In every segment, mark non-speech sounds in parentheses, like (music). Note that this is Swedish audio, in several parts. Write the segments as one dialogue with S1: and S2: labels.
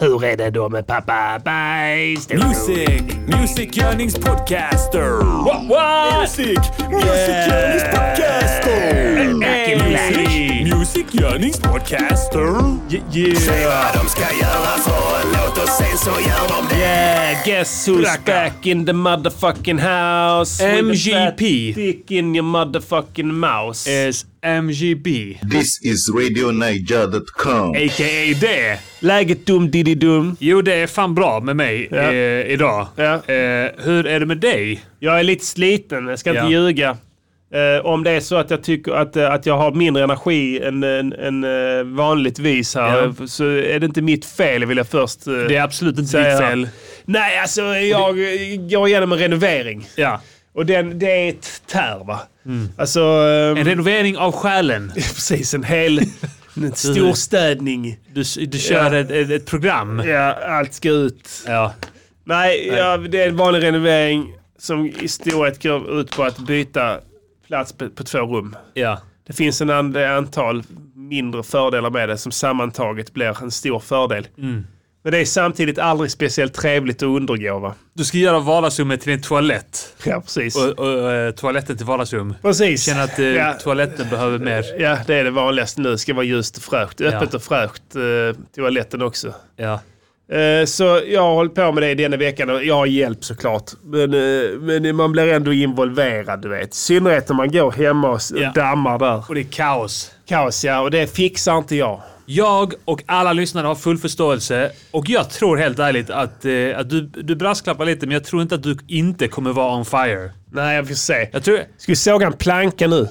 S1: Hur är det då med pappa Bajs?
S2: Music, Music Yearnings Podcaster. What? what?
S3: Music! Music Journeys Podcaster!
S2: Music, music Yearnings Podcaster.
S3: Säg
S2: Yeah.
S3: vad de ska göra för en låt och sen så gör de det.
S1: Yeah, Uh, guess who's
S2: Racka.
S1: back in the motherfucking house? with a
S4: MGP.
S1: fat Dick in your motherfucking mouse.
S4: Is MGB.
S5: This is RadioNiger.com.
S4: A.k.a. det.
S1: Läget dum diddy dum.
S4: Jo, det är fan bra med mig
S1: Ja.
S4: eh, idag.
S1: Ja.
S4: Eh, hur är det med dig?
S1: Jag är lite sliten, jag ska inte
S4: Ja.
S1: ljuga. Eh, om det är så att jag tycker att, eh, att jag har mindre energi än, än, än eh, vanligtvis här,
S4: Ja.
S1: eh, så är det inte mitt fel vill jag först eh,
S4: Det är absolut inte
S1: säga
S4: ditt
S1: här.
S4: fel.
S1: Nej, alltså jag eh, går igenom en renovering.
S4: Ja.
S1: Och den, det är ett tär va?
S4: Mm.
S1: Alltså... ehm,
S4: En renovering av själen.
S1: (laughs) precis, en hel en
S4: (laughs)
S1: storstädning.
S4: Du, du kör
S1: Ja.
S4: ett, ett, ett program.
S1: Ja, allt ska ut.
S4: Ja.
S1: Nej, Ja, det är en vanlig renovering som i storhet går ut på att byta plats på, på två rum.
S4: Ja.
S1: Det finns en and- antal mindre fördelar med det som sammantaget blir en stor fördel.
S4: Mm.
S1: Men det är samtidigt aldrig speciellt trevligt att undergå va? (laughs)
S4: Du ska göra vardagsrummet till en toalett.
S1: Ja, precis.
S4: Och, och eh, toaletten till vardagsrum.
S1: precis.
S4: Känner att eh,
S1: ja.
S4: toaletten behöver mer.
S1: ja, det är det vanligaste nu. Det ska vara ljust och fräscht. Öppet
S4: Ja.
S1: och fräscht. Eh, toaletten också.
S4: Ja.
S1: Eh, Så jag har hållit på med det denna veckan och jag har hjälp såklart. Men, eh, men man blir ändå involverad, du vet. I synnerhet när man går hemma och s-
S4: Ja.
S1: dammar där.
S4: Och det är kaos.
S1: Kaos, ja. Och det fixar inte jag.
S4: Jag och alla lyssnare har full förståelse och jag tror helt ärligt att, eh, att du, du brasklappar lite men jag tror inte att du inte kommer vara on fire.
S1: Nej, jag får se. Jag
S4: Jag tror...
S1: ska vi såga en planka nu?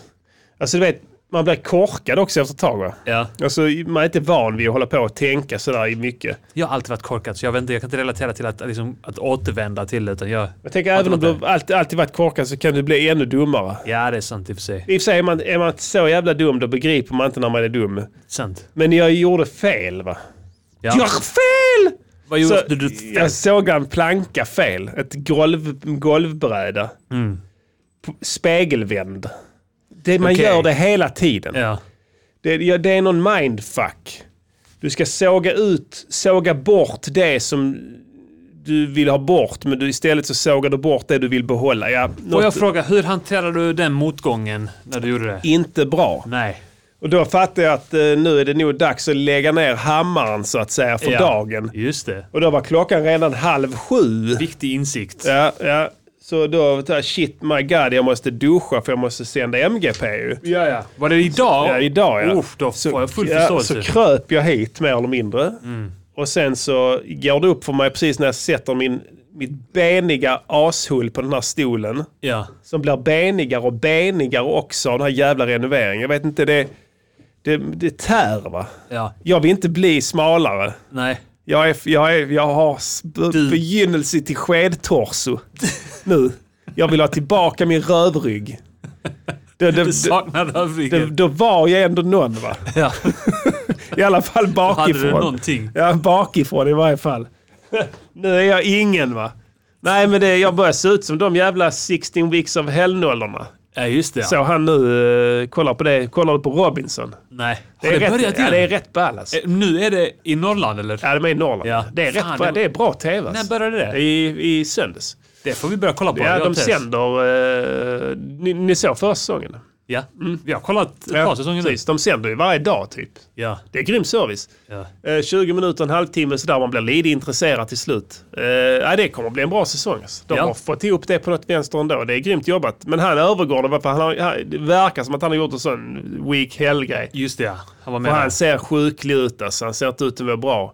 S1: Alltså, du vet, man blir korkad också efter ett tag, va?
S4: Ja.
S1: Alltså, man är inte van vid att hålla på och tänka sådär i mycket.
S4: Jag har alltid varit korkad så jag, vet inte, jag kan inte relatera till att, liksom, att återvända till det utan jag...
S1: Jag tänker, även om du alltid, alltid varit korkad så kan du bli ännu dummare.
S4: Ja, det är sant i och för sig.
S1: I och för sig, är man, är man inte så jävla dum, då begriper man inte när man är dum.
S4: Sant.
S1: Men jag gjorde fel, va?
S4: Ja.
S1: Jag har fel!
S4: Vad
S1: Så,
S4: gjorde du? du-
S1: jag såg en planka fel. Ett golv, golvbräda.
S4: Mm.
S1: P- Spegelvänd. Det, man
S4: Okej.
S1: gör det hela tiden.
S4: Ja.
S1: Det, ja, det är någon mindfuck. Du ska såga ut, såga bort det som du vill ha bort. Men du, istället så sågar du bort det du vill behålla. Ja,
S4: Får jag
S1: något
S4: fråga, hur hanterade du den motgången när du gjorde det?
S1: inte bra.
S4: Nej.
S1: Och då fattar jag att eh, nu är det nog dags att lägga ner hammaren så att säga för
S4: Ja.
S1: dagen.
S4: Just det.
S1: Och då var klockan redan halv sju.
S4: Viktig insikt.
S1: Ja, ja. Så då, så här, shit my god, jag måste duscha för jag måste sända MGP ju.
S4: Ja, ja. Var det idag?
S1: Ja, idag ja.
S4: Usch, då får jag full
S1: ja,
S4: förståelse. Mm.
S1: så kröp jag hit mer eller mindre. Och sen så går det upp för mig precis när jag sätter min, mitt beniga ashull på den här stolen.
S4: ja.
S1: Som blir benigare och benigare också av den här jävla renoveringen. Jag vet inte, det, det, det tär va.
S4: Ja.
S1: Jag vill inte bli smalare.
S4: Nej.
S1: Jag, är, jag, är, jag har s- be- begynnelse till skedtorso nu. Jag vill ha tillbaka min rövrygg. Då, då,
S4: Du
S1: då,
S4: saknar
S1: då,
S4: rövryggen.
S1: då var jag ändå någon va?
S4: Ja.
S1: I alla fall
S4: Hade du
S1: bakifrån.
S4: någonting?
S1: Ja, bakifrån i varje fall. Nu är jag ingen va? Nej men det, jag börjar se ut som de jävla 16 weeks of hell-nollorna.
S4: Ja, just det.
S1: Så han nu, eh, kollar på det, kollar på Robinson.
S4: Nej.
S1: Det
S4: Har det,
S1: är,
S4: börjat
S1: rätt,
S4: igen?
S1: ja, det är rätt ball alltså.
S4: Eh, Nu är det i Norrland eller?
S1: Ja, de är i Norrland.
S4: Ja.
S1: Det är
S4: Fan,
S1: rätt bra.
S4: det-
S1: Det är bra TV alltså.
S4: När började det?
S1: I, I söndags.
S4: Det får vi börja kolla på.
S1: Ja,
S4: Jag har
S1: de
S4: test.
S1: sänder... Eh, ni, ni såg förra säsongen?
S4: Ja. Vi har kollat ett par säsonger nu.
S1: Mm. precis. De sänder ju varje dag typ.
S4: Ja.
S1: Det är grym service.
S4: Ja.
S1: Eh, 20 minuter, en halvtimme sådär. Man blir lite intresserad till slut. Eh, ja, det kommer bli en bra säsong. Alltså. De
S4: Ja.
S1: har fått ihop det på något vänster ändå. Det är grymt jobbat. Men han övergår det. varför Han har, han- det verkar som att han har gjort en sån week hell-grej.
S4: Just det, ja. Han var med.
S1: Och
S4: där.
S1: han ser sjuklig ut. Alltså. Han ser inte ut att vara bra.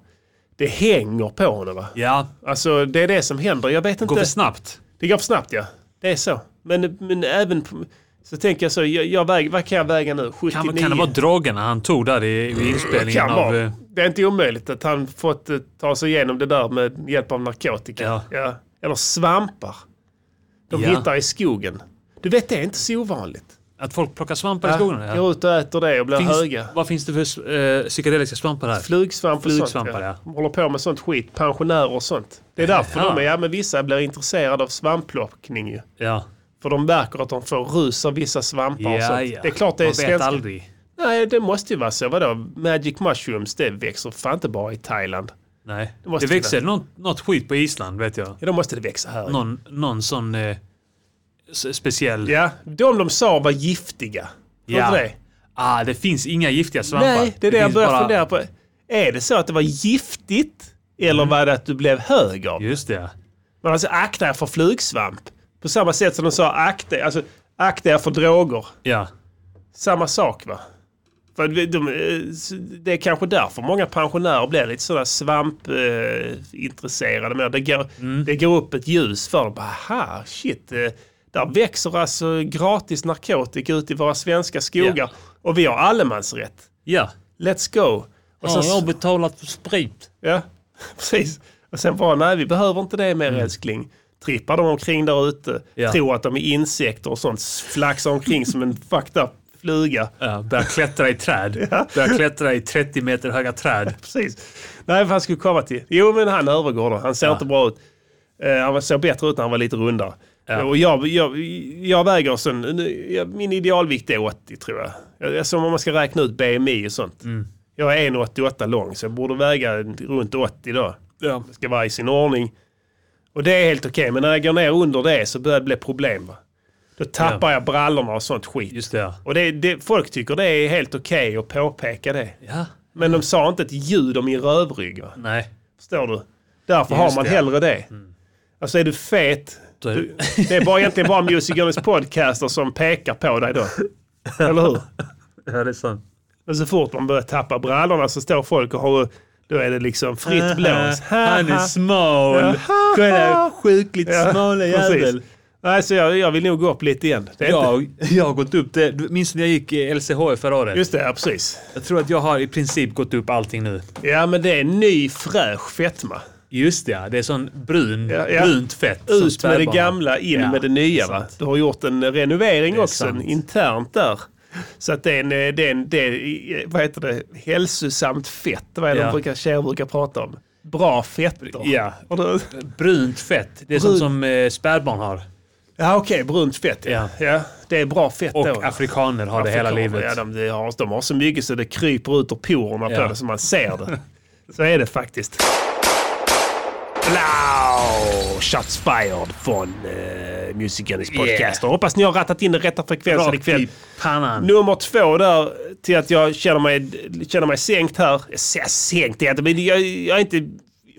S1: Det hänger på honom va?
S4: Ja.
S1: Alltså det är det som händer. Jag vet inte.
S4: Går för snabbt.
S1: Det går för snabbt ja. Det är så. Men, men även på, så tänker jag så, jag, jag väger, vad kan jag väga nu? 79?
S4: Kan, kan det vara drogerna han tog där i, i
S1: Det
S4: inspelningen
S1: kan
S4: av...
S1: vara.
S4: eh,
S1: Det är inte omöjligt att han fått eh, ta sig igenom det där med hjälp av narkotika.
S4: Ja.
S1: Eller svampar. De
S4: Ja.
S1: hittar i skogen. Du vet, det är inte så ovanligt.
S4: Att folk plockar svampar i skogen? Ja.
S1: Går ut och äter det och blir höga.
S4: Finns, vad finns det för eh, psykedeliska svampar här?
S1: Flugsvampar och sånt.
S4: Flugsvampar, ja.
S1: De håller på med sånt skit. Pensionärer och sånt. Det är därför
S4: Ja.
S1: de är, ja men vissa blir intresserade av svampplockning ju.
S4: Ja.
S1: För de märker att de får rus av vissa svampar och
S4: Ja,
S1: sånt.
S4: ja.
S1: Det är klart det är
S4: Man vet
S1: svenska.
S4: aldrig.
S1: Nej, det måste ju vara så. Vadå? Magic mushrooms, det växer fan inte bara i Thailand.
S4: Nej.
S1: Det måste
S4: Det växer något, något skit på Island vet jag.
S1: Ja, då måste det växa här.
S4: Någon, någon sån eh, s- speciell...
S1: Ja, de de sa var giftiga.
S4: Ja.
S1: Ja. Det?
S4: Ah, det finns inga giftiga svampar.
S1: Nej, det är det, jag
S4: finns
S1: börjar
S4: bara-
S1: fundera på. Är det så att det var giftigt?
S4: Mm.
S1: Eller var det att du blev hög av det?
S4: Just det.
S1: Men alltså akta er för flugsvamp. På samma sätt som de sa akta, alltså, akta er för droger.
S4: Ja.
S1: Samma sak va? För de, de, eh, s- det är kanske därför många pensionärer blir lite sådär svampintresserade. Eh, intresserade. Men det, går,
S4: Mm.
S1: det går upp ett ljus för dem. Aha, shit. Eh, där växer alltså gratis narkotika ut i våra svenska skogar.
S4: Ja.
S1: Och vi har allemansrätt.
S4: Ja.
S1: Let's go. Och sen,
S4: jag betalat för sprit?
S1: Ja, (laughs) precis. Och sen bara, nej vi behöver inte det mer älskling. Trippar de omkring där ute,
S4: Mm. Ja.
S1: tror att de är insekter och sånt, flaxar omkring som en fucked up fluga.
S4: Ja, börja klättra
S1: (laughs)
S4: i träd. Börja klättra i 30 meter höga träd.
S1: Precis. Nej, vad han skulle komma till. Jo, men han övergår då. Han ser inte bra ut. Eh, han såg bättre ut när han var lite rundare.
S4: Ja.
S1: Och jag, jag, jag väger sen, nu- jag, min idealvikt är 80 tror jag. jag. jag- Som om man ska räkna ut BMI och sånt.
S4: Mm.
S1: Jag är 1,88 lång så jag borde väga runt 80 då.
S4: Ja.
S1: ska vara i sin ordning. Och det är helt okej, men när jag går ner under det så börjar det bli problem. Va? Då tappar jag brallorna och sånt skit.
S4: Just det. ja.
S1: Och det, det, folk tycker det är helt okej att påpeka det.
S4: Ja.
S1: Men de sa inte ett ljud om min rövrygg. Va?
S4: Nej.
S1: Förstår du? Därför har
S4: Just
S1: man
S4: det.
S1: hellre det. Alltså är du fet,
S4: Då är-
S1: du, det är bara, egentligen bara Music Journeys podcaster som pekar på dig då. Eller hur?
S4: Ja, det är sant.
S1: Men så fort man börjar tappa brallorna så står folk och har, då är det liksom fritt (laughs) blås.
S4: Han är smal. Kolla, sjukligt smala jävel.
S1: Precis. Nej, så jag, jag vill nog gå upp lite igen. Det är inte...
S4: Jag, jag har gått upp det. Du Minns när jag gick eh, LCH förra året?
S1: Just det, ja, precis.
S4: Jag tror att jag har i princip gått upp allting nu.
S1: Ja, men det är ny fräsch fetma.
S4: Just det, ja. det är sån brun,
S1: Ja, ja.
S4: brunt fett. som
S1: Ut med det
S4: spädbarn.
S1: gamla, in
S4: Ja,
S1: med det nya. Va?
S4: sant.
S1: Du har gjort en eh, renovering
S4: är
S1: också, en
S4: sant.
S1: internt där. Så att det är, en, eh, det är, en, det är eh, vad heter det, hälsosamt fett. Vad är det
S4: Ja.
S1: de brukar, tjejer brukar prata om? Bra fetter.
S4: Ja.
S1: Och då,
S4: Brunt fett. Det är sånt
S1: Brunt.
S4: som eh, spädbarn har.
S1: ja, okej, brunt fett. Ja.
S4: Ja.
S1: Ja, det är bra fett
S4: Och
S1: då.
S4: afrikaner har det hela
S1: Afrikaner,
S4: livet.
S1: Ja, de, de, har, de har så mycket så det kryper ut ur porerna på
S4: Ja.
S1: det så man ser det. Så är det faktiskt. Blow! Shots fired från uh, Music Journeys podcast. Och Hoppas ni har rattat in den rätta frekvensen
S4: Rakt
S1: ikväll.
S4: i pannan.
S1: Nummer två där till att jag känner mig, känner mig sänkt här. Jag sänkt det är jag inte, men jag, jag är inte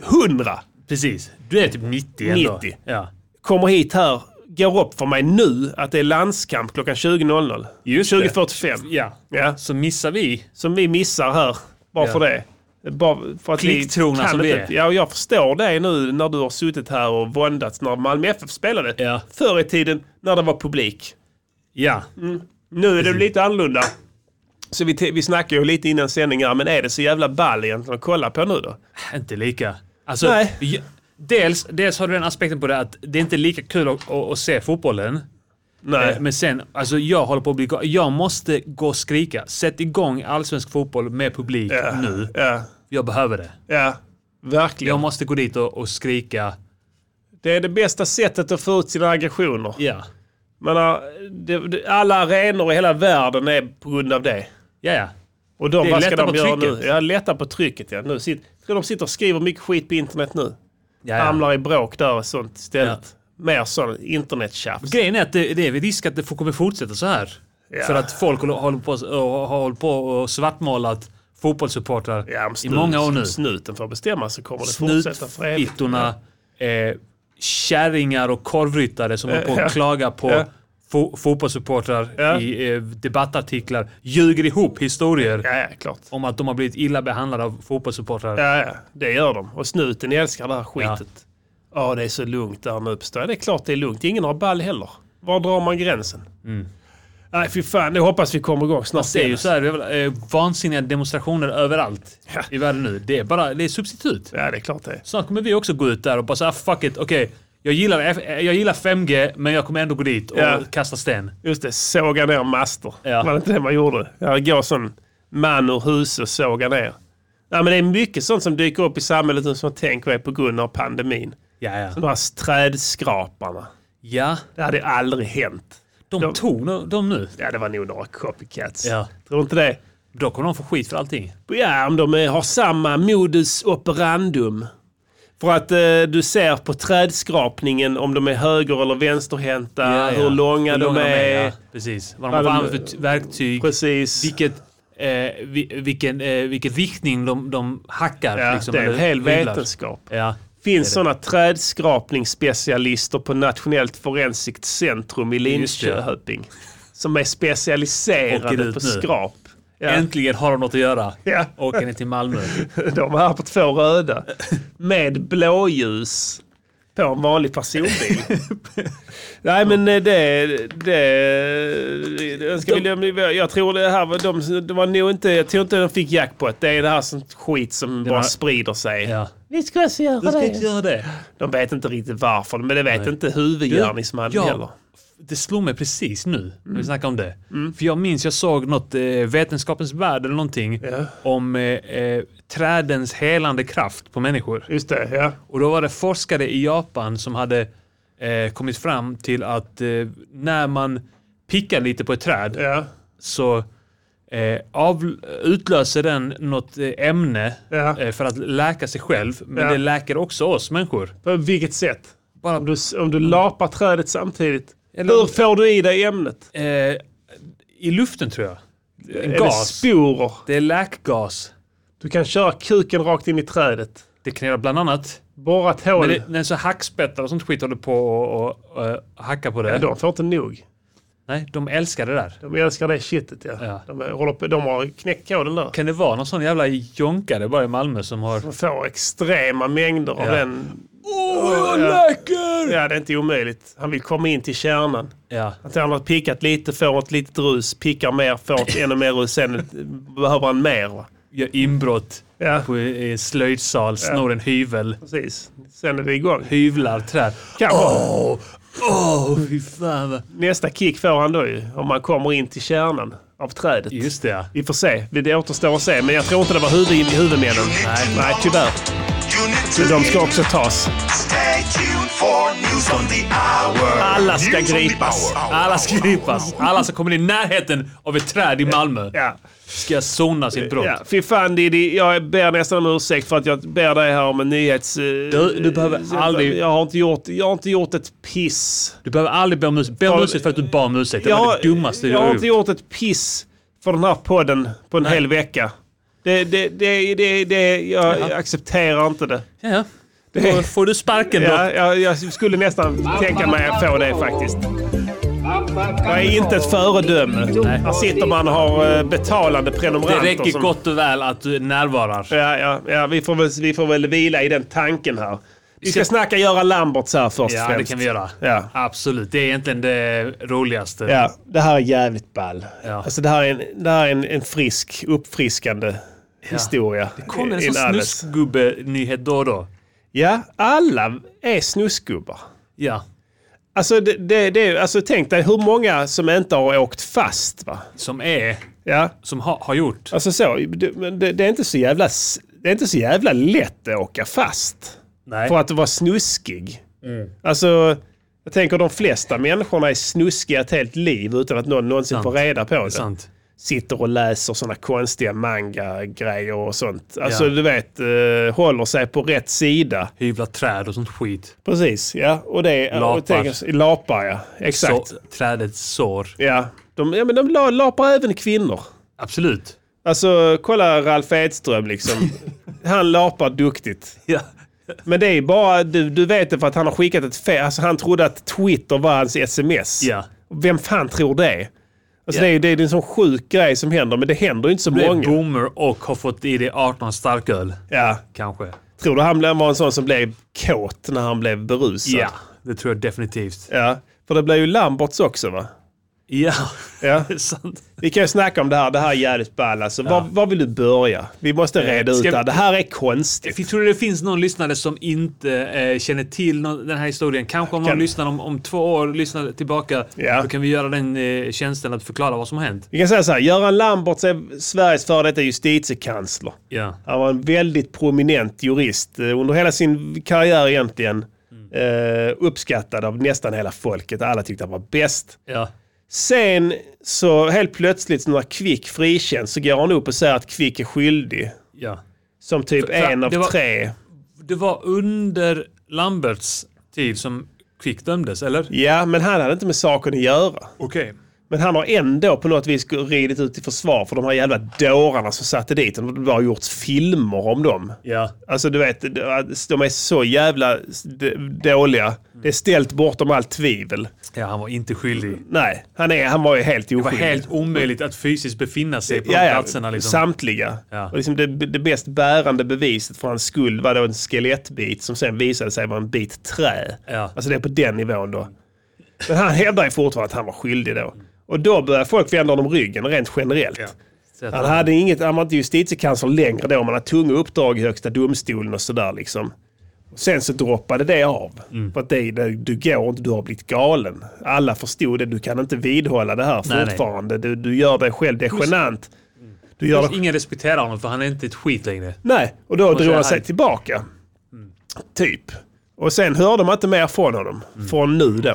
S1: hundra.
S4: Precis. Du är typ 90 ändå.
S1: 90.
S4: Ja.
S1: Kommer hit här, går upp för mig nu att det är landskamp klockan 20.00.
S4: Just det.
S1: 20.45.
S4: ja.
S1: Ja.
S4: Så missar vi.
S1: som vi missar här. Bara
S4: Ja.
S1: för det. Bara för att vi
S4: Klicktrogna
S1: kan
S4: som vi
S1: inte-
S4: är.
S1: Ja, och jag förstår det nu när du har suttit här och våndats när Malmö FF spelade.
S4: Ja.
S1: Förr i tiden när det var publik.
S4: Ja.
S1: Mm. Nu är det lite annorlunda. Så vi, te- vi snackade ju lite innan sändningen här, men är det så jävla ball egentligen att kolla på nu då?
S4: Inte lika. Alltså,
S1: Nej.
S4: ju- Dels, dels har du den aspekten på det att det är inte lika kul att, att, att se fotbollen.
S1: Nej.
S4: Eh, Men sen, alltså jag håller på att bli ga- Jag måste gå och skrika. Sätt igång allsvensk fotboll med publik nu.
S1: Ja,
S4: Jag behöver det.
S1: ja. Verkligen.
S4: Jag måste gå dit och, och skrika.
S1: Det är det bästa sättet att få ut sina aggressioner.
S4: Ja.
S1: Men, äh, det, det, alla arenor i hela världen är på grund av det.
S4: Ja, ja.
S1: Och de,
S4: Det är
S1: vad ska
S4: lätta
S1: de
S4: på
S1: göra nu?
S4: trycket.
S1: Ja, lätta på trycket. Ja. Nu sitter, ska de sitta och skriva mycket skit på internet nu?
S4: ja, ja.
S1: Hamnar i bråk där och sånt istället. Mer sån internettjafs.
S4: Grejen är att det, det är vid risk att det får- kommer fortsätta så här.
S1: Ja.
S4: För att folk håller- håller på och, har hållit på och svartmålat fotbollssupportrar
S1: Ja, om
S4: i
S1: snut-
S4: många år nu.
S1: om Snuten får bestämma så kommer det fortsätta för evigt.
S4: Snutfittorna, eh, kärringar och korvryttare som håller på
S1: ja.
S4: och klagar på
S1: Ja.
S4: fo- fotbollssupportrar
S1: Ja.
S4: i eh, debattartiklar. Ljuger ihop historier
S1: Ja, ja, klart.
S4: om att de har blivit illa behandlade av fotbollssupportrar.
S1: Ja, ja, det gör de. Och snuten älskar det här skitet. Ja, det är så lugnt där nu på stan. Det är klart det är lugnt. Ingen har ball heller. Var drar man gränsen? Nej, fy fan. Jag hoppas vi kommer igång snart.
S4: Mm. Det är ju
S1: igen.
S4: så här, det är väl, eh, vansinniga demonstrationer överallt
S1: Ja.
S4: i världen nu. Det är bara det är substitut.
S1: Ja, det är klart det.
S4: Snart kommer vi också gå ut där och bara såhär, fuck it, okej. jag, gillar, F- eh, jag gillar 5G, men jag kommer ändå gå dit och
S1: Ja.
S4: kasta sten.
S1: Just det, såga ner master.
S4: Ja.
S1: Var det inte det man gjorde? Ja, gå som man ur hus och såga ner. Ja, men det är mycket sånt som dyker upp i samhället nu som jag tänker är på grund av pandemin.
S4: Ja, ja.
S1: De här trädskraparna.
S4: ja
S1: Det hade aldrig hänt.
S4: de,
S1: De-
S4: tog no- dem nu.
S1: Ja, det var nog några copycats.
S4: Ja.
S1: Tror du inte det?
S4: Då kommer de få skit för allting.
S1: Ja, om de eh, har samma modus operandum. För att eh, du ser på trädskrapningen om de är höger eller vänsterhänta, hur långa, de, är.
S4: ja. Precis. Vad de
S1: Ja, de-
S4: har för använt för t- verktyg.
S1: Precis.
S4: Vilket, eh, vi, vilken, eh, vilken riktning de, de hackar.
S1: ja,
S4: liksom,
S1: det är en
S4: eller
S1: hel
S4: hyvlar.
S1: vetenskap.
S4: Ja.
S1: finns sådana trädskrapningsspecialister på Nationellt Forensiskt Centrum i
S4: Just det.
S1: Linköping. Som är
S4: Åker
S1: specialiserade
S4: ut
S1: på
S4: nu.
S1: skrap. Ja,
S4: Äntligen har de något att göra.
S1: Ja.
S4: Åker ni till Malmö.
S1: (laughs) de var här på två röda. Med blåljus på en vanlig
S4: (laughs)
S1: personbil. Nej men eh, det... det, det önskar vi, jag tror det här var de, det var nog inte, jag tror inte de fick jackpot. Det är det här som skit som bara
S4: var-
S1: sprider sig.
S4: Ja.
S1: Vi ska också göra
S4: Du ska
S1: det.
S4: inte göra det.
S1: De vet inte riktigt varför, men det vet
S4: Nej.
S1: inte huvudgärningsmannen heller.
S4: Det slog mig precis nu när vi snackade om det. För jag minns jag såg något eh, Vetenskapens Värld eller någonting om eh, eh, trädens helande kraft på människor.
S1: Just det, ja.
S4: Och då var det forskare i Japan som hade eh, kommit fram till att eh, när man pickar lite på ett träd
S1: Ja,
S4: så eh, av, utlöser den något eh, ämne
S1: Ja.
S4: eh, för att läka sig själv. Men
S1: Ja.
S4: det läker också oss människor.
S1: på vilket sätt?
S4: Bara Mm.
S1: Om du, om du lapar trädet samtidigt,
S4: Eller-
S1: hur får du i dig ämnet?
S4: eh, i luften tror jag.
S1: Är
S4: En
S1: det
S4: gas.
S1: sporer?
S4: Det är läkgas.
S1: Du kan köra kuken rakt in i trädet.
S4: Det kan göra bland annat
S1: Borra ett hål.
S4: när, det, när så hackspettar och sånt skit håller på och, och, eh, hackar på det.
S1: De får inte nog.
S4: Nej, de älskar det där.
S1: De älskar det shitet ja.
S4: Ja.
S1: De, är- håller på, de har knäckt koden där.
S4: Kan det vara någon sån jävla jonkare bara i Malmö som har...
S1: De får extrema mängder av
S4: Ja.
S1: den.
S4: Åh, jag läker!
S1: Ja, det är inte omöjligt. Han vill komma in till kärnan.
S4: Ja.
S1: Att han har pickat lite, får ett litet rus, pickar mer, får ett ännu mer rus, sen (laughs) behöver han mer. Va?
S4: Gör inbrott
S1: Ja.
S4: på i en slöjdsal, snor en hyvel,
S1: Precis. Sen är det igång.
S4: hyvlar träd.
S1: Kanske
S4: Åh, åh, fy fan vad...
S1: nästa kick får han då ju om man kommer in till kärnan av trädet.
S4: Just det ja.
S1: Vi får se. Det återstår att se. Men jag tror inte det var huvud, huvudmännen.
S3: Nej.
S1: Nej, tyvärr.
S3: You need to
S1: Men de ska också tas.
S3: stay tuned for news on the hour.
S1: Alla ska
S3: News on the
S1: gripas.
S3: hour.
S4: Alla ska gripas. Alla som kommer i närheten av ett träd i Malmö
S1: Ja.
S4: ska sona sitt brott.
S1: ja. Fy fan Diddy, jag ber nästan om ursäkt för att jag ber dig här om en nyhets... Du,
S4: du behöver aldrig-
S1: Jag har inte gjort, jag har inte gjort ett piss.
S4: Du behöver aldrig be om ursäkt. Be om
S1: Fan,
S4: ursäkt för att du bad om ursäkt. Det
S1: jag,
S4: var det dummaste
S1: jag
S4: jag
S1: har
S4: har
S1: inte
S4: gjort.
S1: gjort ett piss för den här podden på en hel vecka. Det, det, det, det, det, jag accepterar inte det.
S4: Ja, ja. Då får du sparken då.
S1: Ja, jag, jag skulle nästan tänka mig att få det faktiskt. Jag är inte ett föredöme. Här sitter man och har eh, betalande
S4: Det
S1: prenumeranter.
S4: räcker
S1: som-
S4: gott och väl att du närvarar.
S1: Ja, ja, ja vi, får väl, vi får väl vila i den tanken här. Vi ska snacka göra Lamberts här först
S4: Ja, det
S1: främst.
S4: kan vi göra.
S1: Ja.
S4: Absolut. Det är egentligen det roligaste.
S1: Ja, det här är jävligt ball.
S4: Ja.
S1: Alltså det här är en, det här är en, en frisk, uppfriskande historia. Det
S4: Kommer en sån snuskgubbe-nyhet då och då?
S1: Ja, alla är snusgubbar.
S4: Ja.
S1: Alltså, det, det, det, alltså tänk dig hur många som inte har åkt fast. Va?
S4: Som är,
S1: Ja,
S4: som ha, har gjort.
S1: Alltså så, det, men det, det, är inte så jävla, s- det är inte så jävla lätt att åka fast.
S4: Nej.
S1: För att vara snuskig. Alltså, jag tänker de flesta människorna är snuskiga ett helt liv utan att någon någonsin
S4: Sant.
S1: får reda på det.
S4: Sant.
S1: Sitter och läser sådana konstiga manga-grejer och sånt. Alltså
S4: Ja.
S1: du vet, eh, håller sig på rätt sida.
S4: Hyvla träd och sånt skit.
S1: Precis, ja. Och det är...
S4: Lapar.
S1: Och tänker, lapar, ja. Exakt.
S4: Så, trädets sår.
S1: Ja. De, ja, men de la- lapar även kvinnor.
S4: Absolut.
S1: Alltså kolla Ralf Edström
S4: (laughs)
S1: liksom. Han lapar duktigt.
S4: Ja.
S1: Men det är bara, du, du vet det för att han har skickat ett fel. Alltså han trodde att Twitter var hans sms.
S4: Ja.
S1: Vem fan tror det? Alltså
S4: Ja.
S1: det, är, det är en sån sjuk grej som händer, men det händer ju inte så
S4: Du är
S1: många.
S4: boomer och har fått i dig 18 starköl.
S1: ja.
S4: Kanske.
S1: Tror du han blev- var en sån som blev kåt när han blev berusad?
S4: Ja, det tror jag definitivt.
S1: ja. För det blev ju Lamberts också va?
S4: Ja,
S1: Ja.
S4: det är sant.
S1: Vi kan ju snacka om det här. Det här är jävligt ball. Alltså, var, var vill du börja? Vi måste reda ut det
S4: Eh, ska vi-
S1: här. Det här är konstigt.
S4: Jag tror det finns någon lyssnare som inte eh, känner till någon, den här historien. Kanske om någon
S1: Kan-
S4: lyssnar om, om två år, lyssnar tillbaka.
S1: Ja.
S4: Då kan vi göra den eh, tjänsten att förklara vad som har hänt.
S1: Vi kan säga så här, Göran Lamberts är Sveriges före detta justitiekansler.
S4: Ja.
S1: Han var en väldigt prominent jurist eh, under hela sin karriär
S4: Mm.
S1: egentligen. Eh, uppskattad av nästan hela folket. Alla tyckte han var bäst.
S4: Ja.
S1: Sen så helt plötsligt när Kvick frikänns så går han upp och säger att Kvick är skyldig.
S4: Ja.
S1: Som typ
S4: För- för
S1: en av
S4: det var-
S1: tre.
S4: Det var under Lamberts tid som Quick dömdes, eller?
S1: Ja, men han hade inte med saken att göra.
S4: Okej.
S1: Men han har ändå på något vis ridit ut till försvar för de här jävla dårarna som satte dit honom. Det har bara gjort filmer om dem.
S4: Ja.
S1: Alltså du vet, de är så jävla d- dåliga. Det är ställt bortom allt tvivel.
S4: ja, han var inte skyldig.
S1: Nej, han, är, han var ju helt
S4: Det var
S1: oskyldig.
S4: helt omöjligt att fysiskt befinna sig på de platserna. Liksom.
S1: Samtliga.
S4: Ja.
S1: Och liksom det, det bäst bärande beviset för hans skuld var då en skelettbit som sen visade sig vara en bit trä.
S4: Ja.
S1: Alltså det är på den nivån då. Men han hävdar ju fortfarande att han var skyldig då. Och då börjar folk vända honom ryggen rent generellt.
S4: Så att-
S1: Han hade inget, han var inte justitiekansler längre då, men han hade tunga uppdrag i högsta domstolen och sådär liksom. Och Sen så droppade det av.
S4: Mm.
S1: För att det, det, du går inte, du har blivit galen. Alla förstod det, du kan inte vidhålla det här
S4: Nej, Mm. nej.
S1: fortfarande. Du, du gör dig själv, det är genant. Du gör det
S4: Ingen respekterar honom för han är inte ett skit längre.
S1: Nej, och då drog
S4: säger
S1: han sig
S4: hej.
S1: tillbaka.
S4: Mm.
S1: Typ. Och sen hörde man inte mer från honom. Från nu då.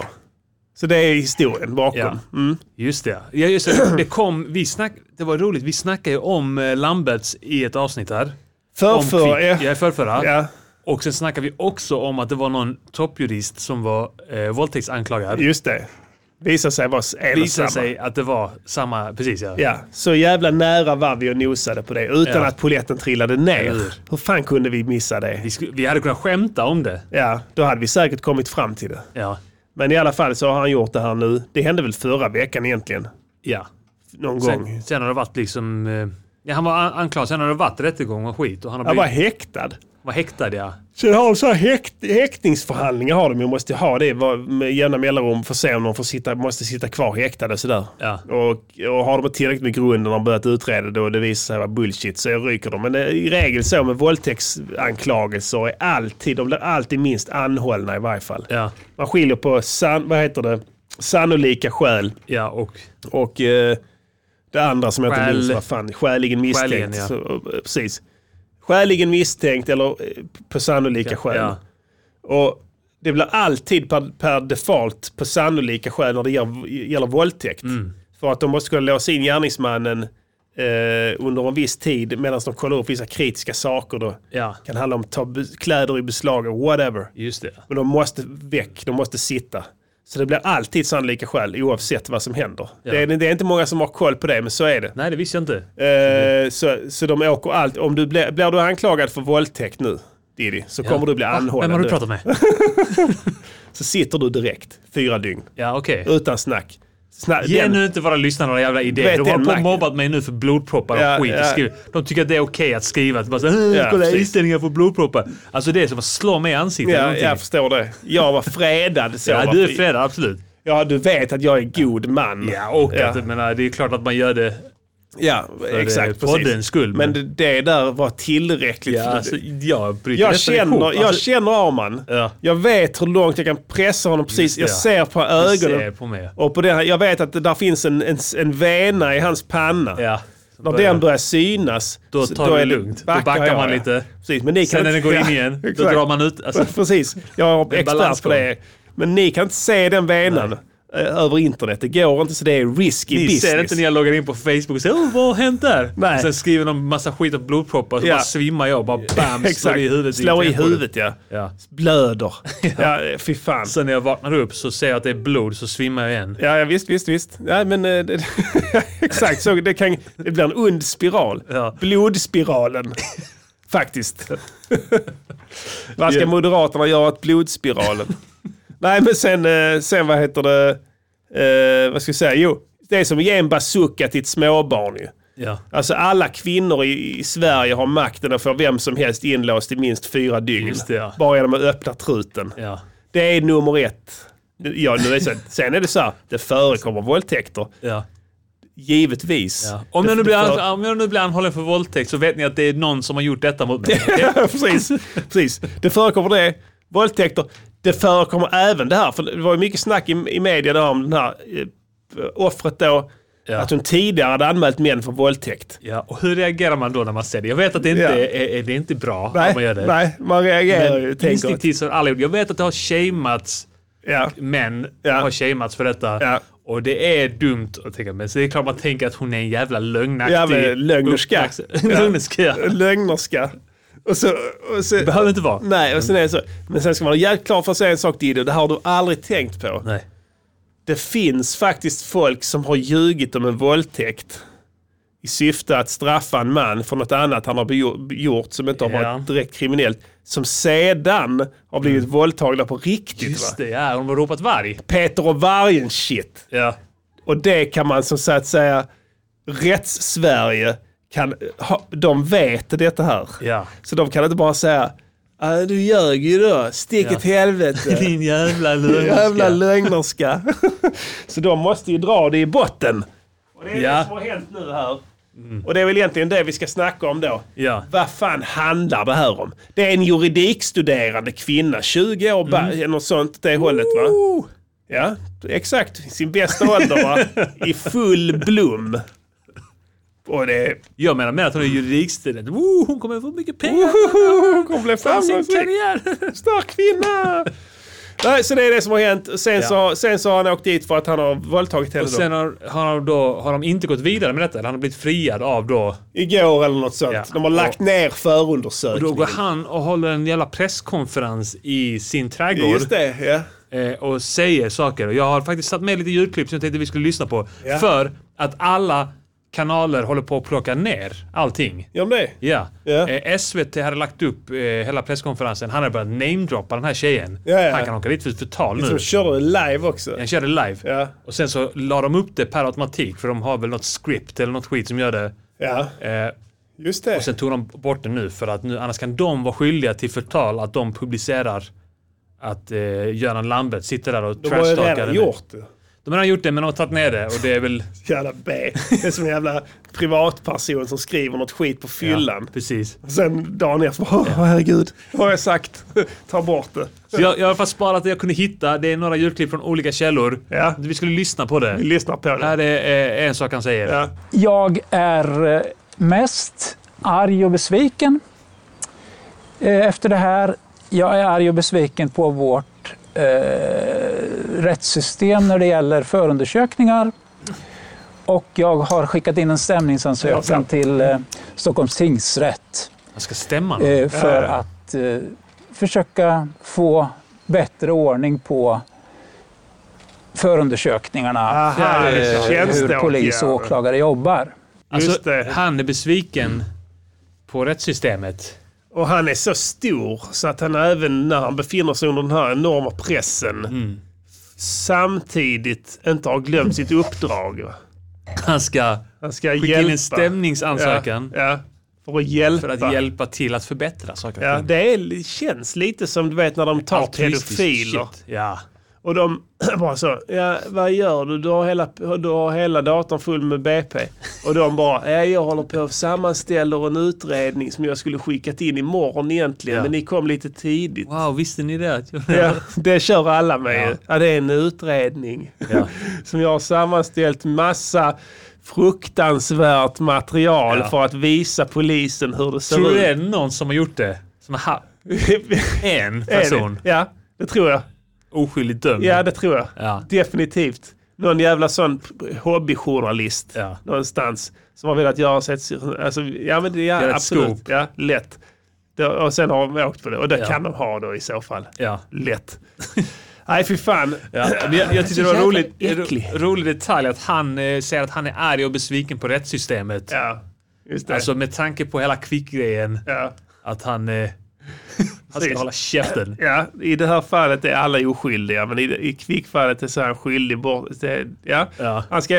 S1: Så det är historien bakom.
S4: Mm. Ja. Just det. Ja, just det. det, kom, vi snack, det var roligt, vi snackade ju om eh, Lamberts i ett avsnitt här.
S1: För,
S4: Om
S1: för,
S4: Quick.
S1: ja,
S4: Jag är förrförra.
S1: ja,
S4: Och sen snackade vi också om att det var någon toppjurist som var eh, våldtäktsanklagad.
S1: just det. Visar sig vara en och samma.
S4: Visade sig att det var samma, precis ja.
S1: Ja, så jävla nära var vi och nosade på det utan
S4: Ja.
S1: att poletten trillade ner.
S4: Eller hur?
S1: Hur fan kunde vi missa det?
S4: Vi, sku- vi hade kunnat skämta om det.
S1: Ja, då hade vi säkert kommit fram till det.
S4: Ja.
S1: Men i alla fall så har han gjort det här nu. Det hände väl förra veckan egentligen.
S4: ja.
S1: Någon gång.
S4: Sen, sen har det varit liksom... eh, Ja, han var an- anklagad, sen har det varit rättegång och skit och han har
S1: Han
S4: blivit,
S1: var
S4: var...
S1: häktad.
S4: häktad ja.
S1: Sen har de så här häkt, häktningsförhandlingar har de ju. Måste ha det var- med jämna mellanrum för att se om de får sitta, måste sitta kvar häktade och sådär.
S4: Ja.
S1: Och, och har de inte tillräckligt med grund när de börjat utreda det och det visar sig vara bullshit så ryker de. Men det är i regel så med våldtäktsanklagelser är alltid, de blir alltid minst anhållna i varje fall.
S4: Ja,
S1: Man skiljer på san, vad heter det? sannolika skäl
S4: ja och
S1: och eh, det andra som jag inte
S4: Skäl-
S1: minns vad fan, skäligen misstänkt.
S4: Skäligen, ja.
S1: så, eh, precis. Skäligen misstänkt eller eh, på sannolika skäl.
S4: ja.
S1: Och det blir alltid per, per default på sannolika skäl när det gäller, gäller våldtäkt.
S4: Mm.
S1: För att de måste kunna låsa in gärningsmannen eh, under en viss tid medan de kollar upp vissa kritiska saker. Då.
S4: Ja.
S1: kan handla om att ta be- kläder i beslag och whatever.
S4: Just det.
S1: Men de måste väck, de måste sitta. Så det blir alltid sannolika skäl oavsett vad som händer. Det, är, det är inte många som har koll på det, men så är det.
S4: Nej, det visste jag inte. Mm.
S1: Eh, så, så de åker allt. Om du blir, blir du anklagad för våldtäkt nu, Diddy, så kommer du bli anhållen.
S4: Vem har du
S1: nu.
S4: pratat med?
S1: så sitter du direkt, fyra dygn,
S4: Ja, okej.
S1: utan snack. Sna-
S4: Ge
S1: den-
S4: nu inte våra lyssnare några jävla idéer.
S1: Vet
S4: De har
S1: den
S4: på
S1: Mac-
S4: mobbat mig nu för blodproppar och
S1: Ja,
S4: skit.
S1: ja.
S4: Skriv- De tycker att det är okej att skriva att bara så, här, "Äh,
S1: Ja,
S4: kolla
S1: precis.
S4: inställningar för blodproppar. Alltså det är som att slå mig i ansiktet. eller
S1: Ja,
S4: någonting.
S1: jag förstår det. Jag var fredad. Så
S4: (laughs) ja,
S1: var-
S4: du är fredad, absolut.
S1: Ja, du vet att jag är god man.
S4: Ja, och
S1: Ja.
S4: Att, jag menar, det är klart att man gör det
S1: Ja, exakt.
S4: poddens
S1: precis.
S4: skull, men-
S1: Men det, det där var tillräckligt.
S4: Ja,
S1: för-
S4: alltså, jag bryter
S1: Jag
S4: nästan
S1: känner,
S4: ihop.
S1: jag
S4: Alltså,
S1: känner Arman.
S4: Ja.
S1: Jag vet hur långt jag kan pressa honom precis.
S4: det,
S1: Jag
S4: ja.
S1: ser på
S4: du ser
S1: ögonen.
S4: på mig.
S1: Och på det här, jag vet att det där finns en, en, en vena i hans panna.
S4: Ja.
S1: När den börjar synas.
S4: Då
S1: så-
S4: tar du
S1: är
S4: det lugnt. Då backar
S1: jag,
S4: man
S1: ja.
S4: lite.
S1: Precis, men ni kan
S4: Sen när
S1: inte-
S4: den går in
S1: Ja, (laughs)
S4: igen, då
S1: exakt.
S4: drar man ut. Alltså,
S1: (laughs) Precis. Jag är
S4: en
S1: expert på
S4: balansgång.
S1: det. Men ni kan inte se den venan eh, över internet. Det går inte så det är risky
S4: ni
S1: business.
S4: ser inte när jag loggar in på Facebook och säger oh, vad har hänt där?
S1: Nej.
S4: Och Sen skriver de massa skit om blodproppar och så
S1: Ja.
S4: bara svimmar jag och bara bam, slår
S1: (laughs) Exakt.
S4: i huvudet.
S1: Slår i
S4: tangentbordet.
S1: huvudet ja.
S4: Ja. (laughs)
S1: Blöder. ja, eh, fy fan.
S4: Sen när jag vaknar upp så ser jag att det är blod så svimmar jag igen.
S1: Ja, ja visst, visst, visst. Ja, men, eh, det, (laughs) exakt, så det, kan, det blir en ond spiral.
S4: Ja.
S1: Blodspiralen.
S4: (laughs)
S1: Faktiskt. vad ska
S4: Ja.
S1: Moderaterna göra åt blodspiralen?
S4: (laughs)
S1: Nej, men sen, eh, sen vad heter det? Eh, vad ska jag säga? Jo, det är som att ge en bazooka till ett småbarn ju.
S4: Ja.
S1: Alltså alla kvinnor i, i Sverige har makten och får vem som helst inlåst i minst fyra dygn.
S4: Just det, ja.
S1: Bara genom att öppna truten.
S4: Ja.
S1: Det är nummer ett. Ja, nu är det så, sen är det så här, det förekommer våldtäkter.
S4: Ja.
S1: Givetvis.
S4: Ja. Om,
S1: Det-
S4: jag nu
S1: det
S4: blir,
S1: för-
S4: an- om jag nu blir anhållen för våldtäkt så vet ni att det är någon som har gjort detta
S1: (laughs)
S4: mot mig.
S1: precis, precis. Det förekommer det. Våldtäkter. Det förekommer även det här. För det var ju mycket snack i, i media där om den här eh, offret då.
S4: Ja.
S1: Att hon tidigare hade anmält män för våldtäkt.
S4: Ja, och hur reagerar man då när man ser det? Jag vet att det inte
S1: Ja.
S4: är, är, det är inte bra om man gör det.
S1: nej, man reagerar ju.
S4: Men
S1: Tänker, att-
S4: instinktivt så har alla gjort. Jag vet att det har shameats,
S1: ja,
S4: män
S1: Ja.
S4: har shameats för detta.
S1: Ja.
S4: Och det är dumt att tänka, men så är det klart man tänker att hon är en jävla lögnaktig...
S1: Jävla lögnerska. Mm.
S4: uppmärks- (laughs) lögnerska. ja.
S1: Lögnerska. Och så, och så,
S4: Behöver inte vara.
S1: Nej, och sen är det så. Men sen ska man ha jävligt klart för sig en sak Diddy, och det här har du aldrig tänkt på.
S4: Nej.
S1: Det finns faktiskt folk som har ljugit om en våldtäkt i syfte att straffa en man för något annat han har bejo- gjort som inte har
S4: Ja. Mm.
S1: varit direkt kriminellt. Som sedan har blivit våldtagna på riktigt. va?
S4: Just det, ja. Hon har ropat varg.
S1: Peter och vargen shit.
S4: Ja.
S1: Och det kan man som så att säga, rätts-Sverige, kan, ha, de vet detta här.
S4: Ja.
S1: Så de kan inte bara säga, "Ah, du ljög ju då, stick åt
S4: (laughs)
S1: helvete.
S4: Din jävla lögnerska.
S1: Jävla lögnerska. (laughs) så de måste ju dra det i botten. Och det är
S4: Ja.
S1: det som har hänt nu här. Och det är väl egentligen det vi ska snacka om då.
S4: Ja.
S1: Vad fan handlar det här om? Det är en juridikstuderande kvinna, 20 år, ba- eller något sånt, det hållet va? Ja, exakt. I sin bästa ålder va? I full blom. Och det...
S4: Jag menar mer att hon är juridikstudent. Woo, Hon kommer få mycket pengar
S1: Woho! Hon blev
S4: av sin
S1: framgångsrik.
S4: karriär.
S1: Stark kvinna! Nej, så det är det som har hänt. Sen, så, sen så har han åkt dit för att han har våldtagit henne
S4: Och sen har, har, de då, har de inte gått vidare med detta. eller Han har blivit friad av då...
S1: då. Igår eller något sånt.
S4: Ja.
S1: De har lagt ner förundersökningen.
S4: Då går han och håller en jävla presskonferens i sin trädgård.
S1: Just det, ja.
S4: eh, och säger saker. Och jag har faktiskt satt med lite ljudklipp som jag tänkte vi skulle lyssna på.
S1: Ja.
S4: För att alla kanaler håller på att plocka ner allting.
S1: Gör de det?
S4: Ja.
S1: Ja.
S4: Eh, SVT hade lagt upp eh, hela presskonferensen. Han hade börjat namedroppa den här tjejen.
S1: Ja, ja.
S4: Han kan åka dit för förtal
S1: Som
S4: nu.
S1: körde det live också.
S4: Han körde live.
S1: Ja.
S4: Och sen så la de upp det per automatik för de har väl något script eller något skit som gör det.
S1: Ja,
S4: Eh,
S1: just det.
S4: och sen tog de bort det nu för att nu, annars kan de vara skyldiga till förtal att de publicerar att eh, Göran Lambert sitter där och
S1: de har ju redan
S4: henne.
S1: gjort det.
S4: De har redan gjort det men de har tagit ner det och det
S1: (laughs)
S4: är väl...
S1: Jävla B. Det är som en jävla privatperson som skriver något skit på fyllan.
S4: Precis.
S1: Sen dagen efter, bara, åh herregud, vad har jag sagt? (laughs) Ta bort det.
S4: Så jag, jag har i alla fall sparat det jag kunde hitta. Det är några ljudklipp från olika källor.
S1: Ja.
S4: Vi skulle lyssna på det.
S1: Vi lyssnar på det.
S4: Här är eh, en sak han säger.
S1: Ja.
S6: Jag är eh, mest arg och besviken eh, efter det här. Jag är arg och besviken på vårt eh, rättssystem när det gäller förundersökningar. Och jag har skickat in en stämningsansökan till eh, Stockholms tingsrätt
S4: Han ska stämma någon.
S6: eh, för att eh, försöka få bättre ordning på förundersökningarna. Eh,
S1: Aha,
S4: det är
S6: hur polis och
S1: tjänsteåkare.
S6: åklagare jobbar.
S1: just det.
S4: Alltså, Han är besviken på rättssystemet.
S1: Och han är så stor så att han även när han befinner sig under den här enorma pressen
S4: Mm.
S1: samtidigt inte har glömt sitt uppdrag. va?
S4: Han ska
S1: Han ska
S4: skicka
S1: hjälpa.
S4: in en stämningsansökan
S1: Ja, ja. För att hjälpa.
S4: för att hjälpa till att förbättra saker
S1: Ja,
S4: och ting.
S1: det är, känns lite som du vet när de tar
S4: Altruistiskt
S1: pedofiler.
S4: shit. Ja.
S1: Och de (clears throat) bara så, ja vad gör du? Du har, hela, du har hela datorn full med BP. Och de bara, ja, jag håller på och sammanställer en utredning som jag skulle skickat in imorgon egentligen,
S4: Ja.
S1: men ni kom lite tidigt.
S4: Wow, visste ni det? (laughs)
S1: Ja, det kör alla med
S4: Ja.
S1: ju. ja, det är en utredning
S4: Ja.
S1: (laughs) som jag har sammanställt massa fruktansvärt material
S4: Ja.
S1: för att visa polisen hur det ser
S4: Tror du det är
S1: ut.
S4: någon som har gjort det? Som har ha-
S1: (laughs)
S4: en
S1: Är det?
S4: person
S1: Ja, det tror jag.
S4: oskyldigt dömd?
S1: Ja, det tror jag.
S4: Ja.
S1: Definitivt. Någon jävla sån hobbyjournalist
S4: Ja.
S1: någonstans som har velat göra sig ett... Alltså, ja, men det,
S4: Göra
S1: ja,
S4: ett
S1: absolut.
S4: scoop.
S1: Ja, lätt. Det, och sen har de åkt på det. Och det
S4: Ja.
S1: kan de ha då i så fall.
S4: Ja.
S1: Lätt. Nej, fy fan.
S4: Ja, men jag, jag tyckte det var en
S1: Så
S4: rolig,
S1: jävla äcklig.
S4: ro, rolig detalj att han eh, säger att han är arg och besviken på rättssystemet.
S1: Ja, just det.
S4: Alltså med tanke på hela kvickgrejen.
S1: ja.
S4: Att han... Eh, (laughs) han ska
S1: Precis.
S4: hålla käften.
S1: ja, i det här fallet är alla oskyldiga, men i, i kvickfallet är så här skyldig bort... Det, ja.
S4: Ja.
S1: Han ska...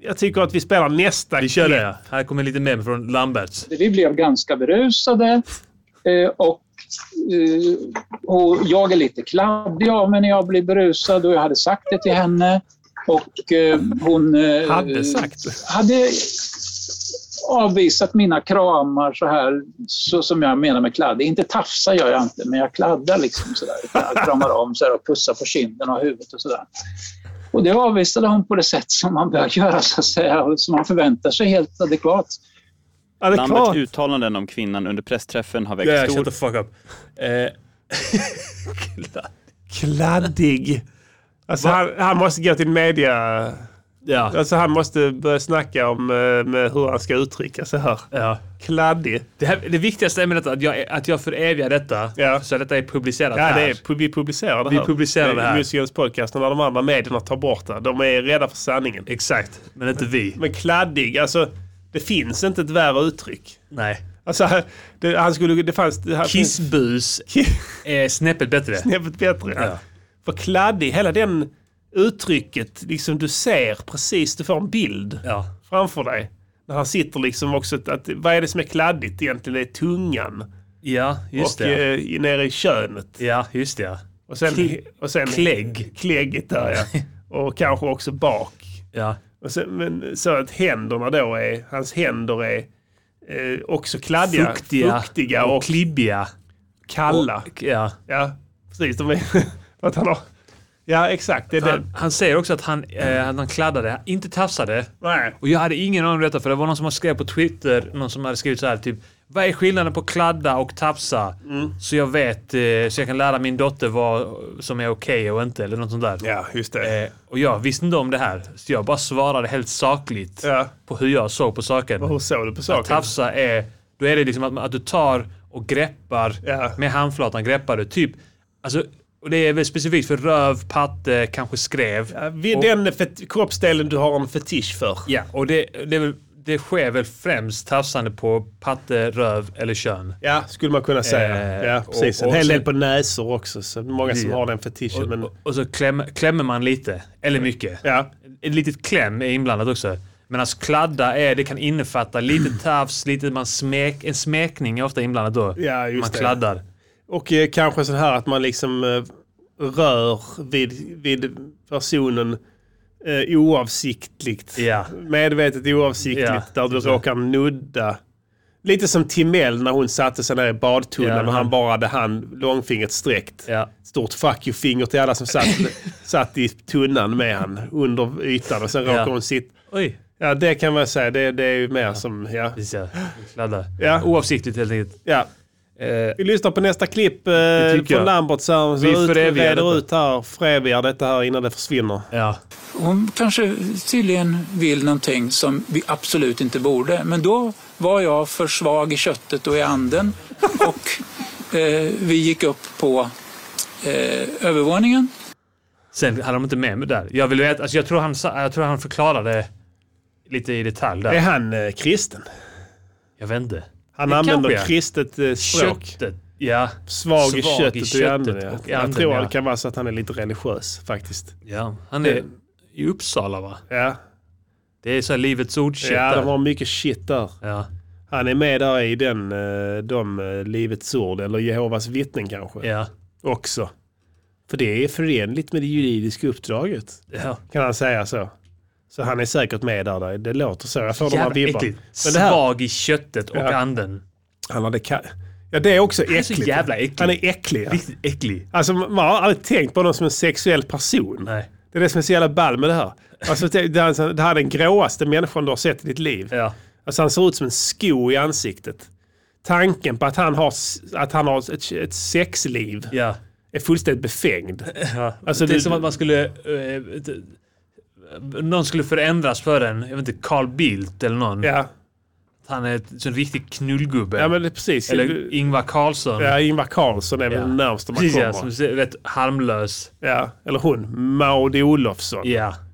S1: Jag tycker att vi spelar nästa
S4: Vi kör det. ja. Här kommer lite mem från Lamberts.
S7: Vi blev ganska berusade eh, och, eh, och jag är lite kladdig av mig när jag blir berusad och jag hade sagt det till henne. Och eh, hon eh,
S1: Hade sagt det.
S7: hade avvisat mina kramar så här, så som jag menar med kladdig. Inte tafsa gör jag inte, men jag kladdar liksom sådär. Jag kramar om så här och pussar på kinden och huvudet och sådär. Och det avvisade hon på det sätt som man bör göra, så att säga, och som man förväntar sig helt adekvat.
S1: Adekvat.
S8: Lamberts uttalanden om kvinnan under pressträffen har väckt
S4: Yeah, shut
S8: stor
S4: the fuck up. Eh,
S1: Kladdig. Alltså, han, han måste gå till media...
S4: Ja.
S1: Alltså han måste börja snacka om eh, med hur han ska uttrycka sig här.
S4: ja.
S1: Kladdig.
S4: Det, här, det viktigaste med detta är att jag, att jag förevigar detta.
S1: Ja.
S4: Så detta är publicerat
S1: Ja,
S4: här.
S1: det är, pu- vi publicerar det
S4: Vi
S1: här.
S4: publicerar det här.
S1: Musikernas podcast när de andra medierna tar bort det. De är rädda för sanningen.
S4: Exakt, men inte vi.
S1: Men kladdig, alltså det finns inte ett värre uttryck.
S4: Nej.
S1: Alltså det, han skulle, det fanns... Det här finns- (laughs)
S4: Kissbus är snäppet bättre.
S1: Snäppet bättre.
S4: Ja.
S1: För kladdig, hela den uttrycket, liksom du ser precis, du får en bild
S4: Ja.
S1: framför dig. När han sitter liksom också, att, att, vad är det som är kladdigt egentligen? Det är tungan
S4: ja, just
S1: och
S4: det.
S1: eh, i- nere i könet.
S4: Ja, just det. ja.
S1: Och sen, och sen
S4: Klägg.
S1: klägget där
S4: (laughs)
S1: ja. Och kanske också bak.
S4: Ja.
S1: Och sen, men, så att händerna då är, hans händer är eh, också kladdiga,
S4: Fuktiga,
S1: fuktiga och,
S4: klibbiga.
S1: kalla.
S4: Och, ja.
S1: Ja, precis. De är, (laughs) att han har, ja, exakt. Det är den.
S4: han, han säger också att han, eh, att han kladdade, inte tafsade.
S1: Nej.
S4: Och jag hade ingen aning om detta, för det var någon som hade skrivit på Twitter, någon som hade skrivit så här typ vad är skillnaden på kladda och tafsa?
S1: Mm.
S4: Så jag vet, eh, så jag kan lära min dotter vad som är okej och inte, eller något sånt där.
S1: Ja, just det.
S4: Eh, och jag visste inte om det här, så jag bara svarade helt sakligt
S1: Ja. Oh.
S4: på hur jag såg på saken.
S1: Hur såg du på saken?
S4: Tafsa är, då är det liksom att, att du tar och greppar
S1: Ja.
S4: med handflatan, greppar du typ, alltså, och det är väl specifikt för röv, patte, kanske skrev.
S1: Ja, vi-
S4: Och-
S1: Den fet- kroppsdelen du har en fetisch för.
S4: Ja, och det, det, är väl- det sker väl främst tafsande på patte, röv eller kön.
S1: Ja, skulle man kunna säga.
S4: Eh,
S1: ja, precis.
S4: och- och
S1: en hel
S4: sen-
S1: del på näsor också. Så många som
S4: Ja.
S1: har den fetischen.
S4: Och,
S1: men,
S4: och, och så kläm, klämmer man lite, eller mycket.
S1: ja.
S4: Ett litet kläm är inblandat också. Men alltså kladda är, det kan
S1: (clears throat)
S4: innefatta lite tafs, lite man smek, en smekning är ofta inblandat då.
S1: Ja, just
S4: man
S1: det.
S4: kladdar.
S1: och eh, kanske så här att man liksom eh, rör vid, vid personen eh, oavsiktligt.
S4: Ja.
S1: Medvetet oavsiktligt.
S4: Ja,
S1: där du råkar nudda. Lite som Timell när hon satte sig ner i badtunnan
S4: Ja,
S1: och han
S4: han-
S1: bara hade hand, långfingret sträckt.
S4: Ja.
S1: stort fuck you-finger till alla som satt,
S4: (laughs)
S1: satt i tunnan med han under ytan och sen råkar
S4: Ja.
S1: hon sitta...
S4: Oj.
S1: Ja, det kan man säga. Det, det är ju mer som... Ja. (clears throat)
S4: Precis ja. Kladda.
S1: Ja.
S4: Oavsiktligt helt enkelt.
S1: Ja.
S4: Eh,
S1: Vi lyssnar på nästa klipp eh,
S4: tycker
S1: från
S4: jag.
S1: Lambert så här, så
S4: Vi
S1: ut,
S4: förevigar
S1: reder
S4: detta.
S1: ut här, förevigar detta här innan det försvinner.
S4: ja.
S6: Hon kanske tydligen vill någonting som vi absolut inte borde. Men då var jag för svag i köttet och i anden. Och eh, vi gick upp på eh, övervåningen.
S4: Sen hade de inte med mig där. Jag, vill veta, alltså jag, tror han, sa- jag tror han förklarade lite i detalj
S1: Är
S4: där.
S1: han eh, kristen?
S4: Jag vet inte.
S1: Han
S4: Det
S1: använder
S4: kanske jag.
S1: kristet eh, språk.
S4: Köttet. Ja.
S1: Svag, i
S4: Svag i
S1: köttet, och i
S4: köttet
S1: anden.
S4: och
S1: Ja.
S4: i
S1: Jag
S4: anden,
S1: tror
S4: ja.
S1: det kan vara så att han är lite religiös faktiskt.
S4: ja. Han är i Uppsala va?
S1: Ja,
S4: Det är så här Livets Ord-shit
S1: ja
S4: där.
S1: de har mycket shit där.
S4: Ja.
S1: Han är med där i den, eh, de eh, Livets Ord, eller Jehovas vittnen kanske,
S4: Ja.
S1: också. För det är förenligt med det juridiska uppdraget,
S4: ja.
S1: kan han säga så. Så han är säkert med där, där. det låter så. Jag får de här
S4: Jävla
S1: vibbarna.
S4: äckligt.
S1: Men det här,
S4: Svag i köttet och
S1: Ja.
S4: anden.
S1: han hade ka- Ja, det är också
S4: är
S1: äckligt.
S4: så jävla äcklig.
S1: Han är äcklig. Ja.
S4: Riktigt äcklig.
S1: Alltså, man har aldrig tänkt på honom som en sexuell person.
S4: Nej.
S1: Det är det som är så jävla ball med det här. Alltså, det, det här det här är den gråaste människan du har sett i ditt liv.
S4: Ja.
S1: Alltså han ser ut som en sko i ansiktet. Tanken på att han har, s- att han har ett, ett sexliv
S4: Ja.
S1: är fullständigt befängd.
S4: ja.
S1: Alltså,
S4: det är
S1: du-
S4: som att man skulle... Eh, d- någon skulle förändras för en. Jag vet inte, Carl Bildt eller någon.
S1: Ja,
S4: Han är ett- så en riktig knullgubbe.
S1: ja men det är precis.
S4: Eller Ingvar Karlsson.
S1: ja, Ingvar Carlsson är väl
S4: Ja.
S1: den närmsta man
S4: Precis
S1: kommer.
S4: ja, som ser rätt harmlös.
S1: Ja, eller hon, Maud Olofsson.
S4: Ja. Alltså,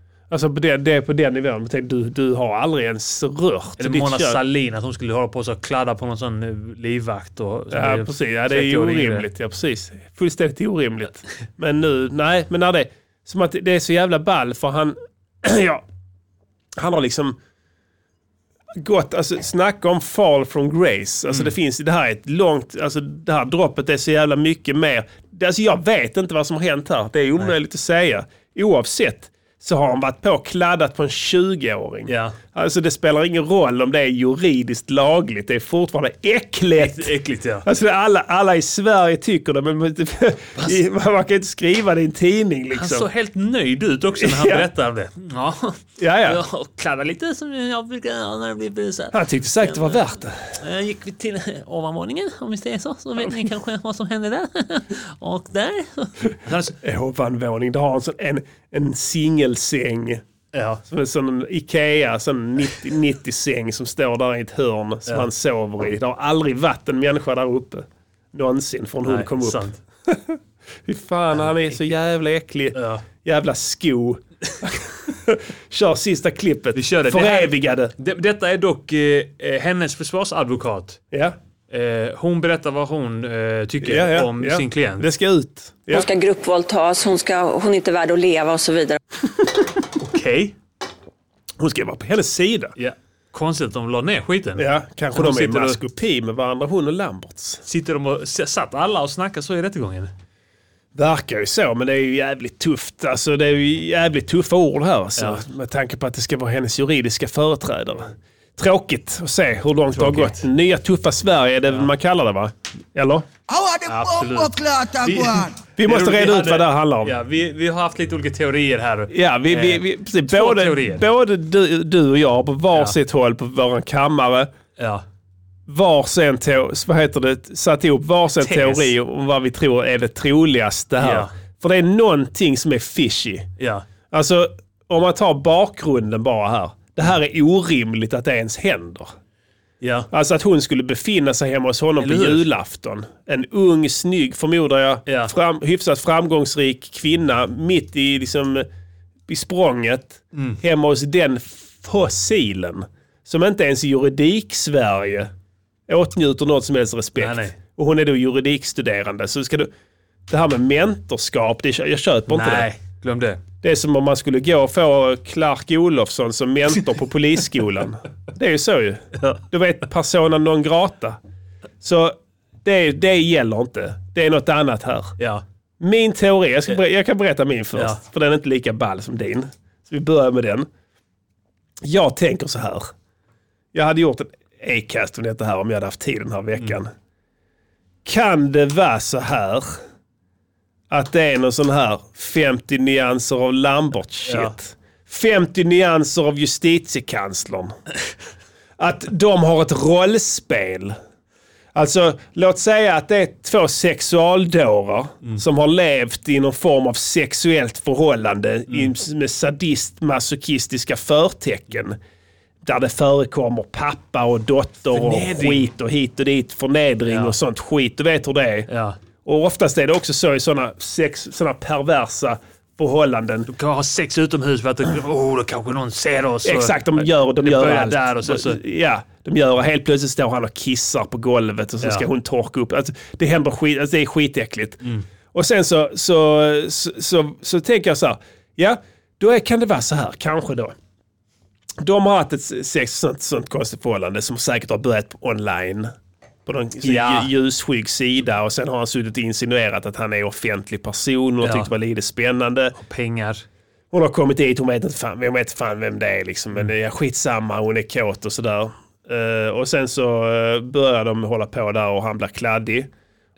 S1: Alltså på det, det är på den nivån. Men tänk, Du, du har aldrig ens rört
S4: Eller
S1: ditt
S4: Mona
S1: kön.
S4: Sahlin, att hon skulle hålla på så och kladda på någon sån eh, livvakt. Och, som
S1: Ja,
S4: är
S1: precis. Ja, det är
S4: 30
S1: ju
S4: år yngre.
S1: orimligt. Ja, precis. Fullständigt orimligt. Men nu, nej, men när det som att det är så jävla ball för han, (clears throat) ja, han har liksom gått, alltså snacka om fall from grace. Alltså det finns, det här är ett långt, alltså det här droppet är så jävla mycket mer. Det- Alltså jag vet inte vad som har hänt här. Det är omöjligt att säga. Oavsett så har han varit på och kladdat på en 20-åring.
S4: Ja.
S1: Alltså det spelar ingen roll om det är juridiskt lagligt. Det är fortfarande äckligt.
S4: Äckligt ja.
S1: Alltså alla, alla i Sverige tycker det, men men- i- man kan ju inte skriva det i en tidning
S4: Han
S1: liksom.
S4: såg helt nöjd ut också (laughs) när han
S1: Ja.
S4: berättade om det. Ja,
S1: Ja, ja.
S4: jag kladdade lite som jag brukar göra när det blir busar.
S1: Han tyckte säkert det var värt det.
S4: Jag gick till ovanvåningen, om vi säger så, så vet ni kanske vad som hände där. Och där...
S1: Eh, Ovanvåning, där har han sån- en, en singelsäng.
S4: Ja.
S1: Som en sån Ikea, sån 90 90-säng som står där i ett hörn som han sover i. Det har aldrig varit en människa där uppe. Någonsin från hon kom upp.
S4: sant.
S1: Fy fan, han är så jävla äcklig.
S4: Ja.
S1: Jävla sko. Kör sista klippet. Vi
S4: kör det. Det här-
S1: Förevigade.
S4: De, detta är dock eh, eh, hennes försvarsadvokat.
S1: Ja.
S4: Eh, hon berättar vad hon eh, tycker
S1: Ja, ja,
S4: om
S1: ja.
S4: sin klient.
S1: Det ska ut. Ja.
S9: Hon ska gruppvåldtas, hon, ska, hon är inte värd att leva och så vidare.
S4: Okej.
S1: Hon ska vara på hennes sida.
S4: Ja. Konstigt att de la ner skiten.
S1: Ja, kanske
S4: Hon
S1: de är i
S4: sitter och-
S1: maskopi med varandra, hon och Lamberts.
S4: Sitter de och, s- satt alla och snackar så i rättegången?
S1: Verkar ju så, men det är ju jävligt tufft. Alltså, det är ju jävligt tuffa ord här. Alltså,
S4: Ja.
S1: Med tanke på att det ska vara hennes juridiska företrädare. Tråkigt att se hur långt det har
S4: Tråkigt.
S1: gått. Nya tuffa Sverige, är det man kallar det va? Eller?
S4: Absolut.
S1: (laughs) Vi måste
S4: roligt, vi
S1: reda ut
S4: hade-
S1: vad det här handlar om.
S4: Ja, vi, vi har haft lite olika teorier här.
S1: Ja, vi, vi,
S4: Eh,
S1: vi, precis,
S4: två
S1: både,
S4: teorier.
S1: både du, du och jag på
S4: Ja.
S1: varsitt håll på vår kammare.
S4: Ja.
S1: Varsin teo- vad heter det, satt ihop varsin
S4: Tes.
S1: teori om vad vi tror är det troligaste här.
S4: Ja.
S1: För det är någonting som är fishy.
S4: ja.
S1: Alltså, om man tar bakgrunden bara här. Det här är orimligt att det ens händer.
S4: Ja.
S1: Alltså att hon skulle befinna sig hemma hos honom
S4: Eller
S1: på
S4: hur?
S1: julafton. En ung, snygg, förmodar jag,
S4: Ja.
S1: fram, hyfsat framgångsrik kvinna mitt i, liksom, i språnget.
S4: Mm.
S1: Hemma hos den fossilen. Som inte ens i juridik-Sverige åtnjuter något som helst respekt.
S4: Nej, nej.
S1: Och hon är då juridikstuderande. Så ska du, det här med mentorskap, det, jag köper inte det.
S4: Nej, glöm det.
S1: Det är som om man skulle gå och få Clark Olofsson som mentor på polisskolan. Det är ju så ju. Du vet persona non grata. Så det, det gäller inte. Det är något annat här.
S4: Ja.
S1: Min teori, jag, ska, ber- jag kan berätta min först.
S4: Ja.
S1: För den är inte lika ball som din. Så vi börjar med den. Jag tänker så här. Jag hade gjort en e-cast om detta här om jag hade haft tid den här veckan. Kan det vara så här att det är någon sån här 50 nyanser av Lambert-shit?
S4: Ja.
S1: 50 nyanser av justitiekanslern? att de har ett rollspel? Alltså, låt säga att det är två sexualdårar
S4: Mm.
S1: som har levt i någon form av sexuellt förhållande
S4: Mm.
S1: i, med sadist-masochistiska förtecken. Där det förekommer pappa och dotter
S4: Förnedring.
S1: och skit och hit och dit, förnedring
S4: Ja.
S1: och sånt skit. Du vet hur det är.
S4: Ja.
S1: Och oftast är det också så i sådana sex, såna perversa förhållanden.
S4: Kan ha sex utomhus för att oh, då kanske någon ser oss. och-
S1: Exakt, de gör, de
S4: Det
S1: gör
S4: börjar
S1: allt.
S4: där och sen så-
S1: Ja, de gör och helt plötsligt står han och kissar på golvet och så
S4: Ja.
S1: ska hon torka upp. Alltså, det händer skit, alltså, det är skitäckligt.
S4: Mm.
S1: Och sen så, så, så, så, så tänker jag så här, ja, då är, kan det vara så här, kanske då. De har haft ett sex, sånt, sånt konstigt förhållande som säkert har börjat på online. På någon så
S4: Ja.
S1: lju- ljusskygg sida och sen har han suttit och insinuerat att han är offentlig person och
S4: Ja.
S1: tyckt det var lite spännande.
S4: Pengar.
S1: Hon har kommit dit, hon vet inte fan, hon vet fan vem det är liksom.
S4: Mm.
S1: Men det är skitsamma, hon är kåt och sådär. Eh, och sen så eh, börjar de hålla på där och han blir kladdig.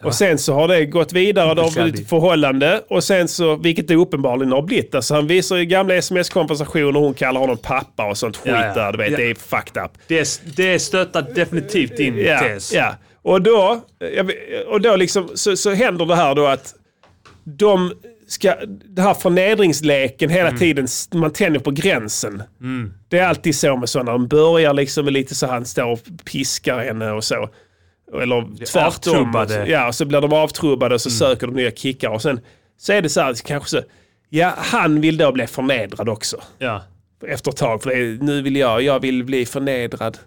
S1: Och sen så har det gått vidare, det har
S4: kladdig.
S1: blivit ett förhållande. Och sen så, vilket det uppenbarligen har blivit. Alltså han visar ju gamla sms-konversationer, hon kallar honom pappa och sånt skit
S4: Ja, ja.
S1: där. Du vet,
S4: Ja.
S1: det är fucked up.
S4: Det, det stöttar definitivt din
S1: Ja,
S4: tes.
S1: ja. Och då, jag vet- och då liksom, så, så händer det här då att de ska, det här förnedringsleken hela tiden, s- man tänjer på gränsen. Det är alltid så med sådana, de börjar liksom med lite så han står och piskar henne och så. Eller tvärtom.
S4: avtrubbade.
S1: Ja, och så blir de avtrubbade och så söker de nya kickar. Och sen så är det så här, kanske så, ja han vill då bli förnedrad också
S4: Ja.
S1: efter ett tag. För det är, nu vill jag, jag vill bli förnedrad.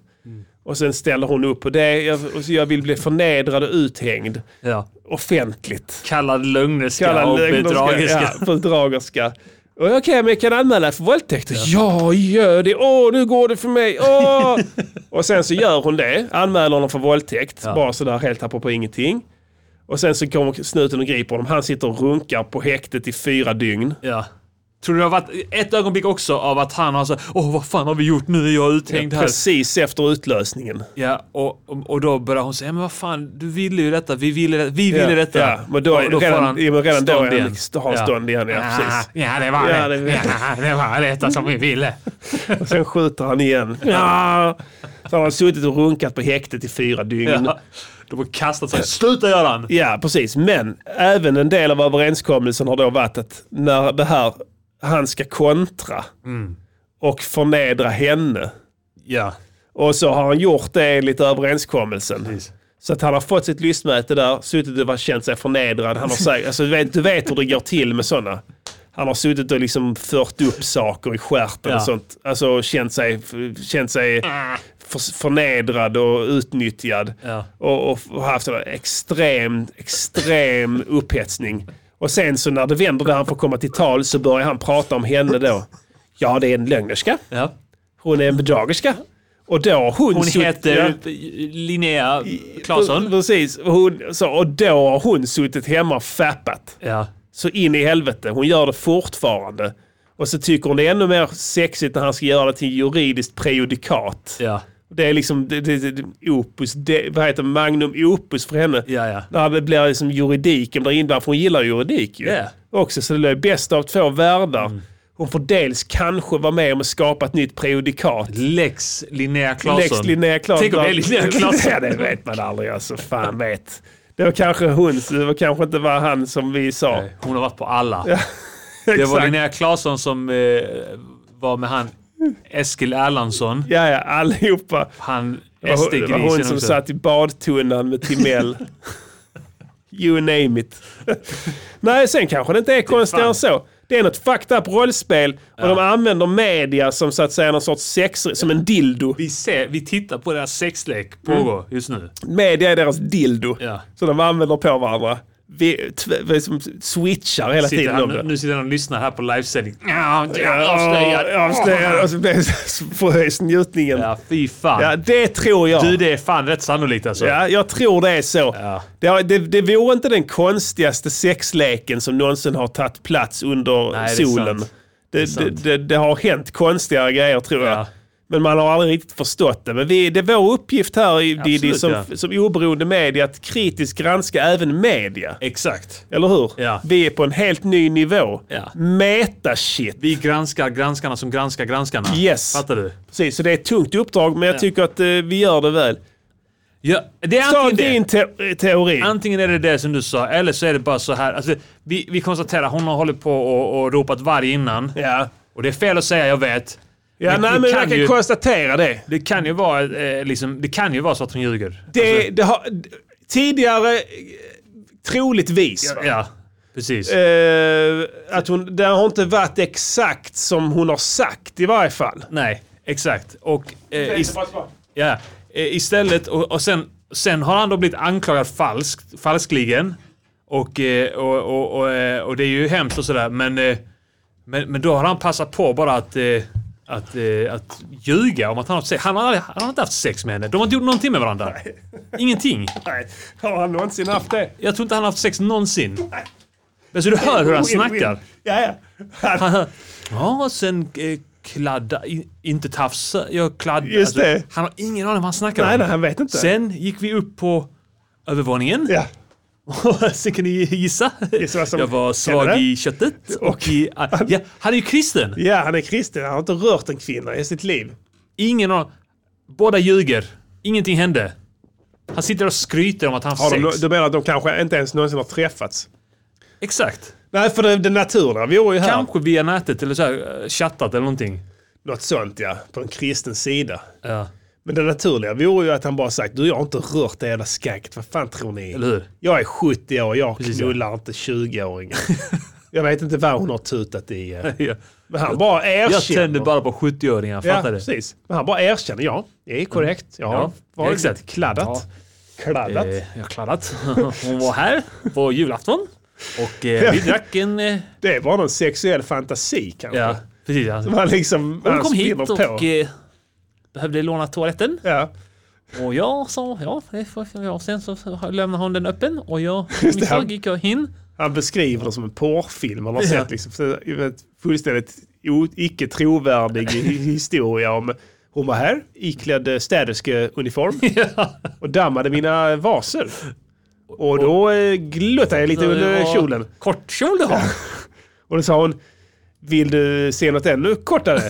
S1: Och sen ställer hon upp på det. Jag, och så jag vill bli förnedrad och uthängd
S4: ja.
S1: offentligt.
S4: Kallad lögnerska
S1: Kalla
S4: och
S1: lögnerska-
S4: bedragerska.
S1: Ja, bedragerska. Och Okej, men jag kan anmäla dig för våldtäkt. Ja, gör det. Åh, nu går det för mig.
S4: (laughs)
S1: Åh. och sen så gör hon det. Anmäler honom för våldtäkt. Bara sådär helt apropå ingenting. Och sen så kommer snuten och griper honom. Han sitter och runkar på häktet i fyra dygn.
S4: (laughs) Ja. Tror du det har varit ett ögonblick också av att han har så åh vad fan har vi gjort nu? är Jag uthängd här.
S1: Precis efter utlösningen.
S4: Ja, och, och och då börjar hon säga, men vad fan, du ville ju detta, vi ville, det- vi ville detta.
S1: Ja, men då,
S4: Och
S1: är
S4: får
S1: redan,
S4: han
S1: ja, men redan då
S4: stånd
S1: är han, liksom-
S4: igen.
S1: har han
S4: Ja.
S1: stånd igen. Ja, precis.
S4: Ja, det var
S1: Ja,
S4: det.
S1: det-
S4: Ja, det var detta som vi ville.
S1: Och sen skjuter han igen. Ja. Så har han suttit och runkat på häktet i fyra dygn.
S4: Ja. De har kastat sig. Sluta Göran!
S1: Ja, precis. Men även en del av överenskommelsen har då varit att när det här, han ska kontra och förnedra henne.
S4: Ja.
S1: Och så har han gjort det enligt överenskommelsen. Så att han har fått sitt lystmäte där, suttit och varit- känt sig förnedrad. Han har sagt, alltså, du, vet, du vet hur det går till med sådana. Han har suttit och liksom fört upp saker i stjärten
S4: Ja.
S1: och sånt. Alltså känt sig, känt sig för, förnedrad och utnyttjad.
S4: Ja.
S1: Och, och, och haft en extrem, extrem upphetsning. Och sen så när det vänder där han får komma till tal så börjar han prata om henne då. Ja, det är en lögnerska.
S4: ja.
S1: Hon är en bedragerska. Och då har hon...
S4: Hon
S1: sutt-
S4: heter
S1: Ja.
S4: Linnea Claesson.
S1: Precis. Hon, så, och då har hon suttit hemma och fappat.
S4: Ja.
S1: Så in i helvete. Hon gör det fortfarande. Och så tycker hon det är ännu mer sexigt när han ska göra det till juridiskt prejudikat.
S4: Ja.
S1: Det är liksom det, det, det, opus, det, vad heter det? magnum opus för henne.
S4: Ja, ja.
S1: När det blir liksom juridiken blir inblandad, för hon gillar juridik ju.
S4: Ja. Mm.
S1: Också, så det blir bäst av två världar. Hon får dels kanske vara med om att skapa ett nytt prejudikat.
S4: Lex Linnea Claesson.
S1: Lex Linnea Claesson.
S4: Tänk om det är Linnea
S1: (laughs)
S4: Claesson.
S1: ja, det vet man aldrig alltså. Fan vet. Det var kanske hon, så det var kanske inte var han som vi sa.
S4: Nej, Hon har varit på alla. Det
S1: (laughs)
S4: var
S1: Exakt.
S4: Linnea Claesson som eh, var med han Eskil Erlandsson.
S1: Ja, ja, allihopa.
S4: Han
S1: Det var- det var hon
S4: SD-grisen
S1: som
S4: också.
S1: satt i badtunnan med
S4: (laughs)
S1: Timell. you name it. Nej, sen kanske det inte är konstigare än så. Det är något fucked up rollspel och de använder media som så att säga någon sorts sex, som en dildo.
S4: Vi, ser, vi tittar på deras sexlek pågår
S1: Mm.
S4: just nu.
S1: Media är deras dildo.
S4: Ja.
S1: Så de använder på varandra. Vi, tv, vi som switchar hela
S4: Sitter
S1: tiden.
S4: han,
S1: om det.
S4: nu sitter han och lyssnar här på livesändning. Ja,
S1: Ja, Avslöjad. Och så blev förhöjs njutningen. Ja.
S4: Ja, fy fan.
S1: det tror jag.
S4: Du, det är fan rätt sannolikt alltså.
S1: Ja, jag tror det är så.
S4: Ja.
S1: Det, har- det, det vore inte den konstigaste sexleken som någonsin har tagit plats under
S4: Nej, det är
S1: solen.
S4: sant.
S1: Det,
S4: Det är
S1: det,
S4: sant.
S1: det, det har hänt konstigare grejer tror jag.
S4: Ja.
S1: Men man har aldrig riktigt förstått det. Men vi, det är vår uppgift här i Diddy
S4: Absolut,
S1: som,
S4: ja.
S1: som oberoende media att kritiskt granska även media.
S4: Exakt.
S1: Eller hur?
S4: Ja.
S1: Vi är på en helt ny nivå.
S4: Ja.
S1: Meta-shit.
S4: Vi granskar granskarna som granskar granskarna.
S1: Yes.
S4: Fattar du?
S1: Precis, så det är ett tungt uppdrag men jag tycker att eh, vi gör det väl.
S4: Ja, det är
S1: Ta
S4: antingen det.
S1: din te- teori.
S4: Antingen är det det som du sa, eller så är det bara så här. Alltså, vi, vi konstaterar, hon har hållit på och, och ropat varg innan.
S1: ja.
S4: Och det är fel att säga, jag vet.
S1: Ja,
S4: Men
S1: nej,
S4: det
S1: men
S4: kan
S1: jag kan
S4: ju-
S1: konstatera det.
S4: Det kan ju vara, eh, liksom, det kan ju vara så att hon ljuger.
S1: det,
S4: Alltså,
S1: det har, d- tidigare, eh, troligtvis, va?
S4: ja, precis.
S1: Eh, att hon, det har inte varit exakt som hon har sagt i varje fall.
S4: Nej, exakt. Och, eh, ist- ja, eh, istället, och, och sen, sen har han då blivit anklagad falskt, falskligen. Och, eh, och, och, och, eh, och det är ju hemskt och sådär, men, eh, men, men då har han passat på bara att, eh, att, eh, att ljuga om att han har haft sex. Han har, aldrig- han har inte haft sex med henne. De har inte gjort någonting med varandra. Ingenting.
S1: Nej, har han någonsin haft det?
S4: Jag tror inte han har haft sex någonsin. Men så du hör hur han snackar.
S1: Ja, ja. Han,
S4: Ja, och sen eh, kladda, i- inte tafsa, jag kladdar.
S1: Just det.
S4: Han har ingen aning vad han snackar
S1: nej,
S4: om.
S1: nej, han vet inte.
S4: Sen gick vi upp på övervåningen.
S1: Ja.
S4: (laughs) Sen kan ni gissa.
S1: Gissa vad som
S4: jag var
S1: hände.
S4: svag i köttet. Och,
S1: Och- (laughs)
S4: i, ja, han är ju kristen.
S1: ja, han är kristen. Han har inte rört en kvinna i sitt liv.
S4: Ingen aning. Båda ljuger. Ingenting hände. Han sitter och skryter om att han har
S1: Har de,
S4: sex.
S1: no- du menar att de kanske inte ens någonsin har träffats?
S4: Exakt.
S1: Nej, för det, det naturliga vore ju här.
S4: Kanske via nätet eller så här, eh, chattat eller någonting.
S1: Något sånt, ja. På en kristen sida.
S4: Ja,
S1: Men det naturliga vore ju att han bara sagt du jag har inte rört det jävla skanket, vad fan tror ni?
S4: eller hur?
S1: Jag är 70 år, jag
S4: Precis, ja.
S1: knullar inte 20-åringar. jag vet inte vad hon har tutat i. eh.
S4: Ja.
S1: Men han bara
S4: Jag
S1: erkänner.
S4: tänder bara på 70-åringar,
S1: ja,
S4: fattar du?
S1: precis. Men han bara erkänner, ja det är korrekt. Jag har
S4: Ja,
S1: varit
S4: exakt.
S1: kladdat. Kladdat.
S4: Eh, jag har kladdat. (laughs) Hon var här på julafton. Och eh, vi drack en... Eh,
S1: Det var någon sexuell fantasi kanske.
S4: ja, precis. Ja.
S1: Man liksom,
S4: Hon
S1: man
S4: kom hit
S1: spinner
S4: och
S1: på.
S4: eh, behövde låna toaletten.
S1: Ja,
S4: Och jag sa ja, det får jag. Sen så lämnade hon den öppen och jag
S1: (laughs) det.
S4: misstag gick jag in
S1: Han beskriver det som en porrfilm han har sett. Liksom, Så, jag vet, fullständigt o- icke trovärdig hi- historia om hon var här iklädd eh, städerskeuniform och dammade mina vaser. Och då eh, gluttade jag lite under
S4: var
S1: kjolen.
S4: Kort kjol du har.
S1: Och då sa hon, vill du se något ännu kortare?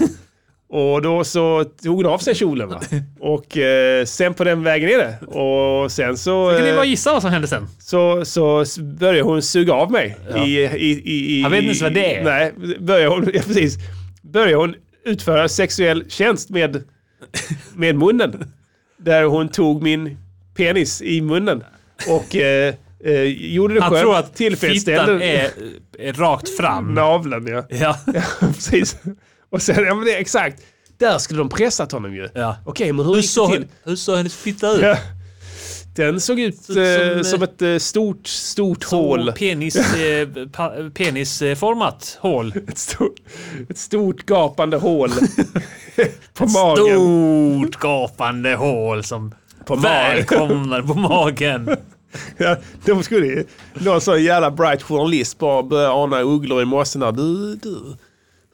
S1: och då så tog hon av sig kjolen. Va? Och eh, sen på den vägen är det. Och sen så,
S4: Kan ni bara
S1: eh,
S4: gissa vad som hände sen?
S1: så, så s- började hon suga av mig. I, i, i, i,
S4: Jag vet inte ens vad det är.
S1: Nej, började hon, (laughs) ja, precis. Började hon utföra sexuell tjänst med, med munnen. Där hon tog min penis i munnen. Och eh, eh, gjorde det
S4: Han
S1: skönt.
S4: tror att fittan
S1: tillfredsställde
S4: är, är
S1: (laughs)
S4: rakt fram.
S1: naveln. Ja.
S4: Ja.
S1: Ja, precis. Och sen, ja men det, exakt. Där skulle de pressat honom ju.
S4: Ja.
S1: Okej, men hur
S4: (laughs) Hur
S1: gick det
S4: såg,
S1: till?
S4: hur såg hennes fitta ut?
S1: Ja. Den såg ut
S4: ut som,
S1: eh,
S4: eh,
S1: som ett eh, stort, stort hål.
S4: Så Penis, eh, pa- penisformat hål.
S1: Ett stort, ett stort gapande (laughs) hål. på magen.
S4: Stort gapande hål som
S1: På magen.
S4: välkomnar på magen.
S1: Ja, de skulle ju, någon sån jävla bright journalist bara börja ana ugglor i mossen där. Du, du,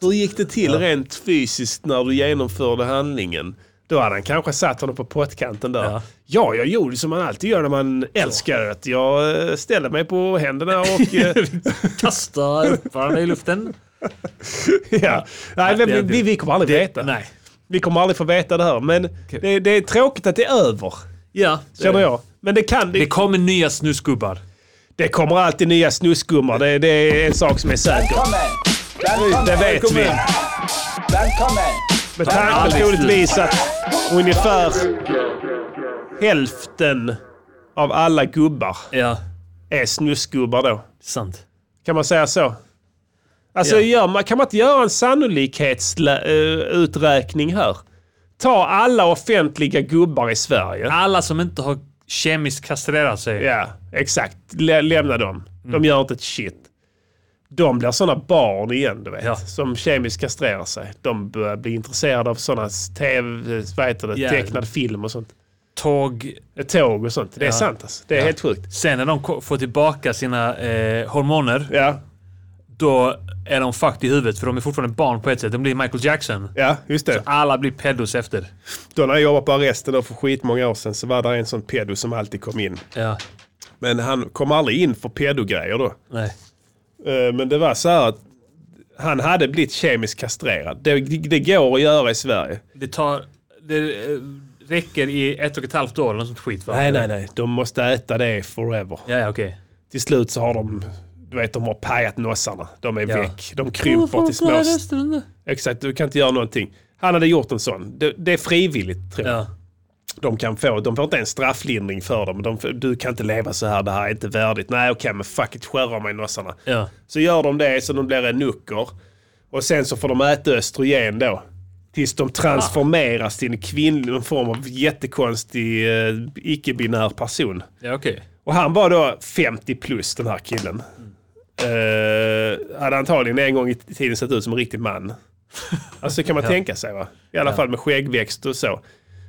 S1: hur gick det till rent fysiskt när du genomförde handlingen? Då hade han kanske satt honom på pottkanten där. Ja.
S4: Ja.
S1: jag gjorde som man alltid gör när man älskar. Att jag eh, ställde mig på händerna och... (laughs) eh,
S4: Kastar upp varandra i luften.
S1: ja. Nej, men vi,
S4: det-
S1: vi, vi kommer aldrig veta.
S4: Nej.
S1: Vi kommer aldrig få veta det här. Men det, det är tråkigt att det är över,
S4: Ja.
S1: känner jag. Men det kan...
S4: Det
S1: Det,
S4: kommer nya snusgubbar.
S1: det kommer alltid nya snusgummor. Det, det är en sak som är säker. Det vet vi. Med tanke troligtvis att ungefär hälften av alla gubbar
S4: Ja,
S1: är snusgubbar då.
S4: sant.
S1: Kan man säga så? Alltså
S4: Ja.
S1: gör man, kan man inte göra en sannolikhetsuträkning här? Ta alla offentliga gubbar i Sverige.
S4: Alla som inte har kemiskt kastrerat sig.
S1: Ja, exakt. Lä- lämna dem.
S4: Mm.
S1: De gör inte ett shit. De blir sådana barn igen, du vet.
S4: Ja.
S1: Som kemiskt kastrerar sig. De börjar bli intresserade av sådana TV, vad heter det,
S4: Ja.
S1: tecknad film och sånt.
S4: Tåg.
S1: Ett tåg och sånt. Det är
S4: Ja.
S1: sant alltså. Det är helt sjukt.
S4: Sen när de ko- får tillbaka sina eh, hormoner,
S1: Ja,
S4: då är de fucked i huvudet. För de är fortfarande barn på ett sätt. De blir Michael Jackson.
S1: ja just det.
S4: Alla blir pedos efter.
S1: Då när jag jobbade på arresten då för skitmånga år sedan så var det en sån pedo som alltid kom in.
S4: Ja,
S1: Men han kom aldrig in för pedogrejer då.
S4: nej.
S1: Eh, Men det var så här att han hade blivit kemiskt kastrerad. Det, det går att göra i Sverige.
S4: Det tar... Det eh, räcker i ett och ett halvt år eller något sånt skit va?
S1: Nej, nej, nej. De måste äta det forever.
S4: Ja, ja, okej.
S1: Till slut så har de, du vet, de har pajat nossarna. De är
S4: Ja.
S1: väck. De krymper till små... Exakt, du kan inte göra någonting. Han hade gjort en sån. Det, det är frivilligt, tror jag.
S4: Ja.
S1: De, kan få, de får inte en strafflindring för dem. De, får- du kan inte leva så här, det här är inte värdigt. Nej, okej, men fuck it, skär av mig nossarna.
S4: Ja.
S1: Så gör de det så de blir enucker. Och sen så får de äta östrogen då. Tills de transformeras till en kvinnlig, en form av jättekonstig eh, icke-binär person.
S4: Ja, okej.
S1: Och han var då 50 plus den här killen. Eh, hade antagligen en gång i tiden sett ut som en riktig man. Alltså kan man tänka sig va? I alla fall med skäggväxt och så.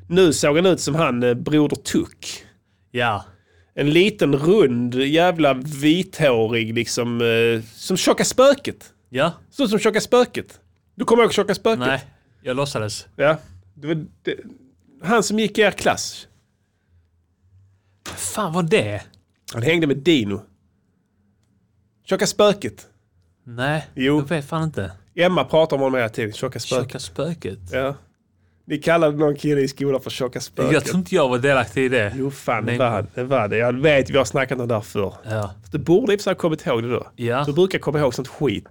S1: Nu såg han ut som han eh, Broder Tuck.
S4: Ja.
S1: En liten rund jävla vithårig liksom, eh, som Tjocka Spöket.
S4: Ja.
S1: Såg ut som Tjocka Spöket. Du kommer ihåg Tjocka Spöket?
S4: Nej. Jag låtsades.
S1: Ja. Det var det, han som gick i er klass.
S4: Fan vad det?
S1: Han hängde med Dino. Tjocka Spöket.
S4: Nej.
S1: Jo.
S4: Jag vet fan inte.
S1: Emma pratar om honom hela tiden. Tjocka Spöket.
S4: Tjocka spöket.
S1: Ja. Ni kallade någon kille i skolan för tjocka spöket.
S4: Jag tror inte jag var delaktig i det.
S1: Jo fan, det
S4: Nej.
S1: var, det var det. Jag vet, vi har snackat om det där förr.
S4: Ja.
S1: Du borde i och för sig ha kommit ihåg det då.
S4: Ja.
S1: Du brukar komma ihåg sånt skit.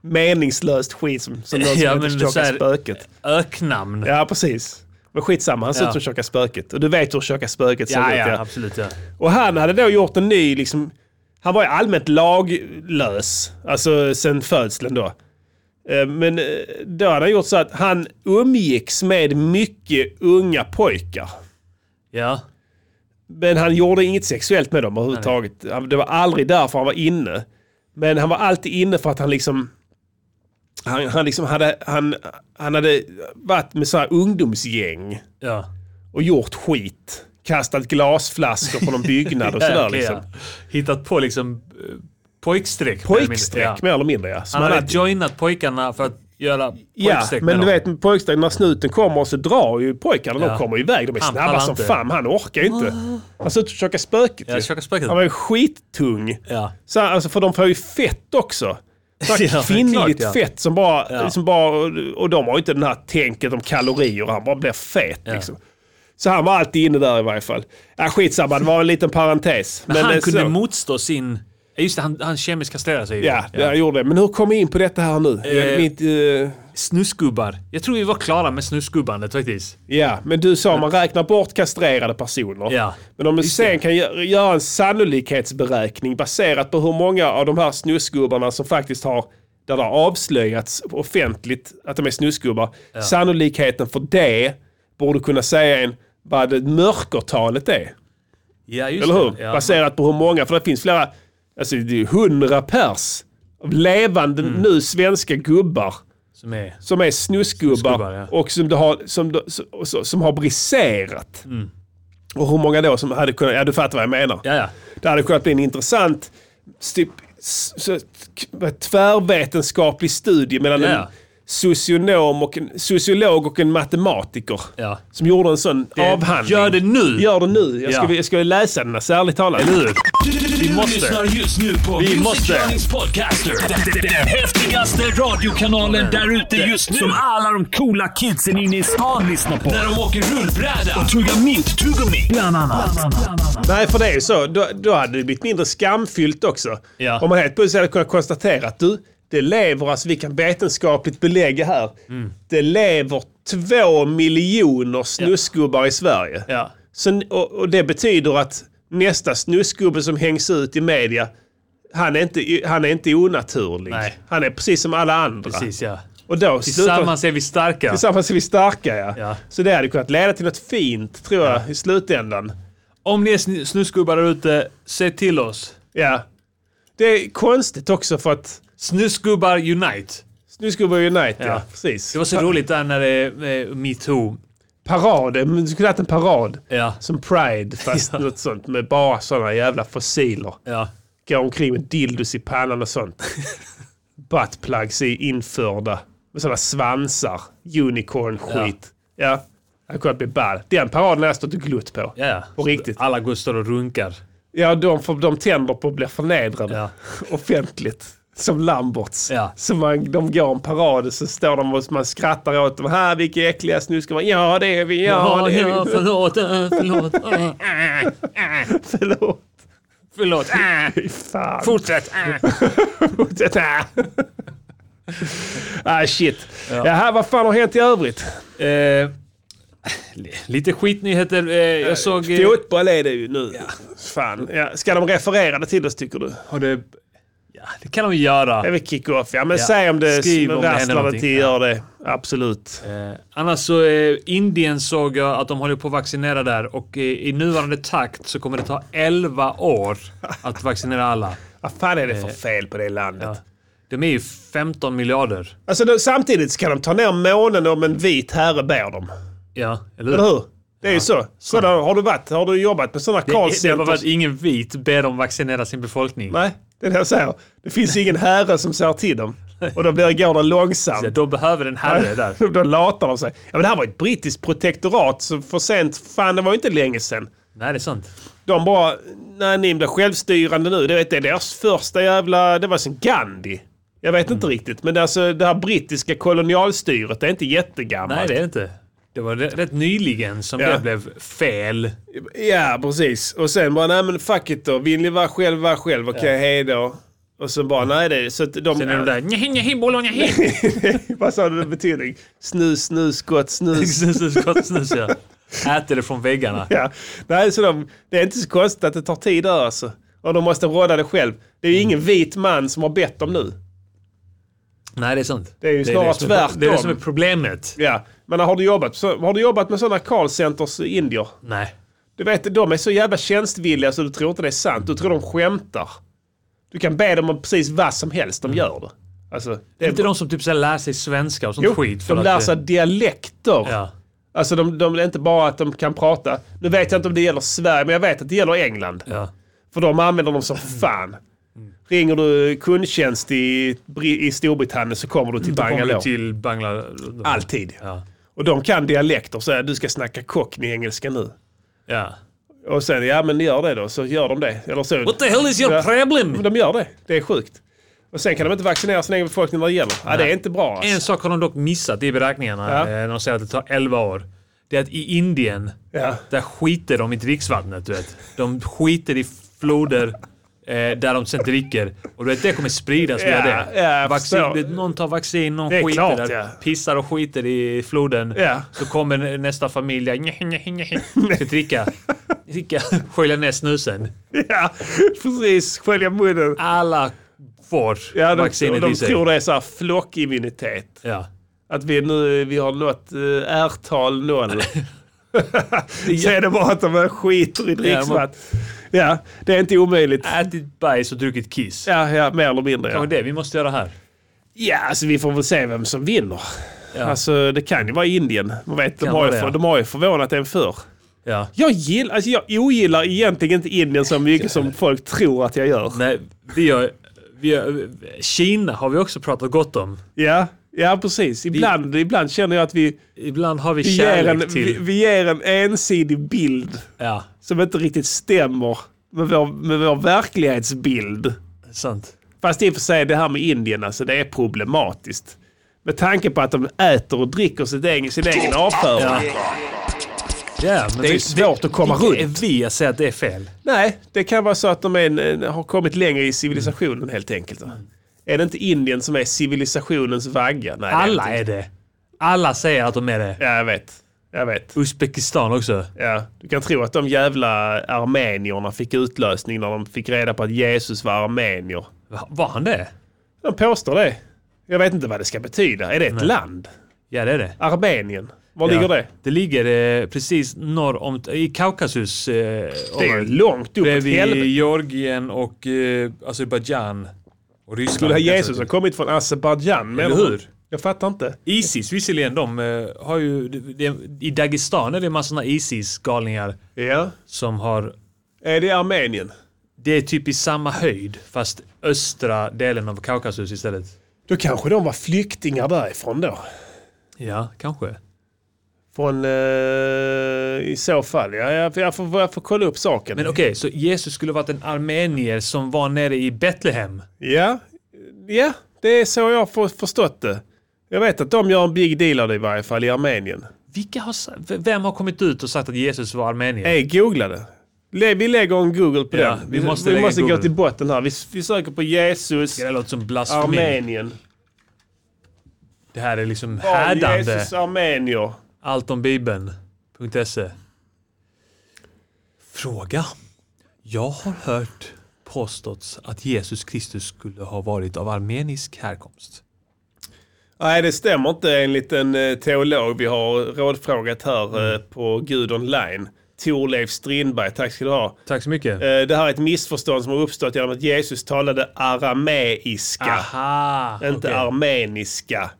S1: Meningslöst skit som, som någon som heter
S4: Ja, men det är så
S1: tjocka
S4: här-
S1: spöket.
S4: Öknamn.
S1: Ja, precis. Men skitsamma, han ser
S4: Ja.
S1: ut som tjocka spöket. Och du vet hur tjocka spöket ser
S4: Ja,
S1: ut.
S4: ja, absolut ja.
S1: Och han hade då gjort en ny, liksom, han var ju allmänt laglös, alltså sen födseln då. Eh, Men eh, då hade han gjort så att han umgicks med mycket unga pojkar.
S4: Ja,
S1: Men han gjorde inget sexuellt med dem överhuvudtaget. Han- Det var aldrig därför han var inne. Men han var alltid inne för att han liksom... Han, han, liksom hade, han, han hade varit med så här ungdomsgäng
S4: ja.
S1: och gjort skit.
S4: (laughs)
S1: Kastat glasflaskor på någon byggnad och sådär.
S4: Verkligen.
S1: Liksom.
S4: Hittat på liksom eh, Pojkstreck. mer eller mindre.
S1: Pojkstreck
S4: Ja.
S1: mer eller mindre ja. Som
S4: Han
S1: han
S4: hade
S1: alltid-
S4: joinat pojkarna för att göra
S1: Ja,
S4: pojkstreck
S1: men du
S4: med
S1: vet med pojkstreck när snuten kommer så drar ju pojkarna.
S4: Ja.
S1: De kommer iväg. De är
S4: Han
S1: snabba
S4: pallar
S1: som
S4: inte.
S1: fan. Han orkar ju inte. Han ser ut att köka spöket
S4: Ja,
S1: ju.
S4: köka spöket.
S1: Han var ju skittung.
S4: Ja.
S1: Så, alltså, för de får ju fett
S4: (laughs)
S1: också. Så här
S4: Ja, det är
S1: kvinnligt
S4: klart, ja.
S1: fett som bara,
S4: Ja.
S1: som bara... Och de har ju inte den här tänket om kalorier. Han bara blir fet liksom. Så han var alltid inne där i varje fall. Ja, skitsamma, det var en liten parentes.
S4: (laughs) Men
S1: eh,
S4: han kunde
S1: så.
S4: motstå sin... Ja, Just det, han, han kemiskt kastrerade sig ju.
S1: Ja, jag gjorde det. Men hur kom vi in på detta här nu?
S4: Eh.
S1: Mitt, eh,
S4: Snusgubbar. Jag tror vi var klara med snusgubbandet faktiskt.
S1: Ja, men du sa man räknar bort kastrerade personer.
S4: Mm. Ja.
S1: Men om man sen kan gö- göra en sannolikhetsberäkning baserat på hur många av de här snusgubbarna som faktiskt har där det har avslöjats offentligt att de är snusgubbar. Sannolikheten för det borde kunna säga en vad det mörkertalet är.
S4: Ja, just
S1: Eller hur?
S4: det. Ja.
S1: Baserat på hur många, för det finns flera, alltså det är ju hundra pers av levande
S4: Mm.
S1: nu svenska gubbar
S4: Som är...
S1: som är snusgubbar,
S4: Snusgubbar, ja.
S1: och som, det har, som, det- så- så- som har briserat. Och hur många då som hade kunnat, ja du fattar vad jag menar.
S4: Mm. Ja, ja.
S1: Det hade kunnat bli en intressant typ, s- så, k- tvärvetenskaplig studie mellan
S4: Ja.
S1: en socionom och en sociolog och en matematiker.
S4: Ja.
S1: Som gjorde en sån avhandling.
S4: Gör det nu!
S1: Gör det nu. Jag ska,
S4: Ja.
S1: jag ska läsa den, alltså, ärligt talat. Eller hur?
S2: Vi måste. lyssnar just nu på
S4: Vi
S2: Music
S4: måste.
S2: Journeys Podcaster. Den, den, den häftigaste radiokanalen där ute just nu. Som alla de coola kidsen inne i stan lyssnar på. När de åker rullbräda och tuggar mint-tuggummi. Bland annat.
S1: Nej, för det är ju så. Då, då hade det blivit mindre skamfyllt också.
S4: Ja.
S1: Om man helt plötsligt hade kunnat konstatera att du, det lever, alltså vi kan vetenskapligt belägga här,
S4: Mm.
S1: det lever två miljoner snusgubbar i Sverige.
S4: Ja.
S1: Så, n- och, och det betyder att nästa snusgubbe som hängs ut i media, han är inte, han är inte onaturlig.
S4: Nej.
S1: Han är precis som alla andra.
S4: Precis, ja.
S1: Och då slutar-
S4: Tillsammans är vi starka.
S1: tillsammans är vi starka ja.
S4: Ja.
S1: Så det hade kunnat leda till något fint tror jag i slutändan.
S4: Om ni är sn- snusgubbar där ute, se till oss.
S1: Ja. Det är konstigt också för att
S4: Snusgubbar unite.
S1: Snusgubbar Unite, ja.
S4: Ja.
S1: precis.
S4: Det var så roligt där när det eh, metoo.
S1: Parad, men du skulle haft en parad.
S4: Ja.
S1: Som Pride,
S4: (laughs)
S1: fast något sånt med bara sådana jävla fossiler.
S4: Ja.
S1: Går omkring med dildos i pannan och
S4: (laughs)
S1: sånt. Buttplugs är införda. Med sådana svansar. Unicorn-skit. Ja. ja. Det hade kunnat bli ball. Den paraden har jag stått och glott på.
S4: Ja, ja.
S1: På riktigt.
S4: Alla går och står och runkar.
S1: Ja, de, får, de tänder på att bli förnedrade
S4: Ja.
S1: (laughs) offentligt. Som Lamberts.
S4: Ja.
S1: Så man, de går en parad och så står de och man skrattar åt dem. Här, vilka äckliga snuskar. Ja, det är vi. Ja,
S4: Ja,
S1: det är
S4: ja,
S1: vi.
S4: förlåt, eh, förlåt. eh, eh, eh,
S1: (laughs) Förlåt.
S4: Förlåt. eh.
S1: Fy fan. (laughs)
S4: Fortsätt. eh.
S1: Fortsätt. (laughs) ah, shit. Ja. här, vad fan har hänt i övrigt?
S4: Eh, li- lite skitnyheter. Eh, jag såg... eh,
S1: Fotboll är det ju nu. Fan. Ja. Ska de referera det till oss, tycker du?
S4: Har du... Ja, det kan de göra.
S1: Det är väl kick-off, ja. Men
S4: Ja.
S1: säg om det
S4: Skriv om det händer
S1: rasslar det
S4: någonting.
S1: till, gör det. Absolut.
S4: Eh, annars så, eh, Indien såg jag att de håller på att vaccinera där och eh, i nuvarande takt så kommer det ta 11 år att vaccinera alla.
S1: Vad fan är det
S4: Eh.
S1: för fel på det landet?
S4: Ja. De är ju 15 miljarder.
S1: Alltså då, samtidigt ska de ta ner månen om en vit herre ber dem.
S4: Ja,
S1: Eller hur? Det är ju så. Sådana, har, du varit, har du jobbat med sådana
S4: Det, det var för att
S1: callcenters?
S4: ingen vit ber dem vaccinera sin befolkning.
S1: Nej, det är det jag säger. Det finns ingen herre som säger till dem. Och då blir, går det
S4: Ja,
S1: långsamt.
S4: De behöver en herre där.
S1: (laughs) Då latar de sig. Ja, men det här var ett brittiskt protektorat så för sent. Fan, det var ju inte länge sedan.
S4: Nej, det är sant.
S1: De bara, nej ni blir självstyrande nu. Det, vet, det är deras första jävla, det var som Gandhi. Jag vet
S4: Mm.
S1: inte riktigt, men det, är alltså, det här brittiska kolonialstyret det är inte jättegammalt.
S4: Nej, det är det inte. Det var rätt, rätt nyligen som
S1: Ja.
S4: det blev fel.
S1: Ja, precis. Och sen bara, nej men fuck it då. Vill ni vara själv, var själv. Okej, hej då. Och sen bara, nej det är... Så att de...
S4: Sen är de där njahi, njahi, bologna, njahi.
S1: (laughs) Vad sa du för betydning? Snus, snus, skott, snus.
S4: Snus, snus, gott snus, ja. Äter det från väggarna.
S1: (laughs) ja. Nej, så de, det är inte så konstigt att det tar tid där alltså. Och de måste råda det själv. Det är ju ingen vit man som har bett om nu.
S4: Nej, det är sant.
S1: Det är ju snarare
S4: som är- Det är det
S1: tvärtom.
S4: som är problemet.
S1: Ja, men har du jobbat, så, har du jobbat med sådana callcenters eh, indier?
S4: Nej.
S1: Du vet, de är så jävla tjänstvilliga så du tror inte det är sant. Du tror de skämtar. Du kan be dem om precis vad som helst, de gör det. Alltså, det
S4: Det är inte de som typ så här lär sig svenska och sånt
S1: Jo,
S4: skit.
S1: de lär sig
S4: det-
S1: dialekter.
S4: Ja.
S1: Alltså de, de, det är inte bara att de kan prata. Nu vet jag inte om det gäller Sverige, men jag vet att det gäller England.
S4: ja. (laughs)
S1: För de använder dem som fan. Ringer du kundtjänst i, Bri- i Storbritannien så kommer du till
S4: Då kommer du
S1: Bangalore.
S4: till Bangla...
S1: Alltid.
S4: Ja.
S1: Och de kan dialekter. Så här, du ska snacka cockney engelska nu.
S4: ja.
S1: Och sen, ja men gör det då. Så gör de det. Eller så.
S4: What the hell is your
S1: Ja.
S4: problem?
S1: Men de gör det. Det är sjukt. Och sen kan de inte vaccinera sin egen befolkning vad det gäller. Ja, det är inte bra alltså.
S4: En sak har de dock missat i beräkningarna
S1: Ja.
S4: eh, när de säger att det tar 11 år. Det är att i Indien,
S1: Ja.
S4: där skiter de i dricksvattnet. Du vet. De skiter i floder eh, där de sen dricker. Och du vet, det kommer spridas via
S1: Ja,
S4: det.
S1: ja, jag
S4: vaccin,
S1: förstår.
S4: det. Någon tar vaccin, någon
S1: Det är
S4: skiter
S1: klart,
S4: där.
S1: ja.
S4: Pissar och skiter i floden.
S1: Ja.
S4: Så kommer nästa familj där, njä, njä, njä,
S1: (laughs)
S4: njä, ska dricka. dricka. (laughs) Skölja ner snusen.
S1: (laughs) Ja, precis. Skölja munnen.
S4: Alla får
S1: Ja, de,
S4: vaccinet
S1: de
S4: i sig.
S1: tror det är så här flockimmunitet.
S4: Ja.
S1: Att vi nu vi har nått eh, ärtal noll.
S4: (laughs)
S1: (laughs) så är det bara att de skiter i dricksvatten. Ja, det är inte omöjligt.
S4: Ätit bajs och druckit kiss.
S1: Ja, ja mer eller mindre.
S4: Ja.
S1: Ja.
S4: Det är det vi måste göra här.
S1: ja, alltså vi får väl se vem som vinner.
S4: Ja.
S1: Alltså det kan ju vara Indien. Man vet, de,
S4: Kan
S1: har ju
S4: vara det,
S1: för,
S4: ja.
S1: de har ju förvånat en förr.
S4: Ja.
S1: Jag, gillar, alltså jag ogillar egentligen inte Indien så mycket som folk tror att jag gör.
S4: Nej, vi gör, vi gör, Kina har vi också pratat gott om.
S1: Ja, ja precis. Ibland, ibland känner jag att vi,
S4: Ibland har vi
S1: vi, ger en,
S4: kärlek
S1: vi,
S4: till...
S1: vi ger en ensidig bild
S4: Ja,
S1: som inte riktigt stämmer med vår, med vår verklighetsbild.
S4: sant.
S1: Fast i och för sig det här med Indien, alltså det är problematiskt. Med tanke på att de äter och dricker sitt egen, sin egen avföring.
S4: Ja, men
S1: Det är ju svårt att komma
S4: Det är
S1: runt.
S4: vi att säga att det är fel.
S1: Nej, det kan vara så att de är en, en, har kommit längre i civilisationen helt enkelt. va? Är det inte Indien som är civilisationens vagga? Nej, det är
S4: Alla
S1: inte.
S4: är det. Alla säger att de är det.
S1: Ja, jag vet. Jag vet.
S4: Uzbekistan också.
S1: Ja, du kan tro att de jävla armenierna fick utlösning när de fick reda på att Jesus var armenier.
S4: Va- Var han det?
S1: De påstår det. Jag vet inte vad det ska betyda. Är det ett land?
S4: Ja, det är det.
S1: Armenien? Var
S4: Ja.
S1: ligger det?
S4: Det ligger eh, precis norr om... I Kaukasus. Eh,
S1: Det är ju långt upp åt
S4: Bredvid
S1: helvete.
S4: Georgien och eh, Azerbajdzjan. Och Ryssland.
S1: Skulle ha
S4: kanske.
S1: Jesus har kommit från Azerbajdzjan, menar
S4: Eller
S1: du?
S4: hur?
S1: Jag fattar inte.
S4: Isis visserligen, de eh, har ju... Det, det, I Dagestan är det massor av Isis-galningar
S1: Ja.
S4: som har...
S1: Är det Armenien?
S4: Det är typ i samma höjd, fast östra delen av Kaukasus istället.
S1: Då kanske de var flyktingar därifrån då.
S4: Ja, kanske.
S1: Från, eh, i så fall. Ja, jag, jag, får, jag får kolla upp saken.
S4: Men okej, så Jesus skulle varit en armenier som var nere i Betlehem.
S1: Ja, ja, det är så jag har förstått det. Jag vet att de gör en big deal av det i varje fall i Armenien.
S4: Vilka har, sa- v- vem har kommit ut och sagt att Jesus var armenier?
S1: Hey, googla det. Lä- Vi lägger en Google på
S4: Ja,
S1: den.
S4: vi måste
S1: vi
S4: lägga
S1: måste gå
S4: Google.
S1: till botten här. Vi, vi söker på Jesus,
S4: Det låter som blasfemi.
S1: Armenien.
S4: Det här är liksom
S1: Barn
S4: härdande.
S1: Jesus, armenier.
S4: Allt om Bibeln.se. Fråga. Jag har hört påståtts att Jesus Kristus skulle ha varit av armenisk härkomst.
S1: Nej, det stämmer inte enligt en eh, teolog vi har rådfrågat här eh,
S4: Mm.
S1: på Gud online. Torleif Strindberg, tack ska du ha.
S4: Tack så mycket.
S1: Eh, Det här är ett missförstånd som har uppstått genom att Jesus talade arameiska.
S4: Ah. Aha!
S1: Inte
S4: okej.
S1: armeniska.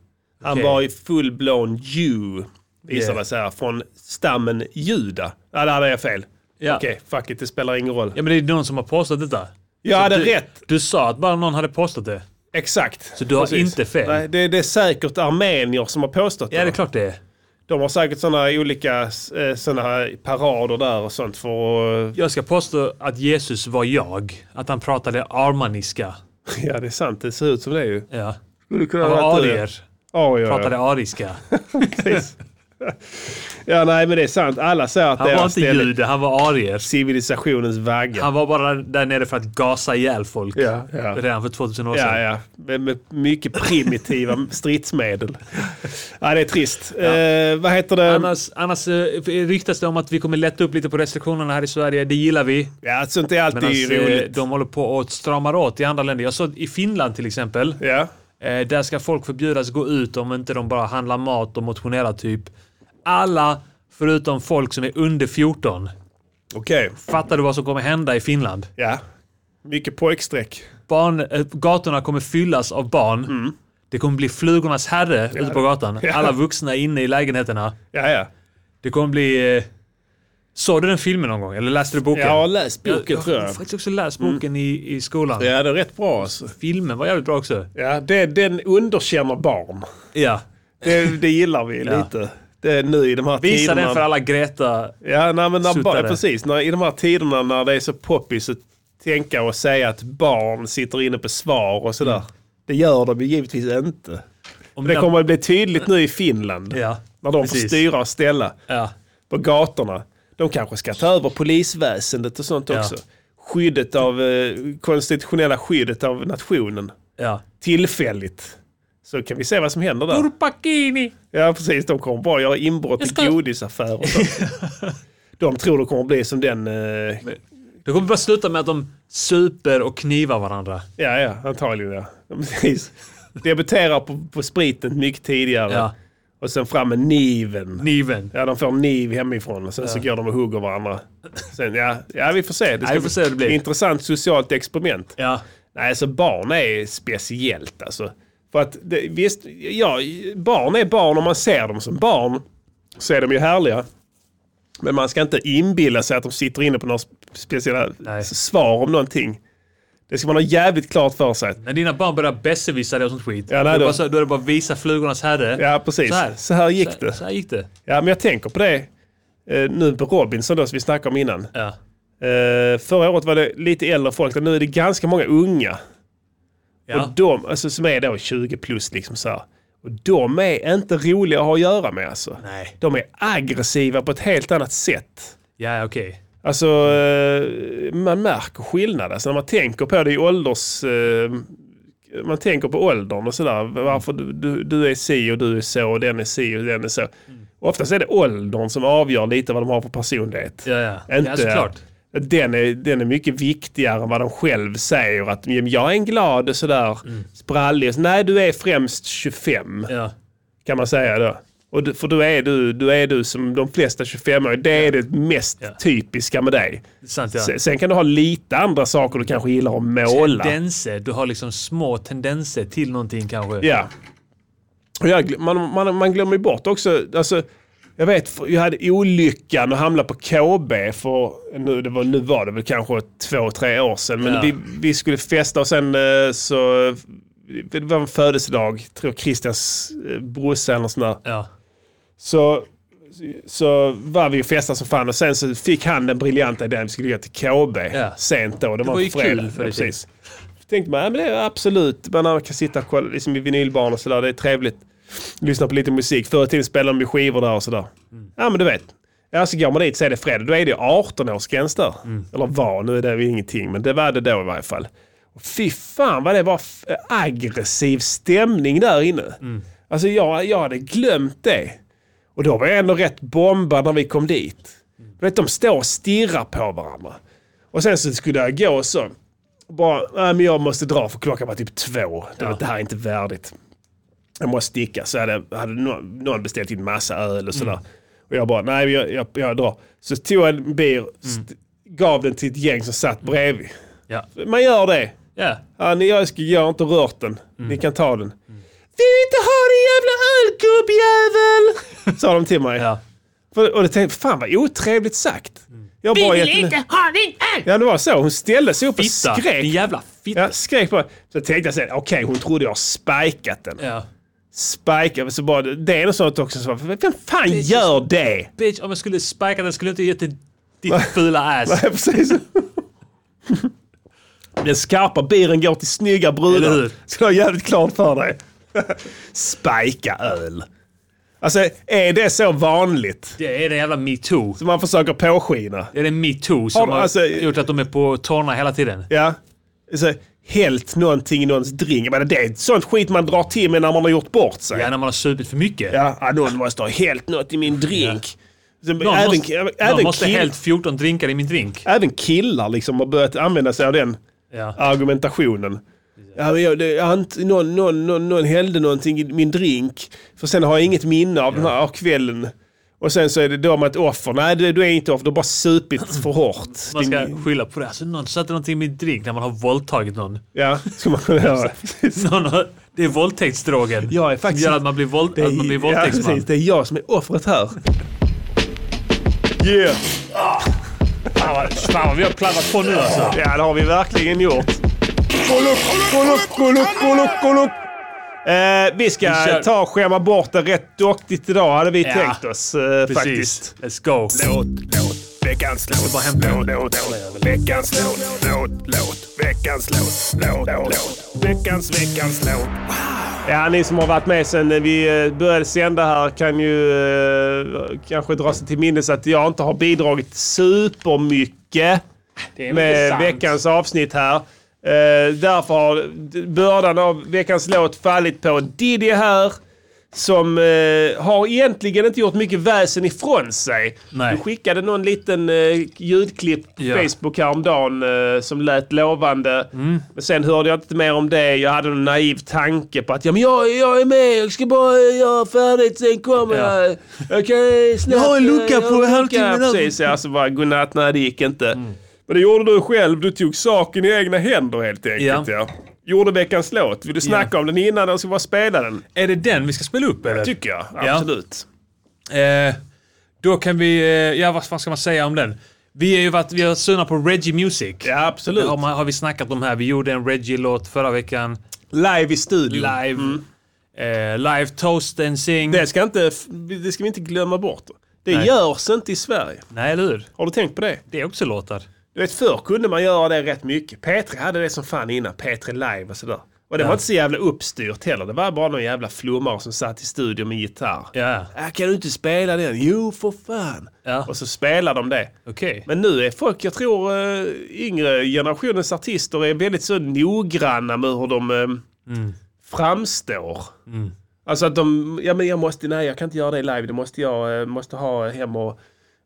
S1: Han
S4: Okej.
S1: var ju full-blown jew. Visar
S4: Yeah.
S1: det sig här. Från stammen juda. Ja, där hade jag fel.
S4: Ja.
S1: Okej, fuck it. Det spelar ingen roll.
S4: Ja, men det är någon som har påstått detta.
S1: Jag hade
S4: du,
S1: rätt.
S4: Du sa att bara någon hade påstått det.
S1: Exakt. Så
S4: du har inte fel?
S1: Nej, det, det är säkert armenier som har påstått
S4: Ja, det är
S1: det.
S4: klart det är.
S1: De har säkert sådana olika eh, såna här parader där och sånt för att... (laughs)
S4: Jag ska påstå att Jesus var jag. Att han pratade armaniska.
S1: Ja, det är sant. Det ser ut som det ju.
S4: Ja.
S1: Skulle kunna
S4: Han var arier.
S1: Arier, eh, ja.
S4: Pratade ariska.
S1: Precis. (laughs) ja, nej, men det är sant. Alla säger att
S4: Han var
S1: deras
S4: inte
S1: ställe är
S4: jude, han var arier.
S1: civilisationens vagga.
S4: Han var bara där nere för att gasa ihjäl folk.
S1: Ja, ja.
S4: Redan för 2000 år sedan.
S1: Ja, ja. Med, med mycket (laughs) primitiva stridsmedel. Ja, det är trist. Eh, vad heter det?
S4: Annars, annars eh, ryktas det om att vi kommer lätta upp lite på restriktionerna här i Sverige. Det gillar vi.
S1: ja, sånt är alltid
S4: Medan eh,
S1: roligt.
S4: de håller på och stramar åt i andra länder. Jag såg i Finland till exempel.
S1: Ja.
S4: Eh, där ska folk förbjudas gå ut om inte de bara handlar mat och motionerar typ. Alla förutom folk som är under 14.
S1: Okej.
S4: Fattar du vad som kommer hända i Finland?
S1: Ja. Mycket pojkstreck.
S4: Barn, eh, gatorna kommer fyllas av barn.
S1: Mm.
S4: Det kommer bli flugornas herre ute på gatan. Alla vuxna är inne i lägenheterna.
S1: Ja, ja.
S4: Det kommer bli... eh, Såg du den filmen någon gång? Eller läste du boken?
S1: Jag har läst boken
S4: jag,
S1: tror
S4: har
S1: jag. Mm.
S4: faktiskt också läst boken i, i skolan.
S1: Ja, det är rätt bra alltså.
S4: Filmen var jävligt bra också.
S1: Ja, det, den underkänner barn.
S4: Ja.
S1: Det, det gillar vi
S4: Ja.
S1: lite. Det är nu i de här
S4: Visa
S1: tiderna.
S4: den för alla Greta.
S1: Ja, nej, men när,
S4: Suttare.
S1: ba- precis. När, I de här tiderna när det är så poppis att tänka och säga att barn sitter inne på svar och sådär. Det gör de ju givetvis inte.
S4: Mm.
S1: Men
S4: Om
S1: det
S4: den-
S1: kommer att bli tydligt nu i Finland.
S4: Ja,
S1: när de får
S4: precis.
S1: styra och ställa
S4: Ja.
S1: på gatorna. De kanske ska ta över polisväsendet och sånt
S4: Ja.
S1: också. Skyddet av, eh, konstitutionella skyddet av nationen.
S4: Ja.
S1: Tillfälligt. Så kan vi se vad som händer där.
S4: Urpakini!
S1: Ja, precis. De kommer bara göra inbrott i godisaffärer. och
S4: (laughs)
S1: sånt. De tror det kommer bli som den... eh,
S4: Det kommer bara sluta med att de super och knivar varandra.
S1: Ja, ja, antagligen ja. Ja, Precis. Debuterar på, på spriten mycket tidigare.
S4: Ja.
S1: Och sen fram med niven.
S4: Kniven.
S1: Ja, de får en niv hemifrån och sen så går de och hugger varandra. Sen, ja, ja, vi får se. Det
S4: vi får se hur det blir.
S1: intressant socialt experiment.
S4: Ja.
S1: Nej, alltså barn är speciellt alltså. För att det, visst, ja, barn är barn. Om man ser dem som barn så är de ju härliga. Men man ska inte inbilla sig att de sitter inne på några sp- speciella
S4: Nej.
S1: svar om någonting. Det ska man ha jävligt klart för sig.
S4: När dina barn börjar besserwissa dig och sånt skit.
S1: Ja, nej
S4: då. är det
S1: då.
S4: bara så- Då är det bara att visa flugornas herre.
S1: Ja, precis.
S4: Så här.
S1: gick
S4: så,
S1: det.
S4: Så här gick det.
S1: Ja, men jag tänker på det eh, nu på Robinson då, som vi snackade om innan.
S4: Ja.
S1: Eh, förra året var det lite äldre folk, och nu är det ganska många unga.
S4: Ja.
S1: Och de, alltså, som är då 20 plus liksom så här. Och de är inte roliga att ha att göra med alltså.
S4: Nej.
S1: De är aggressiva på ett helt annat sätt.
S4: Ja, okej.
S1: Alltså, eh, man märker skillnad. Alltså, när man tänker på det i ålders... Eh, man tänker på åldern och sådär. Varför du, du, du är si och du är så och den är si och den är så.
S4: Mm.
S1: Oftast är det åldern som avgör lite vad de har för personlighet.
S4: Ja, ja.
S1: Inte,
S4: ja, såklart.
S1: Den är, den är mycket viktigare än vad de själv säger. Att "Ja, men jag är en glad och sådär
S4: Mm.
S1: sprallig. Nej, du är främst 25
S4: Ja.
S1: kan man säga då. Och du, för då är du, du är du som de flesta 25-åringar. Det är det mest
S4: Ja.
S1: typiska med dig.
S4: Det är sant, ja.
S1: Sen, sen kan du ha lite andra saker du kanske gillar att måla.
S4: Tendenser. Du har liksom små tendenser till någonting kanske.
S1: Ja. Och jag, glö- man, man, man glömmer ju bort också, alltså, jag vet, för- jag hade olyckan att hamna på KB för, nu, det var, nu var det väl kanske två, tre år sedan, men
S4: Ja.
S1: vi, vi skulle festa och sen eh, så, eh, det var en födelsedag, tror jag Christians eh, brorsa eller sån där.
S4: Ja.
S1: Så, så var vi och festade som fan och sen så fick han den briljanta idén att vi skulle gå till KB
S4: Ja.
S1: sent då. Det, var,
S4: var
S1: en
S4: ju
S1: fredag.
S4: kul för
S1: ja,
S4: dig.
S1: precis. typ. Tänkte man, ja, men det är absolut, man kan sitta och kolla, liksom i vinylbarn och sådär, det är trevligt. Lyssna på lite musik. Förr i tiden spelade de ju skivor där och sådär. Ja men du vet. Ja, så går man dit så är det fredag. Då är det ju 18-årsgräns där. Eller var, nu är det ju ingenting, men det var det då i varje fall. Och fy fan vad det var f- aggressiv stämning där inne. Alltså jag, jag hade glömt det. Och då var jag ändå rätt bombad när vi kom dit. Du vet, de står och stirrar på varandra. Och sen så skulle jag gå och så. Bara, nej men jag måste dra för klockan var typ två. Det, var, det här är inte värdigt. Jag måste sticka. Så hade, hade någon någon beställt in massa öl och sådär. Och jag bara, nej men jag, jag, jag drar. Så tog jag en bir, st- gav den till ett gäng som satt bredvid.
S4: Ja.
S1: Man gör det.
S4: Ja.
S1: Ja, ni, jag, ska, jag har inte rört den. Ni kan ta den. Vi vill inte ha din jävla ölgubbjävel! Sa de till mig.
S4: Ja.
S1: För, och då tänkte jag, fan vad otrevligt sagt. Jag bara, vi vill inte ha din öl! Ja, det var så. Hon ställde sig upp och
S4: Fitta.
S1: skrek.
S4: Din jävla fitta.
S1: Ja, skrek bara. Så tänkte jag sen, okej hon trodde jag spikat den.
S4: Ja.
S1: Spikat, så bara, det är något sånt också. Så bara, vem fan gör (laughs) det?
S4: Bitch, om jag skulle spika den skulle jag inte gett dig ditt fula ass.
S1: Nej, precis. Den skarpa biren går till snygga
S4: Eller
S1: brudar.
S4: hur?
S1: Ska du ha jävligt klart för dig. (laughs) Spika öl. Alltså, är det så vanligt?
S4: Det är den jävla metoo.
S1: Som man försöker påskina?
S4: Det är den metoo som har,
S1: alltså-
S4: gjort att de är på tårna hela tiden.
S1: Ja. Alltså, hällt någonting i någons drink. Men det är sånt skit man drar till med när man har gjort bort sig.
S4: Ja, när man har supit för mycket.
S1: Ja, ja, någon måste ha hällt något i min drink. Så,
S4: Någon
S1: även,
S4: måste,
S1: även,
S4: någon
S1: även,
S4: måste
S1: kill,
S4: helt 14 drinkar i min drink.
S1: även killar liksom har börjat använda sig av den.
S4: Ja.
S1: argumentationen. Ja, men jag, det, jag, har inte- någon, någon, någon, någon hällde någonting i min drink, för sen har jag inget minne av den här kvällen. Och sen så är det då man ett offer. Nej, du, du är inte offer. Du har bara supit för hårt.
S4: Man ska
S1: Din-
S4: skylla på det. Alltså, någon satte någonting i min drink när man har våldtagit någon.
S1: Ja, ska man kunna göra.
S4: (laughs) någon har, det är våldtäktsdrogen.
S1: Jag är faktiskt- Alltså,
S4: Som gör att man blir, våld, att man blir
S1: ja,
S4: våldtäktsman.
S1: precis, det är jag som är offret här.
S4: Yeah! Fan vad- Fan vad vi har pladdat på nu alltså.
S1: Ja, det har vi verkligen gjort. Kolla upp, kolla upp, kolla upp, kolla upp, kolla upp. Eh, vi ska
S4: Vi kör.
S1: ta och skämma bort det rätt duktigt idag, hade vi
S4: Ja,
S1: tänkt oss eh, faktiskt.
S4: Precis. Alltså, Let's go.
S3: Låt, låt, veckans låt. Låt, låt, låt, veckans låt. Låt, låt, veckans låt. Låt, låt, veckans, veckans låt.
S1: Ja, ni som har varit med sedan vi eh, började sända här kan ju eh, kanske dra sig till minnes att jag inte har bidragit supermycket med veckans avsnitt här. Eh, därför har d- bördan av veckans låt fallit på Diddy här. Som eh, har egentligen inte gjort mycket väsen ifrån sig.
S4: Nej.
S1: Du skickade någon liten eh, ljudklipp på
S4: Ja.
S1: Facebook häromdagen eh, som lät lovande.
S4: Mm.
S1: Men sen hörde jag inte mer om det. Jag hade en naiv tanke på att ja, men jag, jag är med, jag ska bara göra färdigt, sen kommer
S4: Ja.
S1: jag. Jag kan eh, snabbt...
S4: Jag har en lucka
S1: eh, jag
S4: på
S1: har en lucka.
S4: halvtimmen här. Mm.
S1: Precis, ja, så bara godnatt, nej det gick inte. Men det gjorde du själv, du tog saken i egna händer helt enkelt. Ja.
S4: Ja.
S1: Gjorde veckans låt. Vill du snacka om den innan eller ska vi bara spela den?
S4: Är det den vi ska spela upp eller?
S1: Tycker jag,
S4: Ja.
S1: absolut.
S4: Typ. Eh, då kan vi... Eh, ja, vad fan ska man säga om den? Vi har ju varit, vi har synat på Reggie Music.
S1: Ja, absolut.
S4: Det Har, man, har vi snackat om här. Vi gjorde en Reggie-låt förra veckan.
S1: Live i studion.
S4: Live. Eh, live toast and sing.
S1: Det ska, inte, det ska vi inte glömma bort. Det
S4: Nej.
S1: görs inte i Sverige.
S4: Nej, eller hur?
S1: Har du tänkt på det?
S4: Det är också låtar.
S1: Du vet, förr kunde man göra det rätt mycket. P3 hade det som fan innan. P3 Live och sådär. Och det var inte så jävla uppstyrt heller. Det var bara någon jävla flummare som satt i studion med gitarr.
S4: Ja,
S1: Äh, kan du inte spela den? Jo, för fan.
S4: Ja.
S1: Och så spelar de det.
S4: okej.
S1: Men nu är folk, jag tror eh, yngre generationens artister är väldigt så noggranna med hur de eh,
S4: Mm.
S1: framstår. Alltså att de, ja men jag måste, nej jag kan inte göra det live, det måste jag, eh, måste ha hem och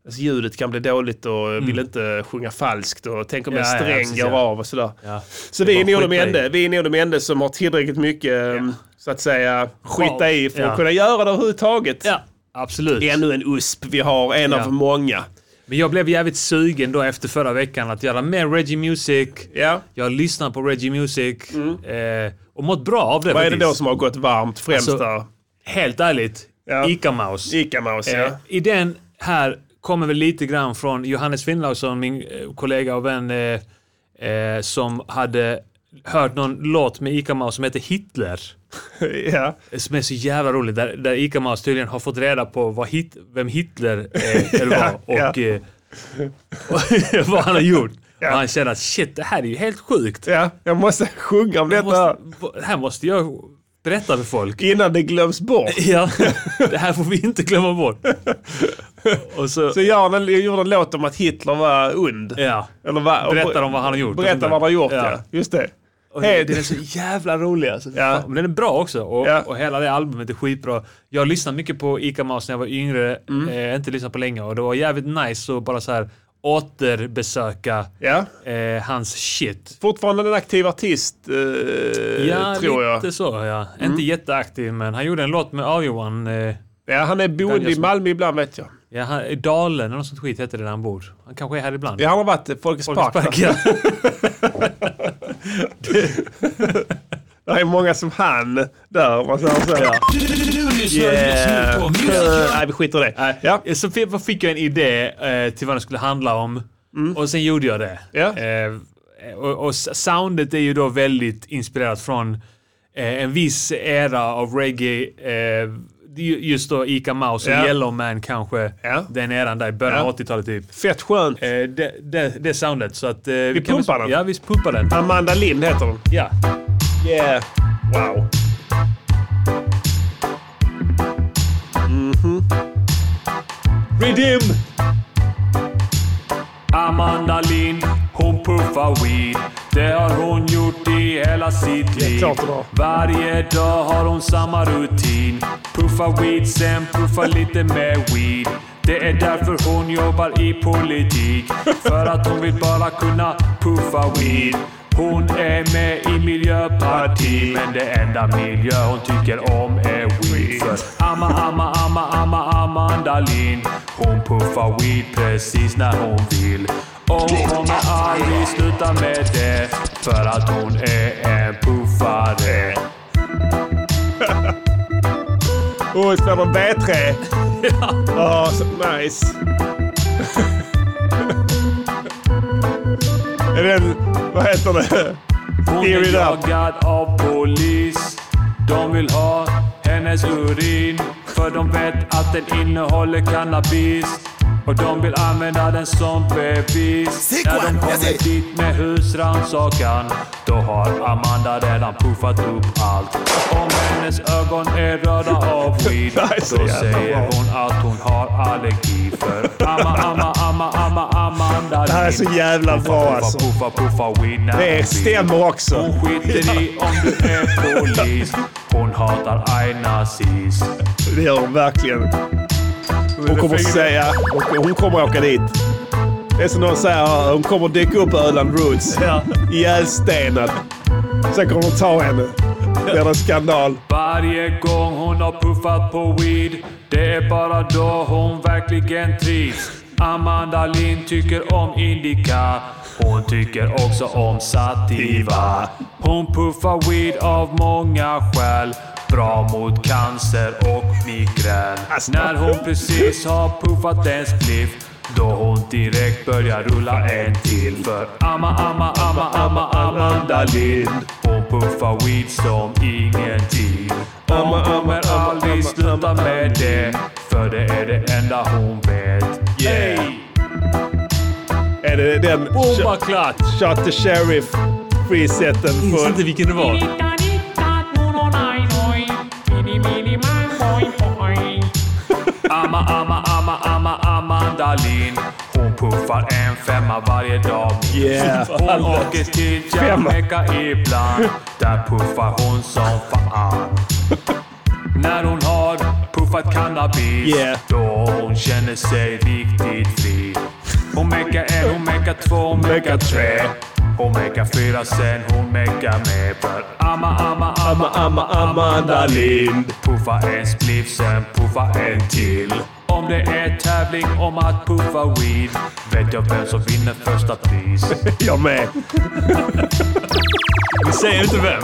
S1: alltså ljudet kan bli dåligt och vill inte sjunga falskt och tänk om
S4: Mm. Ja,
S1: en
S4: ja,
S1: sträng
S4: precis,
S1: går
S4: ja.
S1: av och sådär.
S4: Ja.
S1: Så vi är,
S4: bara
S1: nog de
S4: skita i.
S1: enda, vi är nog de enda som har tillräckligt mycket, eh, så att säga, skita i för att
S4: Ja.
S1: kunna göra det överhuvudtaget.
S4: Ja, absolut.
S1: Det är ännu en USP vi har, en
S4: Ja.
S1: av många.
S4: Men jag blev jävligt sugen då efter förra veckan att göra mer Reggie Music.
S1: Ja. Mm.
S4: Jag lyssnar på Reggie Music eh, och mått bra av det.
S1: Vad är det
S4: faktiskt.
S1: då som har gått varmt främst
S4: Alltså,
S1: där?
S4: Helt ärligt,
S1: Ja.
S4: Ica Mouse.
S1: Ica Mouse,
S4: Eh,
S1: ja.
S4: I den här kommer väl lite grann från Johannes Finnlaugsson, min eh, kollega och vän, eh, eh, som hade hört någon låt med Ica Mouse som heter Hitler. eh, (laughs)
S1: ja.
S4: Som är så jävla rolig. Där, där Ica Mouse tydligen har fått reda på vad hit, vem Hitler eh, eller var
S1: (laughs)
S4: och,
S1: ja.
S4: eh, och (laughs) vad han har gjort. Och han känner att shit, det här är ju helt sjukt.
S1: Ja, jag måste
S4: (laughs)
S1: sjunga om
S4: Jag
S1: detta
S4: måste, det här måste jag berätta för folk. (laughs)
S1: innan det glöms bort.
S4: Ja, det här får vi inte
S1: (laughs)
S4: glömma bort. Och så,
S1: Så jag, jag gjorde en låt om att Hitler var ond.
S4: ja.
S1: Eller vad,
S4: Berättar om vad han har gjort.
S1: Berättar vad han har gjort, ja. Just det.
S4: Och
S1: Hey,
S4: Den är så jävla rolig alltså.
S1: Ja.
S4: Fan, Men den är bra också och,
S1: Ja.
S4: och hela det albumet är skitbra. Jag lyssnade mycket på Ica Mouse när jag var yngre,
S1: Mm.
S4: eh, inte lyssnat på länge och det var jävligt nice att bara så här återbesöka
S1: ja.
S4: eh, hans shit.
S1: Fortfarande en aktiv artist, eh,
S4: Ja,
S1: tror jag. Mm.
S4: lite så ja. Inte jätteaktiv men han gjorde en låt med Arjohan, eh,
S1: Ja, han är boende
S4: jag
S1: i
S4: som-
S1: Malmö ibland, vet jag.
S4: ja, han, i Dalen eller något sånt skit heter det där han bor. Han kanske är här ibland.
S1: Ja, han har varit i Folkets Park.
S4: Folkets
S1: Park.
S4: Park, ja.
S1: (laughs) Det är många som han där, om man säger så.
S2: Du, du, du, du lyssnar just nu på
S1: Eh,
S2: Music
S1: Nej, vi skiter i det.
S4: Nej,
S1: Ja.
S4: Så fi- fick jag en idé eh, till vad den skulle handla om och sen gjorde jag det.
S1: Mm. Ja.
S4: Eh, och, och s- soundet är ju då väldigt inspirerat från eh, en viss era av reggae. Eh, ju- just då Ica Mouse
S1: Ja.
S4: och Yellowman kanske.
S1: Ja.
S4: Den eran där i början
S1: Ja.
S4: av 80-talet typ.
S1: Fett skönt.
S4: Eh, det, det, det soundet. Så att, eh, vi,
S1: Vi
S4: kan väl-
S1: pumpar den.
S4: Ja, vi pumpar den.
S1: Amanda Lind heter hon.
S4: Ja.
S1: Yeah. Wow.
S4: Mm-hmm. Redeem! Amanda Lind, hon puffar weed. Det har hon gjort i hela sitt liv.
S1: klart hon har.
S4: Varje dag har hon samma rutin. Puffar weed, sen puffar lite mer weed. Det är därför hon jobbar i politik. För att hon vill bara kunna puffa weed. Hon är med i Miljöpartiet. Men det enda miljö hon tycker om är weed. För amma, amma, amma, amma, Amanda Lind. Hon puffar weed precis när hon vill. Och hon kommer aldrig sluta med det. För att hon är en puffare. (laughs)
S1: Åh, oh, spelar de B3? Ja. så nice. (laughs) Är det en, vad heter det?
S4: Hon
S1: Here it
S4: är
S1: up.
S4: jagad av polis. De vill ha hennes urin. För de vet att den innehåller cannabis. Och de vill använda den som bevis. När de kommer dit med husrannsakan. Då har Amanda redan puffat upp allt. Om hennes ögon är röda
S1: (laughs)
S4: av weed. Då säger hon att hon har allergi för amma, amma, amma, amma, Amanda.
S1: Det här är så jävla bra alltså.
S4: Puffa, puffa weed när hon
S1: Det
S4: vill.
S1: stämmer också.
S4: Hon skiter i om du är polis. Hon hatar aj-nazis.
S1: Det gör hon verkligen. Hon kommer att säga... Hon, hon kommer att åka dit. Det är som någon säger, hon kommer att dyka upp på Öland Roots. Ihjälstenad. Sen kommer de ta henne. Det är en skandal.
S4: Varje gång hon har puffat på weed, det är bara då hon verkligen trivs. Amanda Lind tycker om indica. Hon tycker också om sativa. Hon puffar weed av många skäl. Bra mot cancer och migrän. När hon precis har puffat en spliff då hon direkt börjar rulla en till för amma, amma, amma, amma, Amanda Lind. Hon puffar weed som ingenting. Och hon kommer aldrig sluta med det, för det är det enda hon vet. Yeah!
S1: Är det den...
S4: Oh
S10: Bomba klart!
S1: Shot the sheriff. Free-seten
S10: Minns
S1: på...
S10: inte vilken det var.
S4: Amma, amma, amma, amma, Amanda Lind. Hon puffar en femma varje dag.
S1: Yeah.
S4: Hon åker till Jamaica ibland. Där puffar hon som fan. När hon har puffat cannabis,
S1: Yeah.
S4: då hon känner sig riktigt fri. Hon mekar en, hon mekar två, hon mekar tre. Hon mekar fyra, sen hon mekar med. För amma, amma, amma, amma, Amanda Lind. Puffa en spliff, sen puffa en till. Om det är tävling om att puffa weed, vet jag vem som vinner första pris.
S1: (laughs) Jag med.
S10: Vi säger inte vem.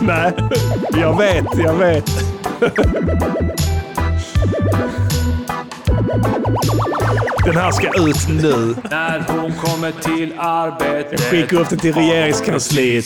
S1: Nej. Jag vet, jag vet. Den här ska ut nu.
S4: När hon kommer till arbetet
S1: Skicka upp den till regeringskansliet.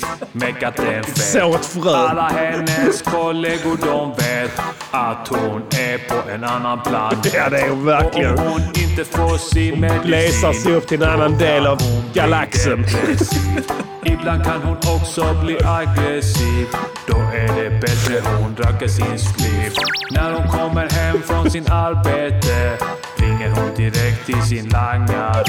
S1: (laughs)
S4: meckat en
S1: Så
S4: fest.
S1: ett frö.
S4: Alla hennes kollegor de vet att hon är på en annan planet.
S1: Ja, det är hon
S4: Och om
S1: verkligen.
S4: hon inte får sin
S1: Läsar sig
S4: medicin
S1: upp till en annan del av galaxen.
S4: (laughs) Ibland kan hon också bli aggressiv. Då är det bättre hon dracker sin spliff. När hon kommer hem från sin arbete ringer hon direkt till sin langare.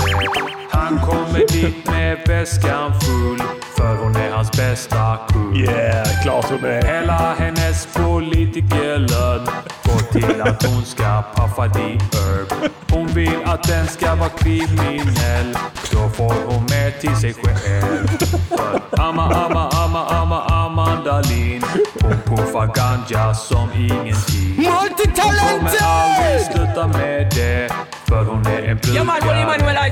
S4: Han kommer dit med väskan full, för hon är hans bästa kull.
S1: Yeah, klart hon är.
S4: Hela hennes politikerlön går till att hon ska paffa di herb. Hon vill att den ska vara kriminell. Då får hon med till sig själv. För Amma, amma, amma, amma, Amanda Lind. Hon puffar ganja som ingenting. Hon kommer aldrig sluta med det. För hon är en brukare. Amma, amma,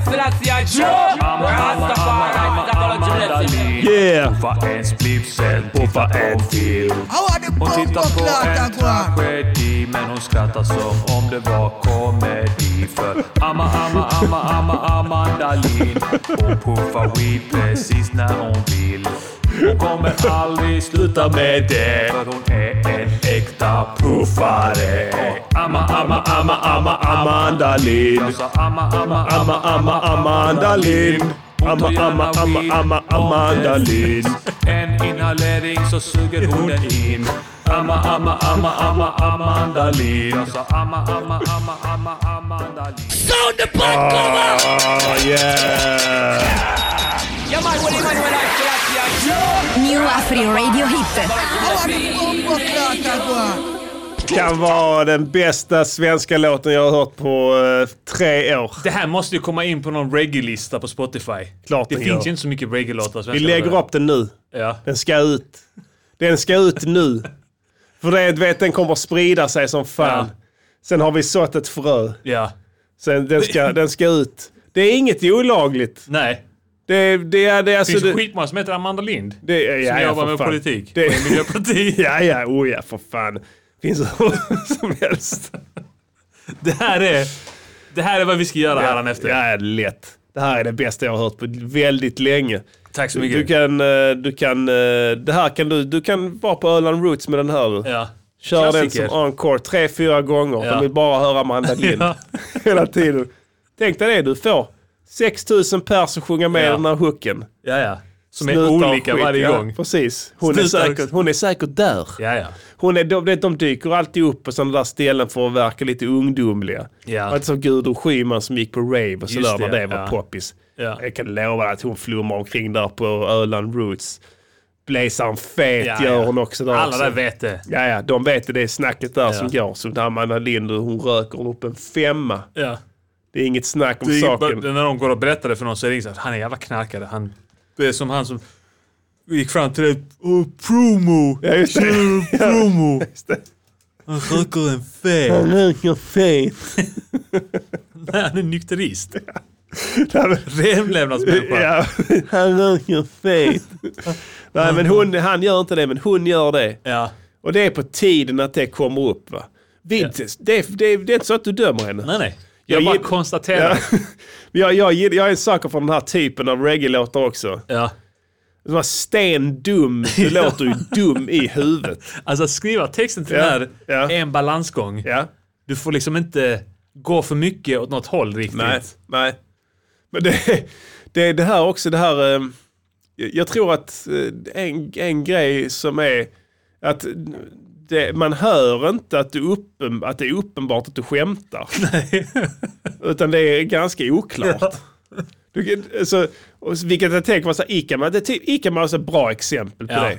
S4: amma, amma, Amanda Lind.
S1: Yeah!
S4: Puffa en spliff, sen puffa en till. Hon tittar på en tragedi, men hon skrattar som om det var komedi. För amma, amma, amma, amma, Amanda Lind. Hon puffar weed precis när hon vill. Hon kommer aldrig sluta med det, för hon är en äkta puffare. Amma, amma, amma, amma, Amanda Lind. Jag sa amma, amma, amma, amma, Amanda Lind. Amma, amma, amma, amma, Amanda Lind. En inhalering så suger hon den in. Amma, amma, amma, amma, Amanda Lind. Jag sa amma, amma, amma, amma, Amanda Lind.
S1: Oh, yeah!
S11: New Afri Radio Hit.
S1: Kan vara den bästa svenska låten jag har hört på eh, tre år.
S10: Det här måste ju komma in på någon reggae-lista på Spotify.
S1: Klart
S10: det
S1: den
S10: finns
S1: gör.
S10: ju inte så mycket reggae-låtar.
S1: Vi lägger upp den nu.
S10: Ja.
S1: Den ska ut. Den ska ut nu. För det, du vet, den kommer att sprida sig som fan.
S10: Ja.
S1: Sen har vi sått ett frö.
S10: ja.
S1: Sen, den, ska, den ska ut. Det är inget olagligt.
S10: Nej.
S1: Det, det, är- det är
S10: Det
S1: alltså...
S10: finns
S1: Det,
S10: skitmånga som heter Amanda Lind.
S1: det, ja,
S10: som
S1: ja,
S10: jobbar
S1: för
S10: med
S1: fan.
S10: politik.
S1: Det-
S10: Och är miljöparti.
S1: (laughs) Ja, ja, oh ja, för fan. Finns hur (laughs) som helst.
S10: Det här är... Det här är vad vi ska göra här efter.
S1: Ja, lätt. Det här är det bästa jag har hört på väldigt länge.
S4: Tack så mycket.
S1: Du kan, eh, du kan, eh, det här kan du, du kan vara på Öland Roots med den här du.
S4: Ja.
S1: Kör
S4: Klassiker.
S1: den som encore tre, fyra gånger.
S4: Ja.
S1: De vill bara höra
S4: (laughs)
S1: Amanda Lind hela tiden. Tänk dig det, du får 6000 pers att sjunga med
S4: Ja.
S1: den här hooken.
S4: Ja, ja. Som är
S1: Snutar och
S4: olika
S1: skit,
S4: varje
S1: ja,
S4: gång.
S1: Precis. Hon är,
S4: Snutar och-
S1: säkert, hon är säkert där.
S4: Ja, ja.
S1: Hon är, de, vet, de dyker alltid upp på sådana där ställen för att verka lite ungdomliga.
S4: Ja.
S1: Alltså som Gudrun Schyman som gick på rave och
S4: Just
S1: sådär när
S4: det,
S1: det var
S4: ja.
S1: poppis.
S4: Ja.
S1: Jag kan lova att hon flummar omkring där på Öland Roots. Blazaren fet
S4: Ja,
S1: gör
S4: ja.
S1: hon också där
S4: Alla
S1: också.
S4: där vet det.
S1: Ja, ja, de vet det. Det är snacket där
S4: Ja.
S1: som går. Som där Amanda Lind, hon röker hon upp en femma.
S4: Ja.
S1: Det är inget snack om
S4: Det är,
S1: saken.
S4: bara- När någon går och berättar det för någon så är det inget så att han är jävla knarkare. Han, det är som han som gick fram till dig. "Åh, Promo!
S1: Ja, just det.
S4: Tjena, Promo!
S1: det.
S4: Han röker en fel.
S1: Han röker (laughs) fet.
S4: Nej, han är nykterist.
S1: Nej, men-
S4: Renlevnadsmänniska.
S1: Ja, han röker fet. Nej, men hon, han gör inte det, men hon gör det.
S4: Ja.
S1: Och det är på tiden att det kommer upp. Va? Vi, det, det, det är inte så att du dömer henne.
S4: Nej, nej.
S1: Jag
S4: Jag bara
S1: gill-
S4: konstaterar.
S1: Ja. (laughs) jag, jag, gill- jag är en sucker för den här typen av reggae-låtar också.
S4: Ja.
S1: De här
S4: (laughs)
S1: stendum, du låter ju dum i huvudet.
S4: Alltså att skriva texten till
S1: Ja,
S4: den här
S1: ja.
S4: är en balansgång.
S1: Ja,
S4: Du får liksom inte gå för mycket åt något håll riktigt.
S1: nej, nej. Men det, det är det här också, det här... eh, Jag jag tror att eh, en, en grej som är att det, man hör inte att, du uppen, att det är uppenbart att du skämtar. Utan det är ganska oklart. Du, kan- alltså, och, så- vilket jag tänker på, så här, Ica, men det, ty- Ica man är alltså ett bra exempel på
S4: Ja.
S1: det.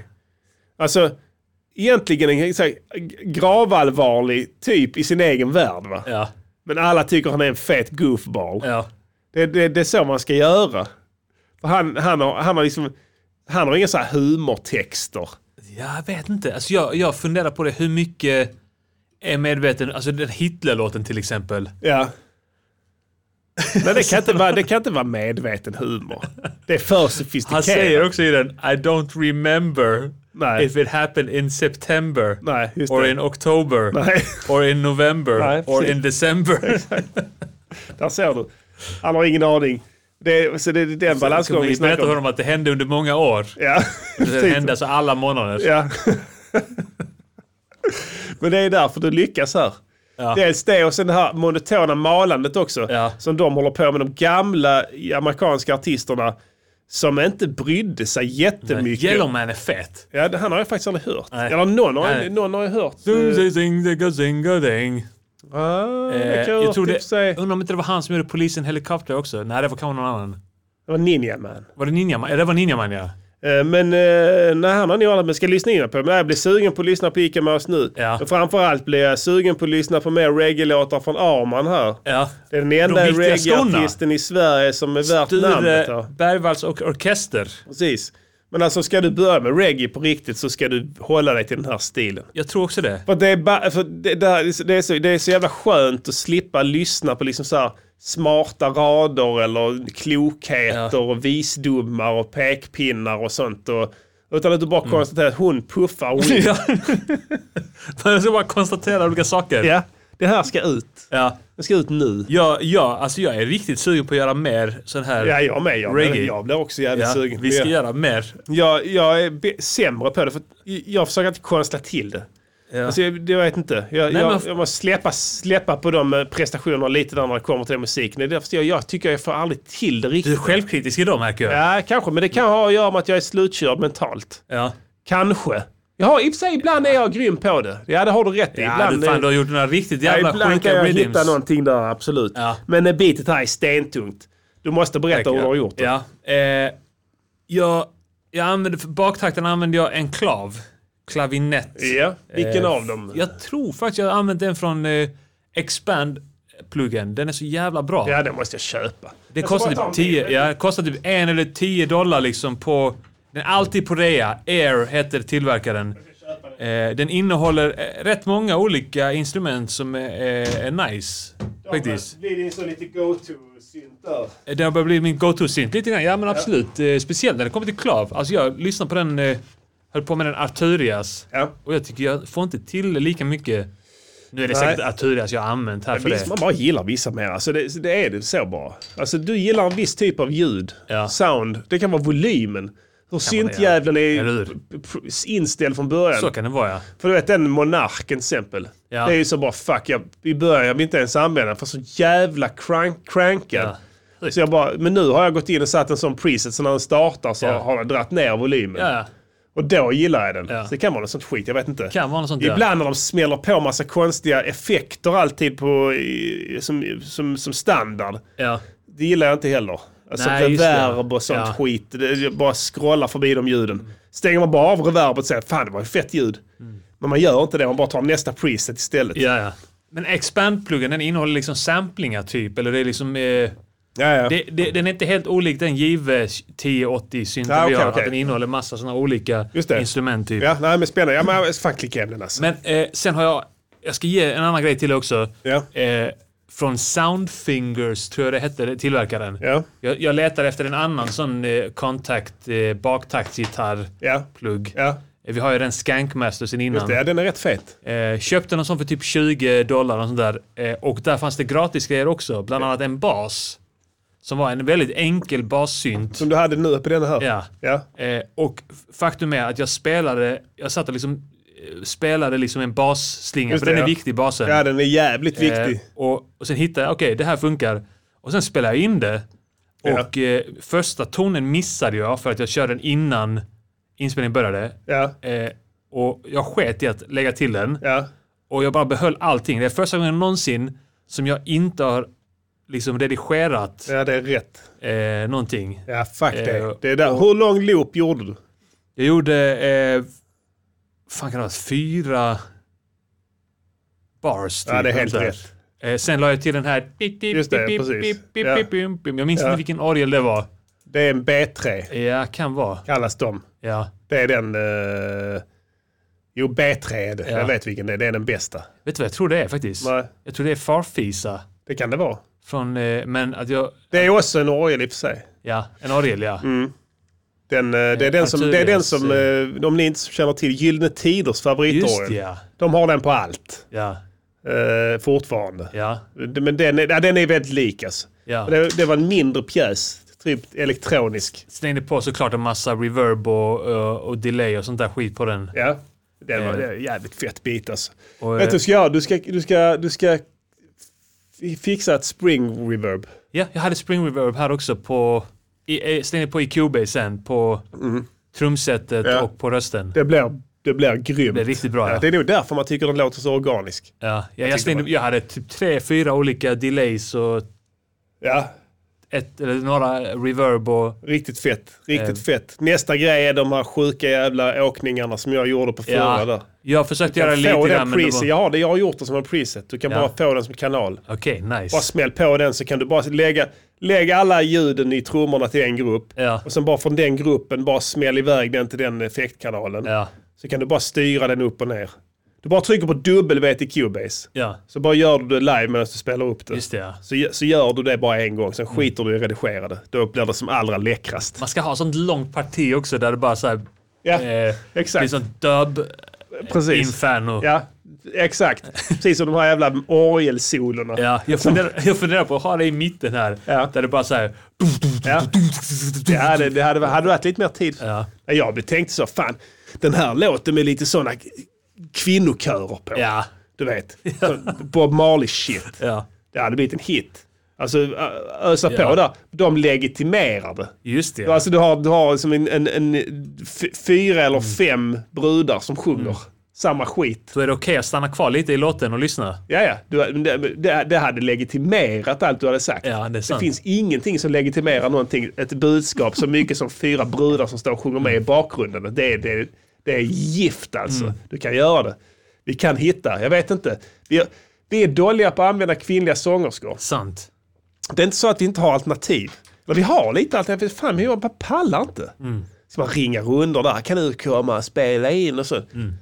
S1: Alltså, egentligen en så här, g- gravallvarlig typ i sin egen värld. Va?
S4: Ja,
S1: Men alla tycker han är en fet goofball.
S4: ja,
S1: Det, det, det är så man ska göra. För han, han, har, han har liksom, han har inga så här humortexter.
S4: Ja, jag vet inte. Alltså jag, jag funderar på det, hur mycket är medveten, alltså den Hitler-låten till exempel.
S1: Ja. Men det kan, inte vara, det kan inte vara medveten humor. Det är för sofistikerat.
S4: Han säger också i den I don't remember
S1: Nej.
S4: if it happened in September
S1: Nej, just
S4: or
S1: det.
S4: in October
S1: Nej.
S4: or in November
S1: Nej,
S4: or
S1: precis.
S4: in December.
S1: (laughs) Där ser du. Han har ingen aning. Det, så det är den balansgången vi
S4: Vi berättar
S1: snackar
S4: för
S1: om.
S4: honom att det hände under många år.
S1: Ja,
S4: Det
S1: precis.
S4: hände alltså alla månader.
S1: Ja. Men det är därför du lyckas här.
S4: Ja.
S1: Dels det och sen det här monotona malandet också.
S4: Ja.
S1: Som de håller på med, de gamla amerikanska artisterna. Som inte brydde sig jättemycket.
S4: Yellowman är fet.
S1: Ja, det- han har jag faktiskt aldrig hört.
S4: Nej.
S1: Eller någon har,
S4: Nej.
S1: någon har jag hört.
S4: Zing, zing, zing, zing, zing, zing.
S1: Ah,
S4: Eh,
S1: det kan
S4: jag tror
S1: typ
S4: det,
S1: säga.
S4: undrar om inte det var han som gjorde polisen helikopter också? Nej, det var kanske någon annan.
S1: Det var Ninja Man.
S4: Var det Ninja Man? Ja, det var Ninja Man ja.
S1: Eh, Men eh, nej, han har nog aldrig, men ska lyssna in på. Men jag blir sugen på att lyssna på Ica Mouse nu.
S4: Ja.
S1: Och framförallt blir jag sugen på att lyssna på mer reggae-låtar från Arman här.
S4: ja.
S1: Det är den enda
S4: De riktiga
S1: reggaeartisten i Sverige som är värt namnet.
S4: Sture
S1: Ja.
S4: eh, Bergvalls och Orkester.
S1: Precis. Men alltså ska du börja med reggae på riktigt så ska du hålla dig till den här stilen.
S4: Jag tror också det. (laughs)
S1: För det är, ba- för det, det, här, är så- det, är så, det är så jävla skönt att slippa lyssna på liksom så här smarta rader eller klokheter
S4: Ja.
S1: och visdomar och pekpinnar och sånt. Och, utan att du bara konstaterar att hon (laughs) puffar weed.
S4: Ja. Jag ska bara konstatera olika saker.
S1: ja, det här ska ut.
S4: Ja.
S1: Det ska ut nu.
S4: Ja, ja, alltså jag är riktigt sugen på att göra mer sån här...
S1: Ja, jag med. Jag,
S4: Reggae.
S1: blir- jag blir också jävligt
S4: Ja,
S1: sugen. på
S4: vi ska
S1: det.
S4: göra mer.
S1: Jag, jag är be- sämre på det. För att jag försöker inte konstla till det.
S4: Ja.
S1: Alltså, jag, jag vet inte. Jag,
S4: Nej,
S1: jag,
S4: men-
S1: jag måste släppa, släppa på de eh, prestationerna lite där när det kommer till den musiken. Det är därför jag, jag tycker jag får aldrig till det
S4: Du är
S1: riktigt.
S4: självkritisk idag märker jag.
S1: Ja, kanske. Men det kan ha att göra med att jag är slutkörd mentalt.
S4: Ja.
S1: Kanske. Jag har, I och för sig, ibland är jag grym på det. Ja, det har du rätt i.
S4: Ja,
S1: ibland
S4: du, fan,
S1: är-
S4: du har gjort några riktigt
S1: Ja,
S4: jävla
S1: ibland kan
S4: sjuka
S1: jag
S4: rhythms.
S1: hitta någonting där, absolut.
S4: Ja.
S1: Men eh, beatet här är stentungt. Du måste berätta hur du har gjort det.
S4: Ja. Eh, jag, jag använde, för baktakten använde jag en klav. Klavinett.
S1: Ja, Vilken
S4: Eh,
S1: av dem?
S4: Jag tror faktiskt jag har använt den från eh, Expand-pluggen. Den är så jävla bra.
S1: Ja, den måste jag köpa.
S4: Det
S1: Jag
S4: kostar
S1: ska bara ta en
S4: typ, 10,
S1: bild.
S4: ja, kostar typ en eller 10 dollar liksom på... Den är alltid på rea. Air heter tillverkaren. Eh, den innehåller eh, rätt många olika instrument som är, eh, är, är nice. Faktiskt.
S1: Blir det en sån lite go-to-synt där?
S4: Eh, Det har börjat bli min go-to-synt lite grann. Ja men absolut. Eh, speciellt när det kommer till klav. Alltså jag lyssnar på den... Eh, höll på med den Arturias.
S1: Ja.
S4: Och jag tycker jag får inte till lika mycket Nu är det
S1: Nej.
S4: säkert Arturias jag har använt här för
S1: Visst,
S4: det.
S1: man bara gillar vissa mer. Alltså det, det är det så bara. Alltså du gillar en viss typ av ljud. Sound. Det kan vara volymen. Hur syntjäveln är p- p- inställd från början.
S4: Så kan det vara ja.
S1: För du vet den monarken till exempel.
S4: Ja.
S1: Det är ju så bara fuck, jag, i början jag vill inte ens använda den för så jävla crank, crankad. Så jag bara, men nu har jag gått in och satt en sån preset så när den startar så
S4: Ja.
S1: har jag dratt ner volymen.
S4: Ja, ja.
S1: Och då gillar jag den.
S4: Ja.
S1: Så det kan vara något sånt skit, jag vet inte.
S4: Kan vara något sånt där.
S1: Ibland när de smäller på massa konstiga effekter alltid på, i- som, som, som standard.
S4: Ja.
S1: Det gillar jag inte heller. Alltså
S4: Nej, just det.
S1: reverb och sånt
S4: Ja.
S1: skit. Det, jag bara scrollar förbi de ljuden. Stänger man bara av reverbet och säger fan det var ju fett ljud. Men man gör inte det, man bara tar nästa preset istället.
S4: Mm. Ja, ja. Men expand-pluggen den innehåller liksom samplingar typ, eller det är liksom... Eh,
S1: ja.
S4: Det, det, den är inte helt olik den give 1080 synten
S1: Ja,
S4: vi
S1: Ah, okej,
S4: har,
S1: okej.
S4: att den innehåller massa sådana olika
S1: Just det.
S4: instrument typ.
S1: Ja, nej men spännande. Ja, men jag fan klicka hem den alltså.
S4: Men eh, sen har jag, jag ska ge en annan grej till också.
S1: Ja.
S4: Eh, från Soundfingers, tror jag det hette, det- tillverkaren.
S1: Ja.
S4: Jag, jag letar efter en annan sån eh, kontakt, eh,
S1: Ja.
S4: baktaktsgitarr-plugg.
S1: Ja.
S4: Eh, Vi har ju den Skankmaster sen innan.
S1: Just det, ja, den är rätt fet.
S4: Eh, köpte någon sån för typ 20 dollar och sånt där. Eh, och där fanns det gratis grejer också. Bland annat en bas. Som var en väldigt enkel bassynt.
S1: Som du hade nu uppe i den här.
S4: Ja.
S1: Ja.
S4: Eh, och f- faktum är att jag spelade, jag satt och liksom eh, spelade liksom en basslinga,
S1: Just
S4: för
S1: det,
S4: den är
S1: ja.
S4: viktig basen.
S1: ja, den är jävligt viktig.
S4: Eh, och, och sen hittade jag, okej det här funkar. Och sen spelade jag in det.
S1: Ja.
S4: Och eh, första tonen missade jag för att jag körde den innan inspelningen började.
S1: Ja,
S4: Eh, och jag sket i att lägga till den.
S1: ja.
S4: Och jag bara behöll allting. Det är första gången någonsin som jag inte har liksom redigerat
S1: ja, det är rätt.
S4: eh, någonting.
S1: Ja, fuck
S4: Eh,
S1: det. det är där. Hur lång loop gjorde du?
S4: Jag gjorde, eh, fan kan det vara, fyra bars.
S1: Ja, det är
S4: typ,
S1: helt
S4: sånt där.
S1: rätt.
S4: Eh, sen la jag till den här...
S1: Just det, precis. Ja.
S4: Jag minns
S1: Ja.
S4: inte vilken orgel det var.
S1: Det är en B3,
S4: Ja, kan vara.
S1: kallas de.
S4: Ja.
S1: Det är den... eh, Jo, B3 är det.
S4: Ja.
S1: Jag vet vilken det är. Det är den bästa.
S4: Vet du vad jag tror det är faktiskt?
S1: Nej,
S4: Jag tror det är Farfisa.
S1: det kan det vara.
S4: Från, eh, men att jag...
S1: Det är också en orgel i och för sig.
S4: Ja, en orgel ja.
S1: Mm. Den, eh, det, är den som, det är den som, eh, om ni inte känner till, Gyllene Tiders
S4: Just det,
S1: favoritorgel.
S4: ja.
S1: De har den på allt
S4: Ja,
S1: eh, fortfarande.
S4: ja,
S1: Men den är, ja, den är väldigt lik alltså.
S4: ja.
S1: Det, det var en mindre pjäs, typ elektronisk.
S4: slängde på såklart en massa reverb och, eh, och, och delay och sånt där skit på den.
S1: Ja, det var
S4: Eh.
S1: det är en jävligt fett bit alltså.
S4: Och,
S1: Vet du
S4: eh,
S1: vad du ska göra? Du ska, du ska, du ska f- fixa ett spring reverb.
S4: ja, jag hade spring reverb här också på... I, eh, slängde på i Cubase sen på trumsetet
S1: Mm-hmm. Ja.
S4: och på rösten.
S1: Det blir, det blir grymt.
S4: Mm. Det är riktigt bra,
S1: Ja,
S4: ja.
S1: det är nog därför man tycker den låter så organisk.
S4: Ja, ja,
S1: tyckte
S4: jag, slängde,
S1: bara-
S4: jag hade typ tre, fyra olika delays och
S1: Ja,
S4: ett, eller några reverb och...
S1: riktigt fett. Riktigt
S4: Eh.
S1: fett. Nästa grej är de här sjuka jävla åkningarna som jag gjorde på förra där.
S4: Ja, jag försökte göra lite
S1: Få
S4: där
S1: den
S4: men det
S1: preset.
S4: var...
S1: Jag har det, jag har gjort det som en preset. Du kan
S4: Ja.
S1: bara få den som kanal.
S4: Okej, nice.
S1: Bara smäll på den så kan du bara lägga, lägga alla ljuden i trummorna till en grupp.
S4: Ja.
S1: Och sen bara från den gruppen bara smäll iväg den till den effektkanalen.
S4: Ja,
S1: Så kan du bara styra den upp och ner. Du bara trycker på W till Cubase.
S4: ja,
S1: Så bara gör du det live medan du spelar upp det.
S4: just det ja.
S1: Så, så gör du det bara en gång, sen skiter du i redigerade. Då blir det som allra läckrast.
S4: Man ska ha sånt långt parti också där det bara så här...
S1: Ja,
S4: eh,
S1: exakt.
S4: Det är sånt dub...
S1: Precis.
S4: Inferno.
S1: Ja, exakt. Precis som de här jävla orgelsolorna.
S4: Ja, jag funderar, jag funderar på att ha det i mitten här.
S1: Ja.
S4: Där det bara så här...
S1: Ja. Det hade, det hade, hade varit lite mer tid.
S4: Ja.
S1: Ja, Jag tänkte så, fan, den här låten med lite sådana kvinnokörer på.
S4: Ja.
S1: Du vet, sån Bob Marley-shit.
S4: ja.
S1: Det hade blivit en hit. Alltså, ö- ösa
S4: Ja.
S1: på där. De legitimerar det.
S4: Just det.
S1: Alltså, du har, du har som en, en, en f- fyra
S4: Mm.
S1: eller fem brudar som sjunger samma skit.
S4: Då är det okej att stanna kvar lite i låten och lyssna.
S1: Ja, ja. Du, men det, men det, det hade legitimerat allt du hade sagt.
S4: Ja, det är sant.
S1: finns ingenting som legitimerar någonting, ett budskap, så mycket som fyra brudar som står och sjunger med i bakgrunden. Det är, det är, det är gift alltså.
S4: Mm.
S1: Du kan göra det. Vi kan hitta, jag vet inte. Vi, är- vi är dåliga på att använda kvinnliga sångerskor.
S4: Sant.
S1: Det är inte så att vi inte har alternativ. Men vi har lite alternativ. Fan, men jag bara pallar inte. Mm. Så man ringa rundor där. Kan du komma och spela in? Och så.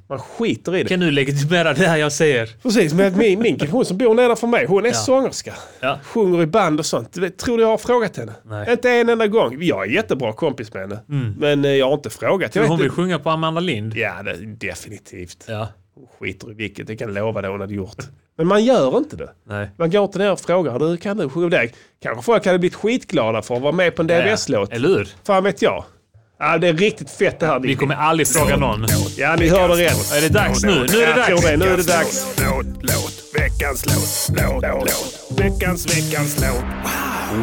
S1: Man skiter i det.
S4: Mm. Kan du legitimera det här jag säger?
S1: Precis, men min, min hon som bor nedanför mig, hon är
S4: Ja.
S1: sångerska.
S4: Ja.
S1: Sjunger i band och sånt. Du vet, Tror du jag har frågat henne?
S4: Nej. Mm.
S1: Inte en enda gång. Jag är jättebra kompis med henne. Men eh, jag har inte frågat. Jag
S4: Hon
S1: vet
S4: vill
S1: inte-
S4: sjunga på Amanda Lind.
S1: Ja, det, definitivt.
S4: Ja.
S1: skiter i vilket, det kan jag lova dig hon hade gjort. (laughs) Men man gör inte det.
S4: Nej.
S1: Man går till ner och frågar, du kan du sjunga det? Kanske folk hade blivit skitglada för att vara med på en DVS-låt.
S4: Eller hur?
S1: Fan vet jag. Ja, det är riktigt fett det här.
S4: Vi kommer aldrig fråga någon.
S1: Ja, ni hörde rätt.
S4: Är det dags nu? Nu är det
S1: Jag tror
S4: dags!
S1: det. Nu är det dags.
S3: Låt, låt, veckans låt, låt, låt, veckans, veckans låt.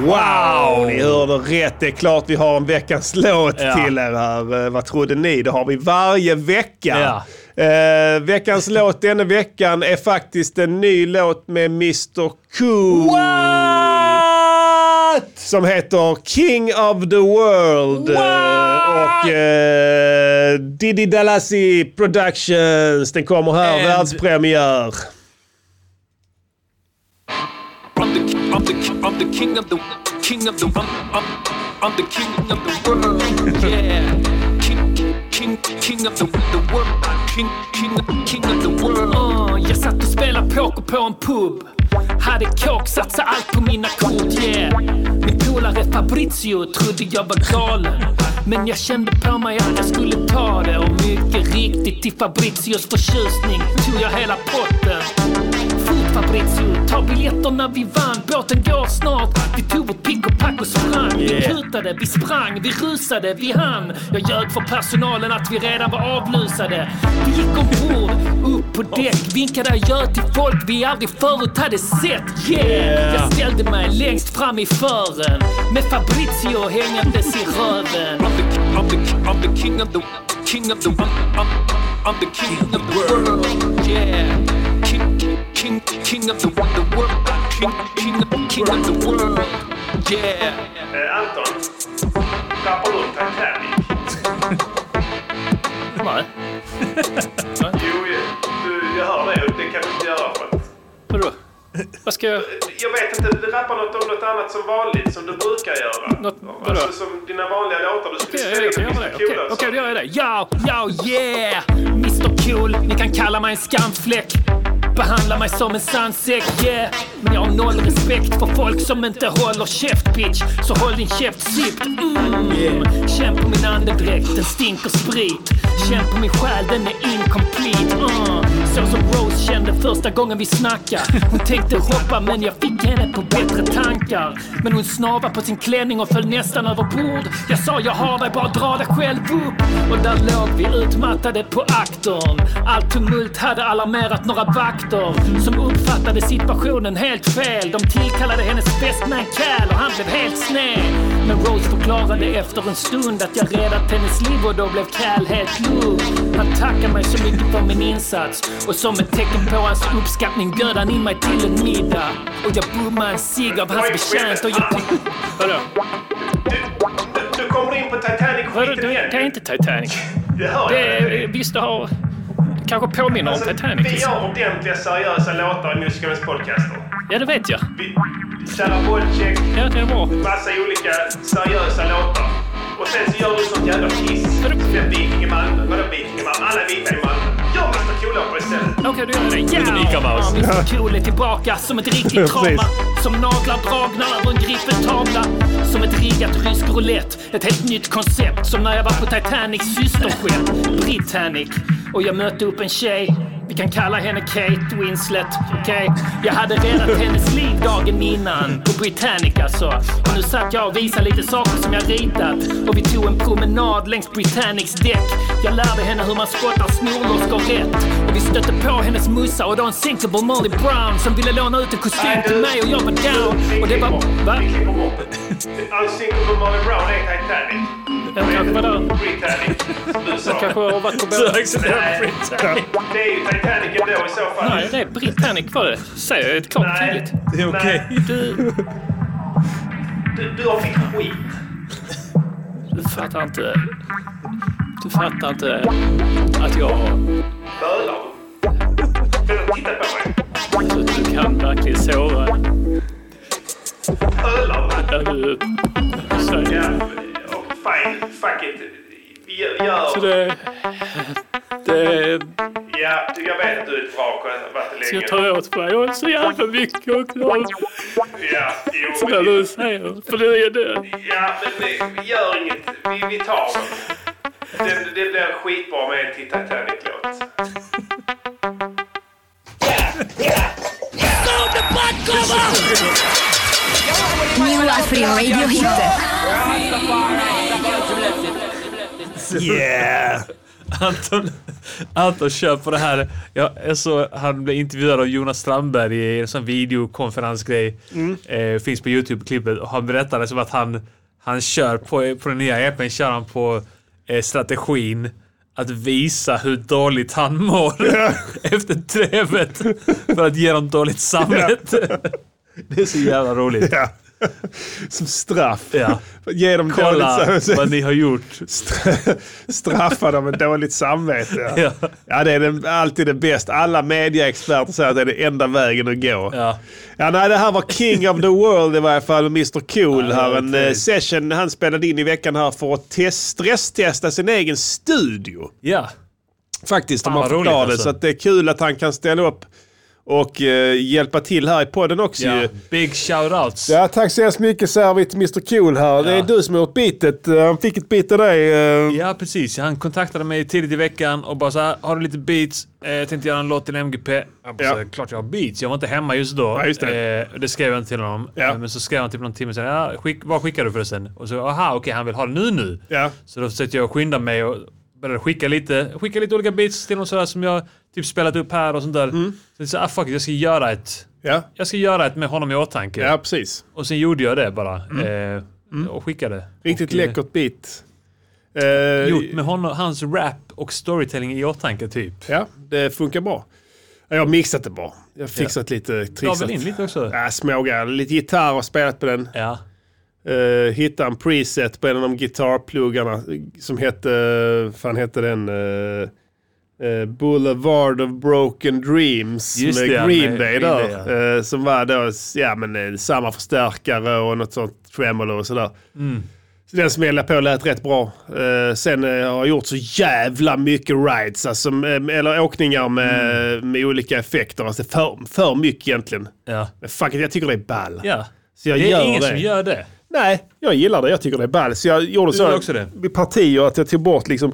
S1: Wow! Ni hörde rätt. Det är klart vi har en veckans låt
S4: Ja.
S1: till er här. Eh, Vad trodde ni? Det har vi varje vecka.
S4: Ja.
S1: Eh, veckans låt denna veckan är faktiskt en ny låt med Mr Cool. Som heter King of the World. Eh, Och eh, Diddy Dalasi Productions. Den kommer här,
S4: And-
S1: världspremiär.
S2: I'm the, I'm the, I'm the king of the, king of the, I'm, I'm, I'm the king of the world. Yeah, king, king, king of the, the world. King, king, king of the world.
S10: Uh, jag satt och spelade poker på en pub. Hade kåk, satsa allt på mina kort, yeah. Min polare Fabrizio trodde jag var galen. Men jag kände på mig att jag skulle ta det. Och mycket riktigt till Fabrizios förtjusning tog jag hela potten. Fort Fabrizio, ta biljetterna vi vann. Båten går snart. Vi tog vårt pick och pack och sprang. Vi
S2: Yeah.
S10: kutade, vi sprang, vi rusade, vi hann. Jag ljög för personalen att vi redan var avlusade. Vi gick ombord, upp på däck, vinkade adjö till folk vi aldrig förut hade sett. Yeah! Jag ställde mig längst fram i fören med Fabrizio hängandes i röven.
S2: I'm the, I'm the king of the, king of the, I'm, I'm, I'm the king of the world. Yeah, king, king, king of the, the world. King, king, of- king of the world. Yeah. Anton, tappar du Titanic?
S1: (laughs)
S10: Nej.
S1: Jo, jag hör det. Det kan du inte göra för
S10: Vadå? Vad ska jag...
S1: Jag vet inte, du rappar något om något annat som vanligt som du brukar göra.
S10: Något, vadå?
S1: alltså som dina vanliga låtar du skulle
S10: Okej,
S1: spela
S10: jag kan göra
S1: med Mr
S10: det. Okej,
S1: Cool alltså.
S10: okej, då gör jag det. Yo, yo, yeah! Mr Cool, ni kan kalla mig en skamfläck. Behandla mig som en sandsäck, yeah. Men jag har noll respekt för folk som inte håller käft, bitch. Så håll din käft sitt. Mm. Känn på min andedräkt, den stinker sprit. Känn på min själ, den är incomplete. Uh. Så som Rose kände första gången vi snackade. Hon tänkte hoppa, men jag fick henne på bättre tankar. Men hon snavade på sin klänning och föll nästan över bord. Jag sa jag har dig, bara dra dig själv upp. Och där låg vi utmattade på aktorn. Allt tumult hade alarmerat några vakter som uppfattade situationen helt fel. De tillkallade hennes fästman Cal och han blev helt sned. Men Rose förklarade efter en stund att jag räddat hennes liv och då blev Cal helt lugn. Han tackade mig så mycket för min insats och som ett tecken på hans uppskattning bjöd han in mig till en middag. Och jag bommade en cigg av hans betjänt och jag... Vadå?
S1: Du kommer in på
S10: Vadå,
S1: Titanic-skiten
S10: du,
S1: igen.
S10: det är inte Titanic.
S1: Det hör
S10: Det
S1: jag.
S10: är, visst, det har... Kanske påminner om
S1: Alltså,
S10: Titanic.
S1: Vi
S10: liksom.
S1: gör ordentliga, seriösa låtar i Musikalens podcaster.
S10: Ja, det vet jag.
S1: Shallow Boycheck.
S10: Ja, det är bra.
S1: Massa olika seriösa låtar. Och sen så gör du sånt jävla piss. Med Viking i Malmö. Vadå Viking i Malmö? Alla är vita i Malmö. Gör Mr Cool-låtar istället.
S10: Okej, du gör det.
S1: Utan Ica Mouse.
S10: Ja, Mr Cool är tillbaka som ett riktigt trauma. Som naglar dragna över en griffeltavla. Som ett riggat rysk roulette. Ett helt nytt koncept. Som när jag var på Titanics systerskepp, Britannic. Och jag mötte upp en tjej. Vi kan kalla henne Kate Winslet, okej? Jag hade räddat hennes liv dagen innan. På Britannic alltså. Och nu satt jag och visade lite saker som jag ritat. Och vi tog en promenad längs Britannics däck. Jag lärde henne hur man skottar snorloskor rätt. Och vi stötte på hennes mussa och då en sinkable Molly Brown som ville låna ut en kostym till mig och jag var down. Och det var... Va?
S1: Unsinkable Molly Brown är Titanic.
S10: Jag kanske var där.
S1: Titanic. Du sa
S10: Jag kanske har varit på båda.
S1: Nej, det är ju Titanic ändå i så fall.
S10: Nej, det är Britannic var det. Säger jag ett klart och tydligt.
S1: Det är okej.
S10: Du,
S1: Du, du har fick skit.
S10: du fattar inte... Du fattar inte att jag...
S1: Bölar du? Titta på mig.
S10: Du kan verkligen såra. Ja, du-
S1: Ja, och fine. Fuck it. Vi gör- gör...
S10: Så det... Det...
S1: Ja, du- jag vet att du är ett vrak och har varit det länge.
S10: Ska jag ta åt mig? Jag har så jävla mycket också.
S1: Ja, jo.
S10: Som jag nu säger. För det är det.
S1: Ja, men vi- vi gör inget. Vi, vi tar dem. Det, det blir skitbra med en till Titanic-låt.
S11: New Afrin Radio Hit.
S1: Yeah!
S4: Anton, Anton kör på det här. Jag, jag såg, han blev intervjuad av Jonas Strandberg i en sån videokonferensgrej.
S1: Mm.
S4: Eh, finns på Youtube-klippet. Och han berättade som att han, han kör på, på den nya appen kör han på eh, strategin att visa hur dåligt han mår (laughs) efter drevet för att ge dem dåligt samvete. Det är så jävla roligt.
S1: Ja. (laughs) Som straff.
S4: Ja.
S1: Ge dem
S4: Kolla
S1: dåligt samvete.
S4: vad ni har gjort.
S1: Stra- (laughs) Straffa dem med dåligt
S4: (laughs)
S1: samvete. Ja. Ja. det är den, alltid det bästa. Alla mediaexperter säger att det är den enda vägen att gå.
S4: Ja.
S1: Ja, nej, det här var King of the World i varje fall, med Mr Cool. här, en eh, session han spelade in i veckan här för att test, stresstesta sin egen studio.
S4: Ja.
S1: Faktiskt, om
S4: Fan,
S1: man
S4: vad
S1: förklarar det.
S4: roligt alltså.
S1: Så att det är kul att han kan ställa upp och eh, hjälpa till här i podden också
S4: Ja.
S1: ju.
S4: Big shoutouts.
S1: Ja, tack så hemskt mycket Servit Mr Cool här. Det är du som har gjort bitet. Eh, Han fick ett bit av dig. eh.
S4: Ja, precis. Han kontaktade mig tidigt i veckan och bara så här, har du lite beats? Eh, Jag tänkte göra en låt till MGP. Jag bara,
S1: Ja.
S4: så här, klart jag har beats. Jag var inte hemma just då.
S1: Ja, just
S4: det. Eh, det skrev jag inte till honom.
S1: Ja.
S4: Eh, Men så skrev han typ någon timme sen, ja, skick, vad skickar du förresten? Och så, aha, okej, han vill ha det nu nu.
S1: Ja.
S4: Så då försökte jag skynda mig och började skicka lite, skicka lite olika beats till honom sådär som jag typ spelat upp här och sånt där.
S1: Mm.
S4: Så jag sa, ah, fuck it, jag ska göra ett.
S1: Ja.
S4: Jag ska göra ett med honom i åtanke.
S1: ja, precis.
S4: Och sen gjorde jag det bara. Eh, Och skickade.
S1: Riktigt
S4: och, eh,
S1: läckert bit. Eh,
S4: gjort med honom, hans rap och storytelling i åtanke typ.
S1: Ja, det funkar bra. Jag har mixat det bra. Jag har fixat lite,
S4: La
S1: trixat.
S4: väl in lite också?
S1: Ja, smågar. Lite gitarr har spelat på den.
S4: Ja.
S1: Uh, hittade en preset på en av de gitarrpluggarna som hette, fan hette den? eh, eh, Boulevard of Broken Dreams
S4: Just
S1: med
S4: det, ja,
S1: Green
S4: med
S1: Day
S4: Green
S1: där.
S4: Day,
S1: Eh, som var då, ja men eh, samma förstärkare och något sånt tremolo och sådär.
S4: Mm.
S1: Så den smällde jag på lät rätt bra. Eh, sen eh, har jag gjort så jävla mycket rides, alltså, m- eller åkningar med, med olika effekter. Alltså för, för mycket egentligen.
S4: Mm. Ja.
S1: Men fuck it, jag tycker det är ball.
S4: ja.
S1: Så jag
S4: det
S1: gör
S4: är ingen
S1: det.
S4: som gör det.
S1: Nej, jag gillar det. Jag tycker det är ball. Så jag gjorde
S4: Du
S1: så
S4: gör
S1: här
S4: också det?
S1: vid partier att jag tog bort liksom...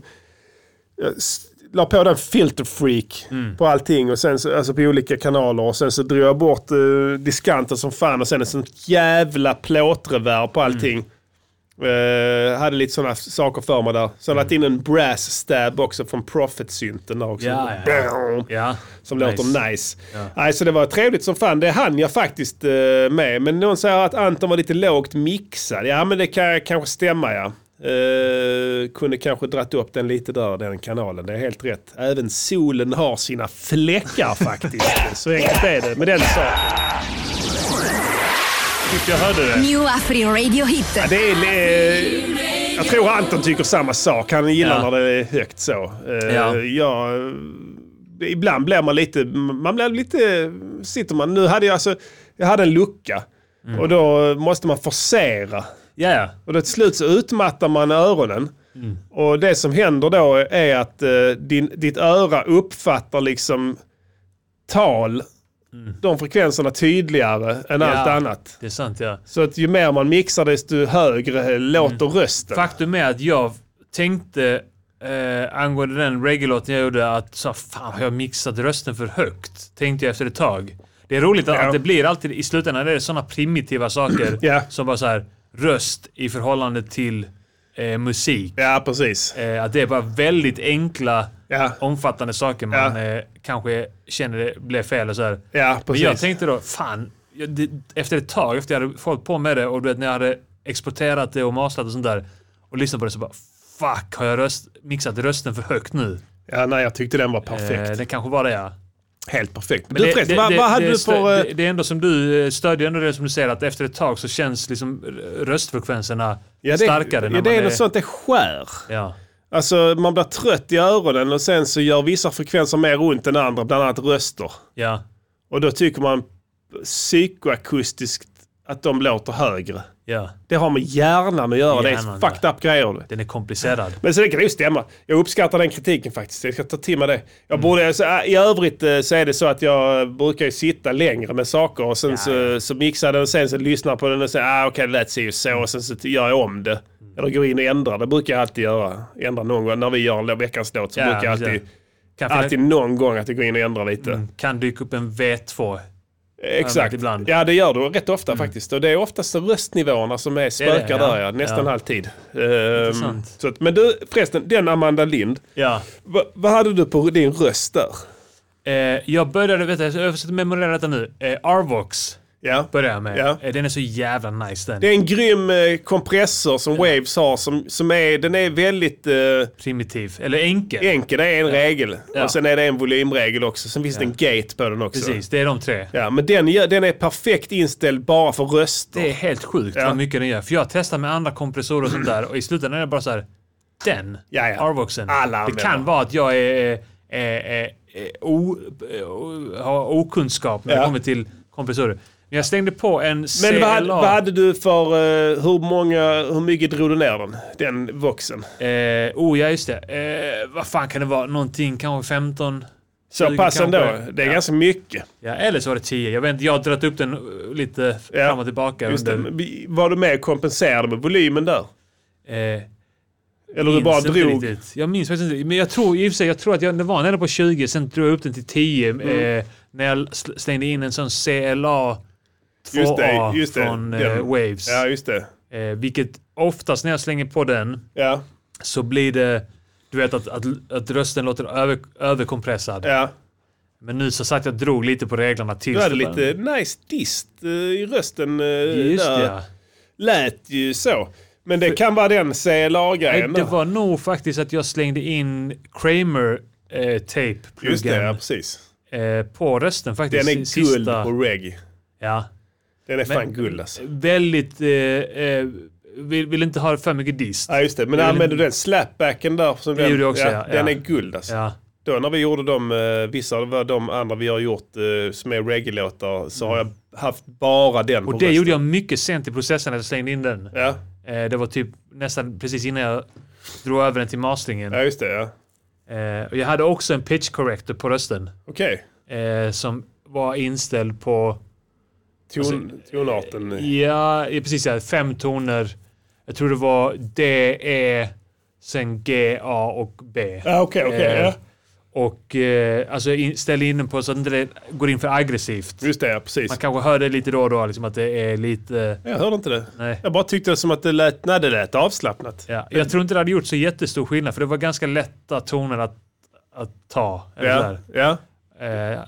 S1: Jag s- la på den filter freak
S4: Mm.
S1: på allting, och sen, så- alltså på olika kanaler. Och sen så drog jag bort eh, diskanter som fan och sen en sån jävla plåtreverb på allting.
S4: Mm.
S1: Eh, hade lite sådana saker för mig där. Sen har jag lagt in
S4: Mm.
S1: en brass stab också från Prophet-synten där också.
S4: Ja,
S1: Bam!
S4: Ja.
S1: Som
S4: Nice.
S1: låter nice.
S4: Ja.
S1: Nej, så det var trevligt som fan. Det hann jag faktiskt eh, med. Men någon säger att Anton var lite lågt mixad. Ja, men det kan kanske stämma ja. Eh, kunde kanske dratt upp den lite där, den kanalen. Det är helt rätt. Även solen har sina fläckar faktiskt. Så enkelt är det med den saken. Tyckte jag hörde det.
S11: New Afrin Radio Hit.
S1: Ja, det är, eh, jag tror Anton tycker samma sak. Han gillar
S4: Ja.
S1: när det är högt så. Eh,
S4: Ja.
S1: jag, eh, ibland blir man lite... Man blir lite... Sitter man... Nu hade jag alltså... Jag hade en lucka.
S4: Mm.
S1: Och då måste man forcera.
S4: Ja, ja.
S1: Och då till slut så utmattar man öronen.
S4: Mm.
S1: Och det som händer då är att eh, din, ditt öra uppfattar liksom tal,
S4: Mm.
S1: de frekvenserna tydligare än allt annat.
S4: Det är sant, ja.
S1: Så att ju mer man mixar desto högre låter
S4: Mm.
S1: rösten.
S4: Faktum är att jag tänkte eh, angående den reggae-låten jag gjorde att så, fan har jag mixat rösten för högt? Tänkte jag efter ett tag. Det är roligt att,
S1: Ja.
S4: att det blir alltid i slutändan det är sådana primitiva saker
S1: (clears throat) Ja.
S4: som bara så här röst i förhållande till eh, musik.
S1: Ja, precis.
S4: Eh, att det är bara väldigt enkla
S1: Ja,
S4: omfattande saker man eh, kanske känner blev fel och så här.
S1: ja
S4: Men
S1: precis.
S4: jag tänkte då, fan, jag, det, efter ett tag, efter jag hade fått på med det och du vet, när jag hade exporterat det och maslat och sånt där och lyssnat på det så bara fuck, har jag röst, mixat rösten för högt nu?
S1: ja, nej, jag tyckte den var perfekt.
S4: Eh, det kanske var det ja.
S1: Helt perfekt. Men
S4: Eh, Men
S1: du förresten, vad, vad hade
S4: det,
S1: du
S4: stö-
S1: för...
S4: Det,
S1: eh,
S4: det är ändå som du eh, stödjer ändå det som du säger att efter ett tag så känns liksom r- röstfrekvenserna
S1: Ja, det,
S4: starkare. när
S1: ja, det
S4: man
S1: är något sånt, det skär.
S4: Ja.
S1: Alltså man blir trött i öronen och sen så gör vissa frekvenser mer ont än andra, bland annat röster.
S4: Ja.
S1: Och då tycker man psykoakustiskt att de låter högre.
S4: Ja.
S1: Det har med hjärnan att göra,
S4: Hjärnan,
S1: det
S4: ja.
S1: är fucked up grejer.
S4: Den är komplicerad.
S1: Men så det kan ju stämma. Jag uppskattar den kritiken faktiskt. Jag ska ta till mig det. Jag
S4: Mm.
S1: borde, så, I övrigt eh, så är det så att jag brukar ju sitta längre med saker och sen så, så mixar jag den och sen så lyssnar jag på den och säger ah, okej det lät sig ju så och sen så gör jag om det.
S4: Mm.
S1: Eller går in och ändrar. Det brukar jag alltid göra. Ändra någon gång. När vi gör en veckans låt så
S4: Ja,
S1: brukar jag
S4: precis. Mm.
S1: alltid,
S4: Kan,
S1: alltid någon gång att jag går in och ändrar lite.
S4: kan dyka upp en V2.
S1: Exakt. Ja, det gör du rätt ofta faktiskt. Och det är oftast röstnivåerna som är spökar
S4: Mm. ja.
S1: där, ja. nästan alltid. Ehm, så att, men du, förresten, den Amanda Lind.
S4: Ja.
S1: Va, vad hade du på din röst där?
S4: Eh, jag började, vet du, jag försöker memorera detta nu. Eh, Arvox började jag med.
S1: Ja.
S4: Eh, den är så jävla nice den.
S1: Det är en grym eh, kompressor som Waves har som, som är, den är väldigt... eh,
S4: Primitiv, eller enkel.
S1: Enkel, det är en regel.
S4: Ja.
S1: Och sen är det en volymregel också. Sen finns det en gate på den också.
S4: Precis, det är de tre.
S1: Ja, men den, gör- den är perfekt inställd bara för röster.
S4: Det är helt sjukt
S1: Ja.
S4: vad mycket den gör. För jag testar med andra kompressorer och sånt där och i slutändan är det bara så här. Den
S1: Ja, ja.
S4: Arvoxen.
S1: Alla
S4: det
S1: använder.
S4: kan vara att jag är, är, är, är o, o, har okunskap när
S1: Ja.
S4: det kommer till kompressorer. Men jag stängde på en
S1: Men vad, hade-
S4: CLA.
S1: vad hade du för, eh, hur många, hur mycket drog du ner den? Den voxen?
S4: Eh, oh, ja just det. Eh, vad fan kan det vara? Någonting kanske 15?
S1: Så
S4: 20
S1: pass ändå.
S4: kanske.
S1: Det är ganska mycket.
S4: Ja, eller så var det 10. Jag vet inte, jag har dragit upp den eh, lite fram och tillbaka.
S1: Just det.
S4: under,
S1: Men Var du med och kompenserade med volymen där?
S4: Eh,
S1: Eller du
S4: minns
S1: bara
S4: inte
S1: drog?
S4: riktigt. Jag minns faktiskt inte. Men jag tror i och för sig, jag tror att jag, det var nere på 20, sen drog jag upp den till 10
S1: Mm.
S4: eh, när jag sl- slängde in en sån CLA 2A
S1: Just det, just det.
S4: från eh,
S1: Den.
S4: Waves.
S1: Ja, just det.
S4: Eh, vilket oftast när jag slänger på den
S1: Ja.
S4: så blir det, du vet att, att, att rösten låter över, överkompressad.
S1: Ja.
S4: Men nu så sagt jag drog lite på reglerna tills
S1: Du hade
S4: den-
S1: lite nice dist eh, i rösten. eh,
S4: Just
S1: där.
S4: det, ja.
S1: Lät ju så. Men det kan vara den
S4: Nej,
S1: CLA-grejen.
S4: det var nog faktiskt att jag slängde in Kramer eh, tape
S1: Just det, ja, precis.
S4: eh, på rösten faktiskt.
S1: Den är
S4: si-
S1: guld
S4: sista-
S1: på reggae.
S4: Ja.
S1: Den är
S4: Men-
S1: fan guld alltså.
S4: Väldigt... Eh, eh, vill, vill inte ha för mycket dist.
S1: Ja, just det. Men
S4: Jag vill
S1: använder
S4: inte-
S1: du den slapbacken där? Som
S4: Det
S1: den,
S4: gjorde jag också, ja,
S1: Den
S4: ja.
S1: är guld alltså.
S4: Ja.
S1: Då när vi gjorde de, eh, vissa av de andra vi har gjort eh, som är reggae-låtar så har jag haft bara den på
S4: Och det
S1: rösten.
S4: gjorde jag mycket sent i processen när jag slängde in den.
S1: Ja.
S4: Eh, det var typ nästan precis innan jag drog över den till masteringen.
S1: Ja, just det. Ja.
S4: Eh, och jag hade också en pitch corrector på rösten.
S1: Okej.
S4: Eh, som var inställd på... Alltså,
S1: Ton, tonarten.
S4: Ja, ja, precis. Ja, fem toner. Jag tror det var D, E, sen G, A och B. Eh,
S1: Ja, okej, okej, ja.
S4: Och eh, alltså in, ställ in den på så att inte det går in för aggressivt.
S1: Just det, ja, precis.
S4: Man kanske hör det lite då och då, liksom att det är lite...
S1: Jag hörde inte det.
S4: Nej.
S1: Jag bara tyckte det som att det lät, nej, det lät avslappnat.
S4: Ja, jag tror inte det hade gjort så jättestor skillnad, för det var ganska lätta toner att, att ta. Eller
S1: Ja,
S4: sådär.
S1: ja.
S4: Eh,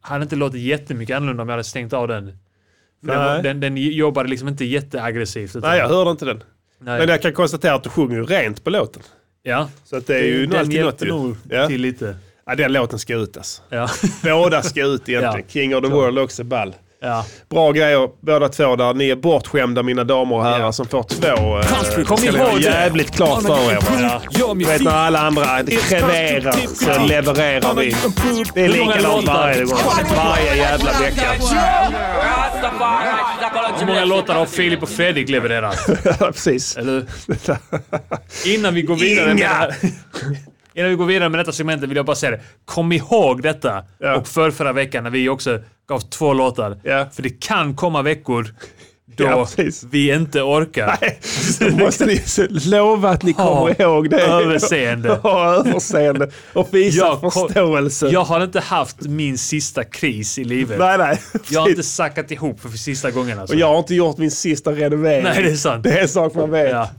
S4: hade inte låtit jättemycket annorlunda om jag hade stängt av den. För den,
S1: Nej.
S4: var- den, den jobbade liksom inte jätteaggressivt. utan-
S1: Nej, jag hörde inte den.
S4: Nej.
S1: Men jag kan konstatera att du sjunger ju rent på låten.
S4: Ja.
S1: Så att det är ju
S4: den
S1: alltid något
S4: hjälpte
S1: ju.
S4: nog
S1: Ja.
S4: till lite.
S1: Ja, den låten ska ut alltså.
S4: Ja.
S1: Båda ska ut egentligen.
S4: (laughs) Ja.
S1: King of the World är också ball.
S4: (laughs) Ja.
S1: Bra grejer båda två där. Ni är bortskämda mina damer och herrar som får två. eh, ska
S4: Country, kom
S1: ni
S4: ihåg
S1: ha
S4: det.
S1: jävligt klart för er. va?
S4: Ja.
S1: Du vet när alla andra kreverar så levererar vi. Det är
S2: Hur många
S1: likadant
S2: låtar?
S1: varje gång. Varje jävla vecka.
S4: (laughs) Hur många låtar har Filip och Fredrik levererat?
S1: (laughs)
S4: (laughs)
S1: Precis.
S4: Eller Innan vi går vidare med det här. (laughs) Innan vi går vidare med detta segmentet vill jag bara säga det. Kom ihåg detta och för förra veckan när vi också gav två låtar. För det kan komma veckor då
S1: Ja, precis.
S4: vi inte orkar.
S1: Då måste ni så lova att ni kommer ihåg det. (laughs)
S4: överseende.
S1: Ha överseende. Och visa
S4: Jag kom-
S1: förståelse.
S4: Jag har inte haft min sista kris i livet.
S1: Nej, nej.
S4: Jag har inte sackat ihop för sista gången alltså.
S1: Och jag har inte gjort min sista renovering.
S4: Nej, det är sant.
S1: Det är en sak man vet.
S4: Ja.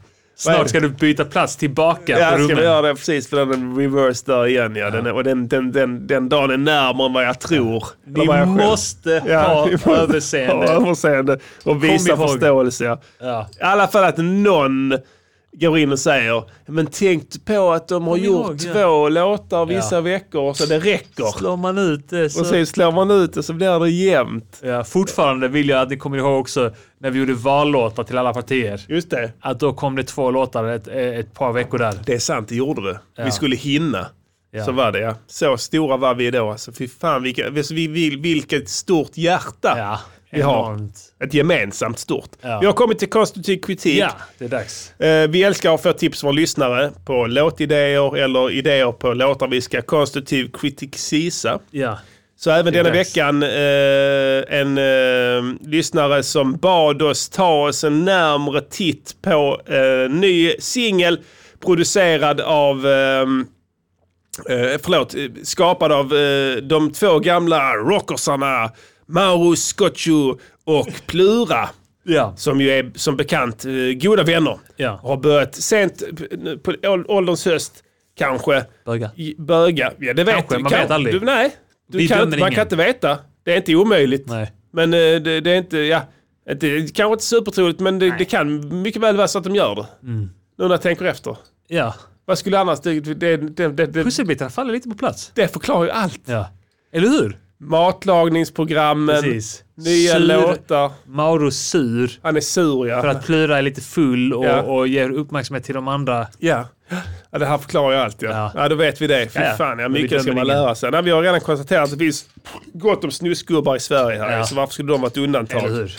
S1: Vad är det?
S4: Snart ska du byta plats tillbaka på
S1: Ja, ska
S4: rummet.
S1: vi göra det precis för den reverse där igen ja. Den, och den, den, den, den dagen är närmare än vad jag tror. Eller vad jag
S4: Ni
S1: själv-
S4: måste
S1: Ja,
S4: ha
S1: vi måste
S4: överseende.
S1: ha överseende och visa
S4: ihåg.
S1: förståelse. Ja.
S4: Ja.
S1: I alla fall att någon går in och säger men tänk på att de har
S4: Kom
S1: gjort
S4: ihåg, ja.
S1: två låtar vissa veckor så det räcker.
S4: Slår man ut det
S1: Och
S4: så...
S1: sen slår man ut det så blir det jämnt.
S4: Ja, fortfarande vill jag att ni kommer ihåg också när vi gjorde vallåtar till alla partier.
S1: Just det.
S4: Att då kom det två låtar ett, ett par veckor där.
S1: Det är sant, det gjorde det.
S4: Ja.
S1: Vi skulle hinna.
S4: Ja.
S1: Så var det ja. Så stora var vi då. Alltså, fy fan vilka, vi, vi, vilket stort hjärta
S4: Ja,
S1: vi har.
S4: enormt.
S1: Ett gemensamt stort.
S4: Ja.
S1: Vi har kommit till konstruktiv kritik.
S4: Ja, det är dags.
S1: Eh, Vi älskar att få tips från lyssnare på låtidéer eller idéer på låtar vi ska konstruktiv kritisera.
S4: Ja.
S1: Så även
S4: Det är
S1: denna
S4: dags.
S1: veckan eh, en eh, lyssnare som bad oss ta oss en närmre titt på eh, ny singel producerad av ehm, Eh, förlåt, eh, skapad av eh, de två gamla rockersarna Mauro Scoccio och Plura. Som ju är som bekant eh, goda vänner. Har börjat sent p- nu på å- ålderns höst kanske. Böga. Böga. Ja det vet
S4: Kanske,
S1: du.
S4: man
S1: Kan-
S4: vet aldrig.
S1: Du, nej. Du
S4: Vi
S1: kan,
S4: dömer
S1: inte- man
S4: ingen.
S1: kan inte veta. Det är inte omöjligt.
S4: Nej.
S1: Men eh, det, det är inte, ja. Det, kanske inte supertroligt men det, det kan mycket väl vara så att de gör det.
S4: Mm.
S1: Nu när jag tänker efter.
S4: Ja.
S1: Vad skulle annars... Det, det, det, det, det,
S4: Pusselbitarna faller lite på plats.
S1: Det förklarar ju allt.
S4: Ja. Eller hur?
S1: Matlagningsprogrammen,
S4: Precis.
S1: nya
S4: Sur.
S1: låtar.
S4: Mauro sur.
S1: Han är sur ja.
S4: För att Plura är lite full och,
S1: Ja.
S4: och ger uppmärksamhet till de andra.
S1: Ja. ja, det här förklarar ju allt. Ja. Ja. då vet vi det. Fy
S4: Ja, ja.
S1: fan, ja,
S4: Men vi
S1: mycket ska
S4: dömer
S1: man
S4: ingen.
S1: lära sig. Nej, vi har redan konstaterat att det finns gott om snusgubbar i Sverige här.
S4: Ja.
S1: Så varför skulle de vara ett undantag?
S4: Eller hur?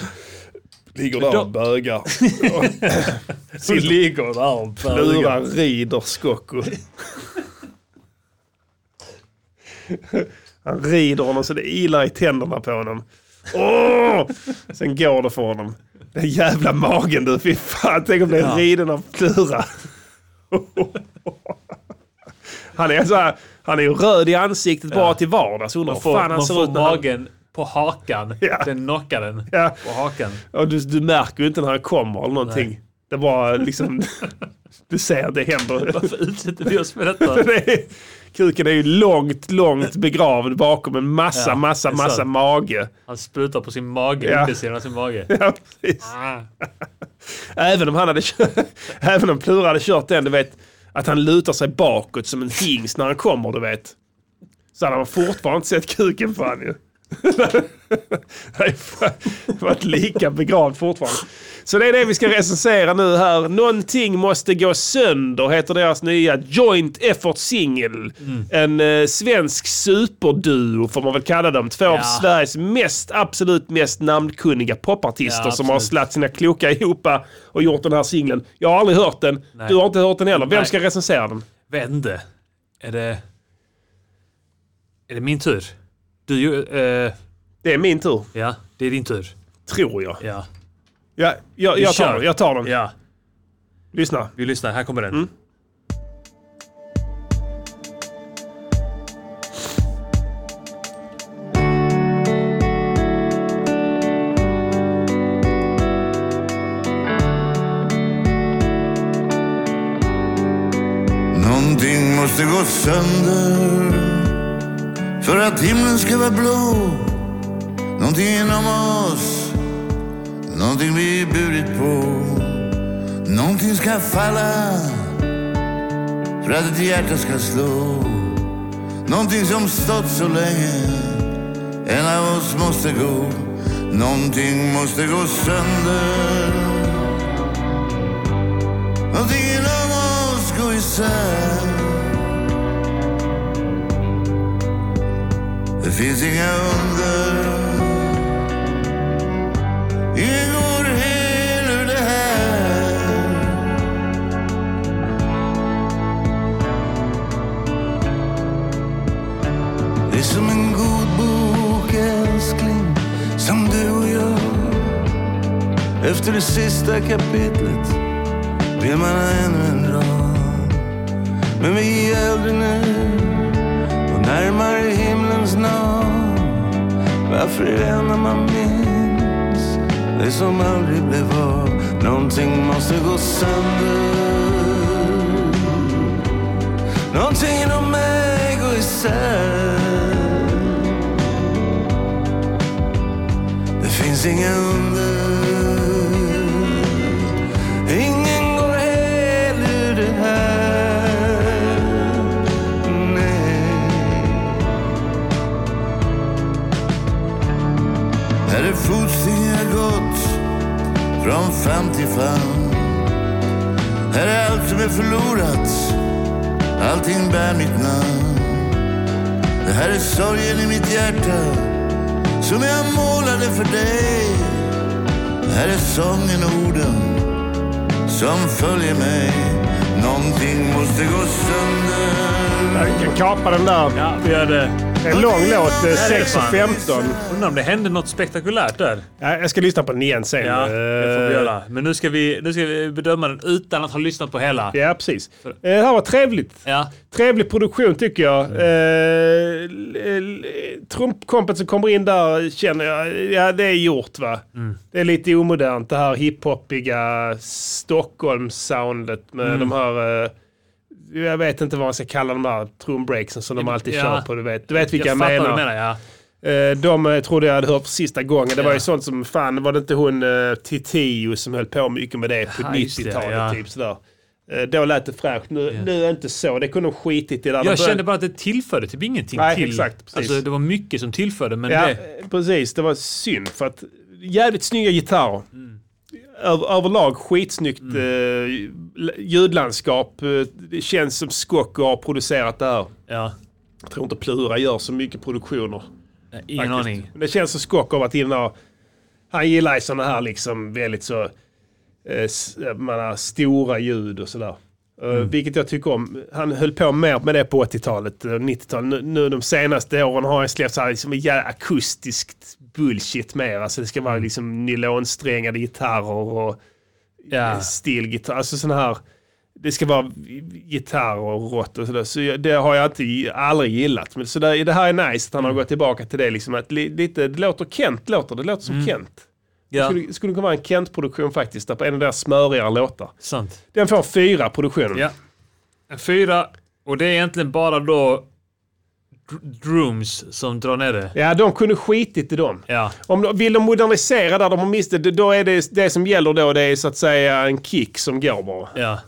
S1: Ligger där och
S4: De-
S1: bögar.
S4: (laughs) Hon ligger där och
S1: Plura rider Skocko. Han rider honom så det ilar i tänderna på honom. Åh! Sen går det för honom. Den jävla magen du, fy fan. Tänk om det är
S4: Ja.
S1: riden av Plura. Han är, så här, han är ju röd i ansiktet bara till vardags. Undrar
S4: Man
S1: hur
S4: får,
S1: fan han
S4: man
S1: ser
S4: får
S1: ut när han-
S4: magen på hakan. Den knockar den på hakan.
S1: Ja, du, du märker ju inte när han kommer eller någonting.
S4: Nej.
S1: Det bara
S4: (laughs)
S1: liksom... du ser att det händer. (laughs)
S4: Varför utsätter vi oss för detta?
S1: Det är- Kuken är ju långt, långt begravd bakom en massa,
S4: Ja,
S1: massa,
S4: det är sant.
S1: massa mage. (laughs)
S4: Han sprutar på sin mage,
S1: Ja.
S4: undersidan av sin mage.
S1: Ja, precis.
S4: Ah.
S1: Även om han hade kört, (laughs) även om Plura hade kört den, du vet, att han lutar sig bakåt som en hingst när han kommer, du vet. Så hade man fortfarande inte sett kuken på han ju. (laughs) Han har varit lika begravd fortfarande. Så det är det vi ska recensera nu här. Någonting måste gå sönder heter deras nya Joint Effort Single.
S4: Mm.
S1: En eh, svensk superduo får man väl kalla dem. Två av
S4: Ja.
S1: Sveriges mest, absolut mest namnkunniga popartister
S4: Ja,
S1: som har
S4: absolut.
S1: slatt sina kloka ihop och gjort den här singeln. Jag har aldrig hört den.
S4: Nej.
S1: Du har inte hört den heller. Vem
S4: Nej.
S1: ska recensera den?
S4: Vände. Är det... Är det min tur? Du ju... eh,
S1: Det är min tur,
S4: ja, det är din tur.
S1: tror jag.
S4: Ja.
S1: Ja, jag,
S4: Vi
S1: jag, tar,
S4: kör.
S1: den. jag tar den.
S4: Ja.
S1: Lyssna.
S4: Vi lyssnar, här kommer den.
S1: Mm.
S12: Någonting måste gå sönder för att himlen ska vara blå. Någonting inom oss, någonting vi burit på. Någonting ska falla för att ett hjärta ska slå. Någonting som stått så länge, en av oss måste gå. Någonting måste gå sönder Någonting inom oss går isär Det finns inga under Ingen går hel ur det här Det är som en god bok älskling Som du och jag Efter det sista kapitlet vill man ha ännu en rad. Men vi är äldre nu och närmare himlens namn. Varför är det enda man minns det som aldrig blev av? Någonting måste gå sönder. Någonting inom mig går isär. Det finns inga under. Ingen går hel ur det här. Nej. Här är fotstegen jag gått från famn till famn. Här är allt som är förlorat, allting bär mitt namn. Det här är sorgen i mitt hjärta som jag målade för dig. Det här är sången och orden som följer mig. Någonting måste gå sönder.
S1: Jag kan kapa den där.
S4: Ja, vi gör det.
S1: En lång låt, eh,
S4: Ja, det är
S1: 6 och
S4: fan.
S1: 15.
S4: Undrar om det hände något spektakulärt där.
S1: Ja, jag ska lyssna på den igen sen.
S4: Ja, det får vi
S1: Eh,
S4: göra. Men nu ska vi, nu ska vi bedöma den utan att ha lyssnat på hela.
S1: Ja, precis. Eh, Det här var trevligt. Trevlig produktion tycker jag. Eh, l- l- Trumpkompet som kommer in där känner jag, ja det är gjort va.
S4: Mm.
S1: Det är lite omodernt det här hiphopiga Stockholm-soundet med
S4: Mm.
S1: de här eh, jag vet inte vad man ska kalla de här trumbreaksen som de alltid
S4: ja.
S1: kör på. Du vet, du vet vilka
S4: jag
S1: jag,
S4: fattar
S1: menar.
S4: vad du menar, ja.
S1: Eh, De eh, trodde jag hade hört för sista gången. Det var
S4: Ja.
S1: ju sånt som, fan var det inte hon eh, Titiyo som höll på mycket med det på
S4: Ja, just det,
S1: 90-talet
S4: ja.
S1: typ sådär. Eh, Då lät det fräscht. Nu, nu är det inte så. Det kunde de skitit i. Där. De
S4: Jag
S1: började-
S4: kände bara att det tillförde typ ingenting
S1: Nej,
S4: till.
S1: exakt, precis.
S4: Alltså, det var mycket som tillförde, men
S1: ja,
S4: det...
S1: eh, precis. Det var synd för att jävligt snygga gitarrer.
S4: Mm.
S1: Över, överlag skitsnyggt eh, l- ljudlandskap. Eh, Det känns som Skocko har producerat det här. Jag tror inte Plura gör så mycket produktioner.
S4: ingen aning.
S1: Men det känns som Skocko har varit inne och han gillar ju sådana här liksom väldigt så eh, s- eh, man har stora ljud och sådär. Eh, vilket jag tycker om. Han höll på mer med det på 80-talet och 90-talet. Nu, nu de senaste åren har han släppt så här liksom jävla akustiskt bullshit mer. Alltså det ska vara liksom nylonsträngade gitarrer och
S4: Ja.
S1: stilgitarr. Alltså sådana här. Det ska vara gitarr och rått och sådär. Så jag, det har jag inte, aldrig gillat. Men så där, det här är nice att han
S4: Mm.
S1: har gått tillbaka till det. Liksom att li, lite, det låter Kent, låter, det låter som Kent. Det
S4: Mm. Ja.
S1: skulle, skulle kunna vara en Kent-produktion faktiskt. Där på en av deras smörigare låtar.
S4: Sant.
S1: Den får fyra produktionen.
S4: Ja. En fyra, och det är egentligen bara då dr- drooms som drar ner det.
S1: Ja, de kunde skitit i dem.
S4: Ja.
S1: Om de, vill de modernisera där de har mist det, då är det det som gäller då, det är så att säga en kick som går bara.
S4: Ja,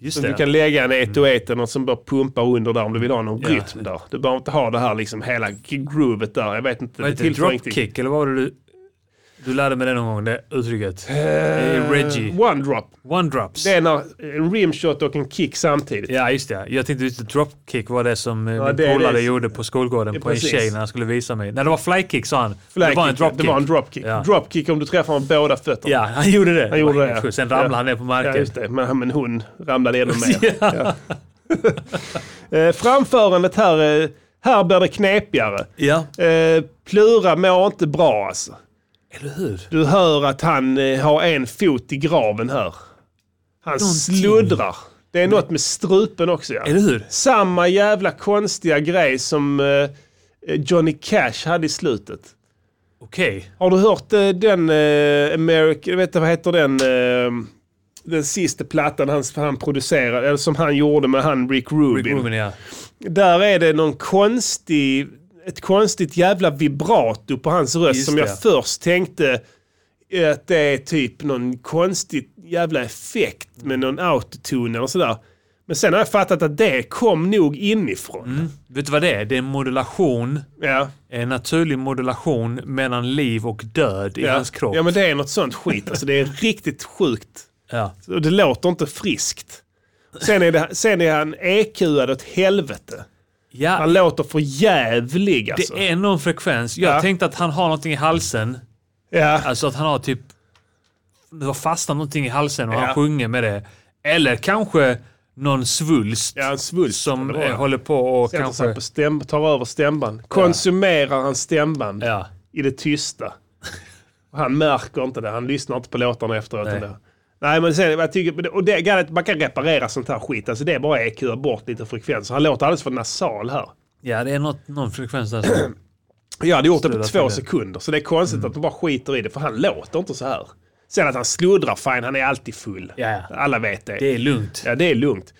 S4: just
S1: Så
S4: det.
S1: du kan lägga en 1-1 eller något som bara pumpar under där om du vill ha någon
S4: Ja.
S1: rytm där. Du behöver inte ha det här liksom hela groovet där. Jag vet inte.
S4: Vad heter det?
S1: tillför ingenting.
S4: Dropkick, eller vad var det du... Du lärde mig det någon gång, det uttrycket.
S1: Eh,
S4: Eh, Reggie.
S1: One drop.
S4: One drops.
S1: Det är när en rimshot och en kick samtidigt.
S4: Ja, just det. Jag tänkte just dropkick var det som eh,
S1: Ja,
S4: min
S1: det är
S4: polare
S1: det.
S4: gjorde på skolgården
S1: Ja,
S4: på en
S1: precis.
S4: tjej när han skulle visa mig. Nej, det var flykick sa han. det
S1: Flykick,
S4: var en dropkick.
S1: Det var en dropkick.
S4: Ja.
S1: Dropkick om du träffar med båda fötterna.
S4: Ja, han gjorde det.
S1: Han gjorde det. ja.
S4: Sen ramlade
S1: Ja.
S4: han ner på marken.
S1: Ja, just det. Men, men hon ramlade ännu
S4: (laughs)
S1: mer. ja. Eh, Framförandet här, eh, här blir det knepigare. Eh, Plura mår inte bra alltså.
S4: Eller hur?
S1: Du hör att han eh, har en fot i graven här. Han sluddrar. Det är något med strupen också. Ja.
S4: Eller hur?
S1: Samma jävla konstiga grej som eh, Johnny Cash hade i slutet.
S4: Okej.
S1: Har du hört eh, den eh, American, jag vet inte vad heter den, eh, den sista plattan han, han producerade, eller som han gjorde med han Rick Rubin.
S4: Rick Rubin, ja.
S1: Där är det någon konstig, ett konstigt jävla vibrato på hans röst
S4: Just
S1: som jag
S4: det.
S1: först tänkte eh, att det är typ någon konstig jävla effekt med någon autotune eller sådär. Men sen har jag fattat att det kom nog inifrån.
S4: Mm. Vet du vad det är? Det är en modulation.
S1: Ja.
S4: En naturlig modulation mellan liv och död i
S1: ja.
S4: hans kropp.
S1: Ja men det är något sånt skit. Alltså, det är riktigt sjukt.
S4: Ja.
S1: Och det låter inte friskt. Sen är, det, sen är han EQad åt helvete.
S4: Ja.
S1: Han låter för jävlig
S4: Det
S1: alltså.
S4: är någon frekvens. Jag
S1: Ja.
S4: tänkte att han har någonting i halsen.
S1: Ja.
S4: Alltså att han har typ... Det har fastnat någonting i halsen och
S1: Ja.
S4: han sjunger med det. Eller kanske någon svulst.
S1: Ja, en svulst.
S4: Som
S1: kan det vara.
S4: eh, håller på och
S1: Sätter sig
S4: kanske...
S1: på stäm, tar över stämband. Konsumerar hans stämband i det tysta. Och han märker inte det. Han lyssnar inte på låtarna efteråt.
S4: Nej.
S1: Nej. Nej, men sen, jag tycker, och det, galet, man kan reparera sånt här skit. Alltså, det är bara EQ bort lite frekvenser. Han låter alldeles för nasal här.
S4: Ja, det är något, någon frekvens där som... (clears throat)
S1: Jag hade gjort det på
S4: Sluddar
S1: två
S4: till det. Mm.
S1: sekunder, så det är konstigt att de bara skiter i det, för han låter inte så här. Sen att han sluddrar, fine, han är alltid full. Alla vet det.
S4: Det är lugnt.
S1: Ja, det är lugnt.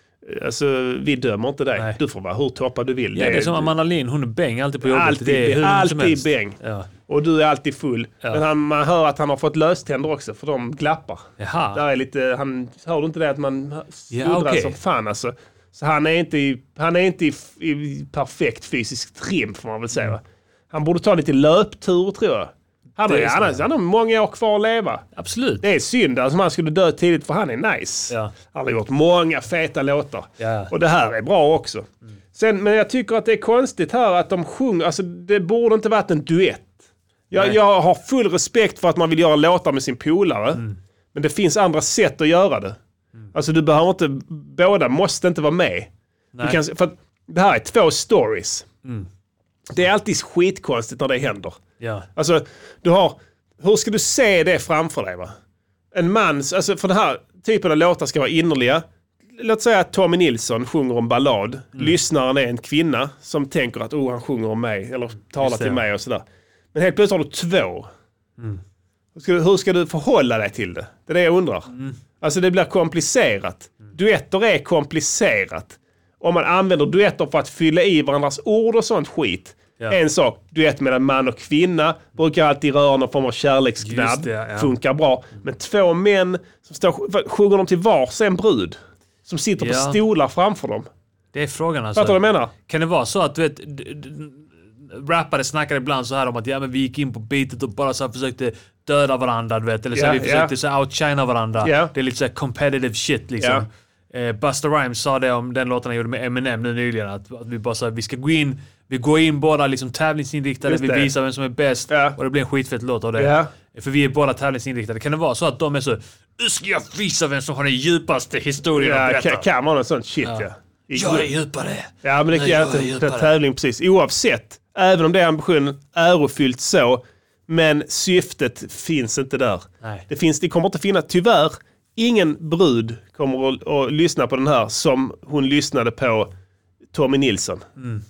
S1: Alltså, vi dömer inte dig. Du får vara hur toppad du vill.
S4: Ja, det är som Amanda Lind, hon är bäng alltid på jobbet.
S1: Alltid,
S4: det är hur
S1: bäng,
S4: som
S1: alltid
S4: helst.
S1: bäng.
S4: Ja.
S1: Och du är alltid full.
S4: Ja.
S1: Men han, man hör att han har fått löständer också, för de glappar.
S4: Jaha.
S1: Där är lite, han, hör du inte det att man sluddrar
S4: okej.
S1: som fan alltså. Så han är inte, i, han är inte i, f- i perfekt fysisk trim får man väl säga. va? Han borde ta lite löptur tror jag. Han har,
S4: Mm. Det är så,
S1: annars, han har många år kvar att leva.
S4: Absolut.
S1: Det är synd alltså, om han skulle dö tidigt för han är nice. Han har gjort många feta låtar.
S4: Ja. Mm.
S1: Och det här är bra också. Sen, men jag tycker att det är konstigt här att de sjunger, alltså det borde inte varit en duett. Jag,
S4: Nej.
S1: jag har full respekt för att man vill göra låtar med sin polare.
S4: Mm.
S1: Men det finns andra sätt att göra det. Alltså du behöver inte, båda måste inte vara med. Du
S4: Nej. Mm.
S1: kan, för att det här är två stories. Det är alltid skitkonstigt när det händer.
S4: Ja.
S1: Alltså, du har... Hur ska du se det framför dig? Va? En mans... Alltså, för den här typen av låtar ska vara innerliga. Låt säga att Tommy Nilsson sjunger en ballad.
S4: Mm.
S1: Lyssnaren är en kvinna som tänker att oh, han sjunger om mig eller talar
S4: Just det,
S1: till
S4: ja. Mm.
S1: mig och sådär. Men helt plötsligt har du två. Hur ska, du- hur ska du förhålla dig till det? Det är det jag undrar. Alltså det blir komplicerat. Duetter är komplicerat. Om man använder duetter för att fylla i varandras ord och sånt skit.
S4: Ja.
S1: En sak, duett mellan man och kvinna brukar alltid röra någon form av kärleksknabb.
S4: Just det, ja.
S1: Funkar bra. Men två män, som står, sjunger de till varsin brud? Som sitter på
S4: Ja.
S1: stolar framför dem.
S4: Det är frågan alltså.
S1: Fattar du vad jag menar?
S4: Kan det vara så att du vet, d- d- rappare snackar ibland så här om att ja, men vi gick in på beatet och bara så här försökte döda varandra, du vet. Eller så här,
S1: Ja,
S4: vi
S1: ja.
S4: försökte så här outshina varandra.
S1: Ja.
S4: Det är lite så här competitive shit liksom. Eh, Buster Rhymes sa det om den låten han gjorde med Eminem nu nyligen. Att, att vi bara så här, vi ska gå in, vi går in båda liksom tävlingsinriktade,
S1: Just
S4: vi
S1: det.
S4: visar vem som är bäst och det blir en skitfett låt av det.
S1: Ja.
S4: För vi är båda tävlingsinriktade. Kan det vara så att de är så nu ska jag visa vem som har den djupaste historien att
S1: Ja,
S4: berätta.
S1: kan, kan man något sånt shit ja. I
S4: Jag är
S1: grupp.
S4: djupare.
S1: Ja, men det
S4: Nej,
S1: kan jag
S4: jag är
S1: inte
S4: djupare.
S1: ta tävling precis. Oavsett, även om det är ambitionen ärofyllt så, men syftet finns inte där.
S4: Nej.
S1: Det, finns, det kommer inte finnas, tyvärr, ingen brud kommer att, att lyssna på den här som hon lyssnade på Tommy Nilsson.
S4: Mm.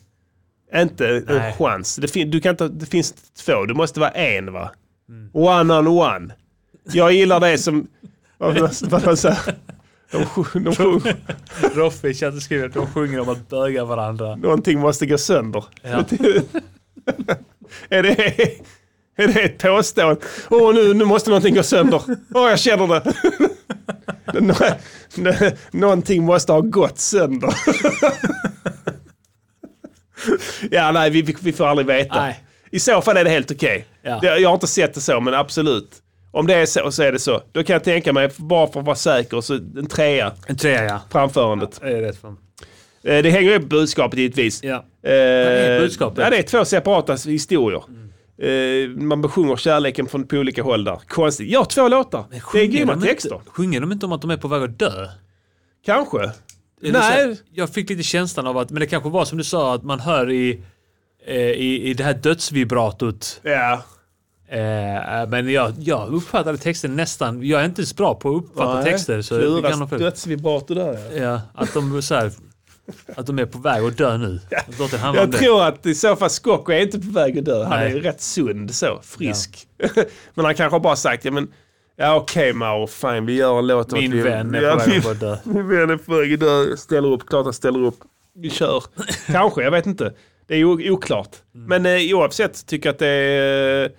S1: Inte en
S4: Nej.
S1: chans. Det, fin, du kan inte, det finns två, det måste vara en va? One on one. Jag gillar det som... Vad vad de säger. De, sj- de, sjunger-
S4: Roffe i chatten skriver att de sjunger om att böga varandra.
S1: någonting måste gå sönder.
S4: Ja.
S1: (laughs) Är det, är det ett påstående? Åh, nu, nu måste någonting gå sönder. Åh, jag känner det. Nå, nå, (laughs) någonting måste ha gått sönder. (laughs) ja, nej, vi, vi- vi får aldrig veta.
S4: Nej.
S1: I så fall är det helt okej.
S4: Ja.
S1: Det- Jag har inte sett det så, men absolut. Om det är så, så är det så. Då kan jag tänka mig, bara för att vara säker, så en trea.
S4: En trea, ja.
S1: Framförandet.
S4: Det är rätt fram.
S1: Eh, Det hänger ju på budskapet givetvis.
S4: Ja.
S1: Eh,
S4: är budskapet?
S1: Ja, det är två separata historier. Eh, man besjunger kärleken från på olika håll där. Konstigt. Jag har två låtar. Det är grymma texter.
S4: Inte, sjunger de inte om att de är på väg att dö?
S1: Kanske.
S4: Eller så här,
S1: Nej.
S4: Jag fick lite känslan av att, men det kanske var som du sa, att man hör i, eh, i, i det här dödsvibratot.
S1: Ja.
S4: Eh, men jag, jag uppfattade texten nästan, jag är inte ens bra på att uppfatta
S1: Nej.
S4: texter. Så det
S1: Kluras
S4: kan ha fel.
S1: dödsvibrato där ja.
S4: ja, att de så här, att de är på väg att dö nu. Att låten handlar om
S1: Jag
S4: det.
S1: tror att i så fall Skocko är inte på väg att dö. Han
S4: Nej.
S1: är rätt sund så, frisk. (laughs) men han kanske har bara sagt, ja men ja, okej Mauro, fine vi gör en låt. om
S4: Min
S1: att vi,
S4: vän är
S1: ja,
S4: på väg
S1: min-
S4: att dö.
S1: (laughs) Min vän är på väg att dö. Jag ställer upp, klart jag ställer upp. Vi kör.
S4: (laughs)
S1: kanske, jag vet inte. Det är ju oklart.
S4: Mm.
S1: Men eh, oavsett tycker jag att det är...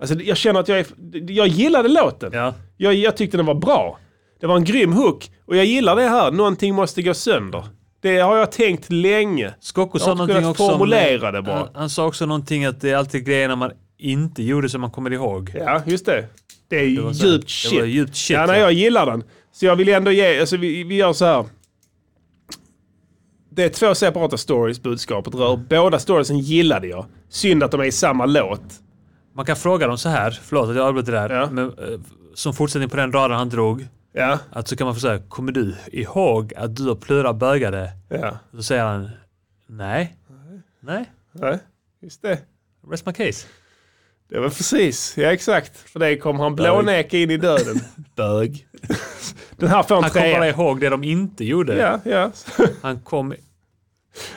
S1: Alltså, jag känner att jag är... Jag gillade låten.
S4: Ja.
S1: Jag, jag tyckte den var bra. Det var en grym hook. Och jag gillar det här, någonting måste gå sönder. Det har jag tänkt länge.
S4: Skocko
S1: Jag
S4: sa
S1: har inte
S4: någonting
S1: kunnat
S4: också om-
S1: formulera det bara.
S4: Han, han sa också någonting att det är alltid grejer när man inte gjorde som man kommer ihåg.
S1: Ja, just det. Det är
S4: var så här-
S1: djupt shit.
S4: Det var djupt shit.
S1: Ja, nej, jag gillar den. Så jag vill ändå ge, alltså vi, vi gör så här. Det är två separata stories budskapet rör.
S4: Mm.
S1: Båda storiesen gillade jag. Synd att de är i samma låt.
S4: Man kan fråga dem så här, förlåt att jag avbryter där, men, eh, som fortsättning på den raden han drog.
S1: Ja.
S4: Att så kan man få säga, kommer du ihåg att du och Plura bögade?
S1: Ja.
S4: Så säger han, nej. Nej.
S1: Nej, just det.
S4: Rest my case.
S1: Det var precis, ja exakt. För det kom han blåneka in i döden. Bög. Den här får en
S4: Han kommer bara
S1: trea.
S4: ihåg det de inte gjorde.
S1: Ja, ja. (laughs)
S4: Han kom...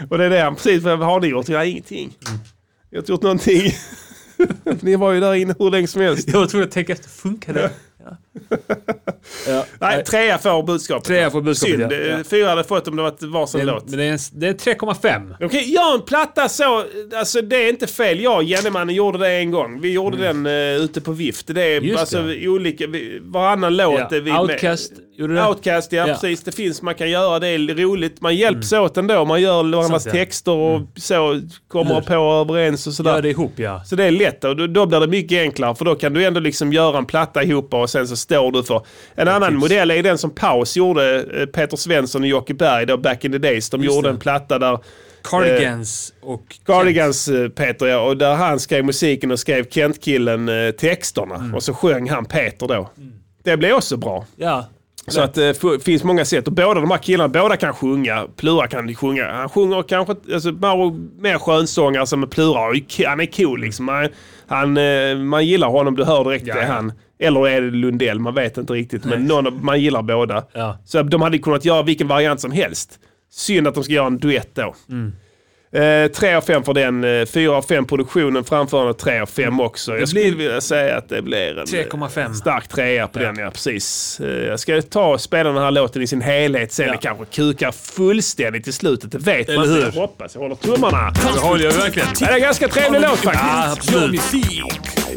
S1: Och det är det han precis, vad har ni gjort? Jag har ingenting.
S4: Mm.
S1: Jag har inte gjort någonting. (laughs) ni var ju där inne hur länge som helst.
S4: Jag var tvungen att tänka efter, funkar det? Ja.
S1: Nej, trea får budskapet.
S4: Trea får budskapet,
S1: Synd. Eh,
S4: ja. Ja.
S1: Fyra hade fått om det varit varsin
S4: Det är,
S1: låt.
S4: men det är, en- det är 3,5.
S1: Okej, gör en platta så. Alltså det är inte fel. Jag och Jennemannen gjorde det en gång. Vi gjorde den uh, ute på vift. Det är
S4: Mm. Just
S1: alltså
S4: det.
S1: vi- olika, vi, varannan låt
S4: Ja,
S1: är vi med.
S4: Outkast, gjorde du det?
S1: Outcast, ja,
S4: Ja.
S1: precis. Det finns, man kan göra det, det är roligt. Man hjälps åt ändå. Man gör varandras
S4: Sant, ja. Mm.
S1: texter och så kommer
S4: Hur?
S1: på överens och sådär.
S4: Gör det ihop ja.
S1: Så det är lätt och då, då blir det mycket enklare för då kan du ändå liksom göra en platta ihop och sen så står du för. En annan modell är den som Paus gjorde, eh, Peter Svensson och Jocke Berg då back in the days. De
S4: Just
S1: gjorde
S4: det.
S1: en platta där
S4: Cardigans och...
S1: Eh, Cardigans eh, Peter ja, och där han skrev musiken och skrev
S4: Mm.
S1: Kent-killen eh, texterna och så sjöng han Peter då. Det blev också bra.
S4: Ja.
S1: Så att det f- finns många sätt. Och båda de här killarna, båda kan sjunga. Plura kan sjunga. Han sjunger kanske, alltså Mauro mer skönsångare som med Plura. har ju k- Han är cool liksom. Han, han, eh, man gillar honom, du hör direkt det är han. Eller är det Lundell, man vet inte riktigt. Men någon, av- man gillar båda. Så de hade kunnat göra vilken variant som helst. Synd att de ska göra en duett då. Eh, 3 av 5 för den, eh, 4 av 5 produktionen, framförandet 3 av 5 också. Mm. Jag skulle vilja säga att det blir en eh,
S13: 3,5.
S1: stark trea på den, ja precis. Eh, Jag ska ta och spela den här låten i sin helhet sen. Det kanske kukar fullständigt i slutet, det vet
S13: Eller
S1: man
S13: hur?
S1: inte. Jag hoppas, jag håller tummarna.
S13: Det håller jag verkligen.
S1: Ja, det är en ganska trevlig låt faktiskt.
S13: Ja, absolut.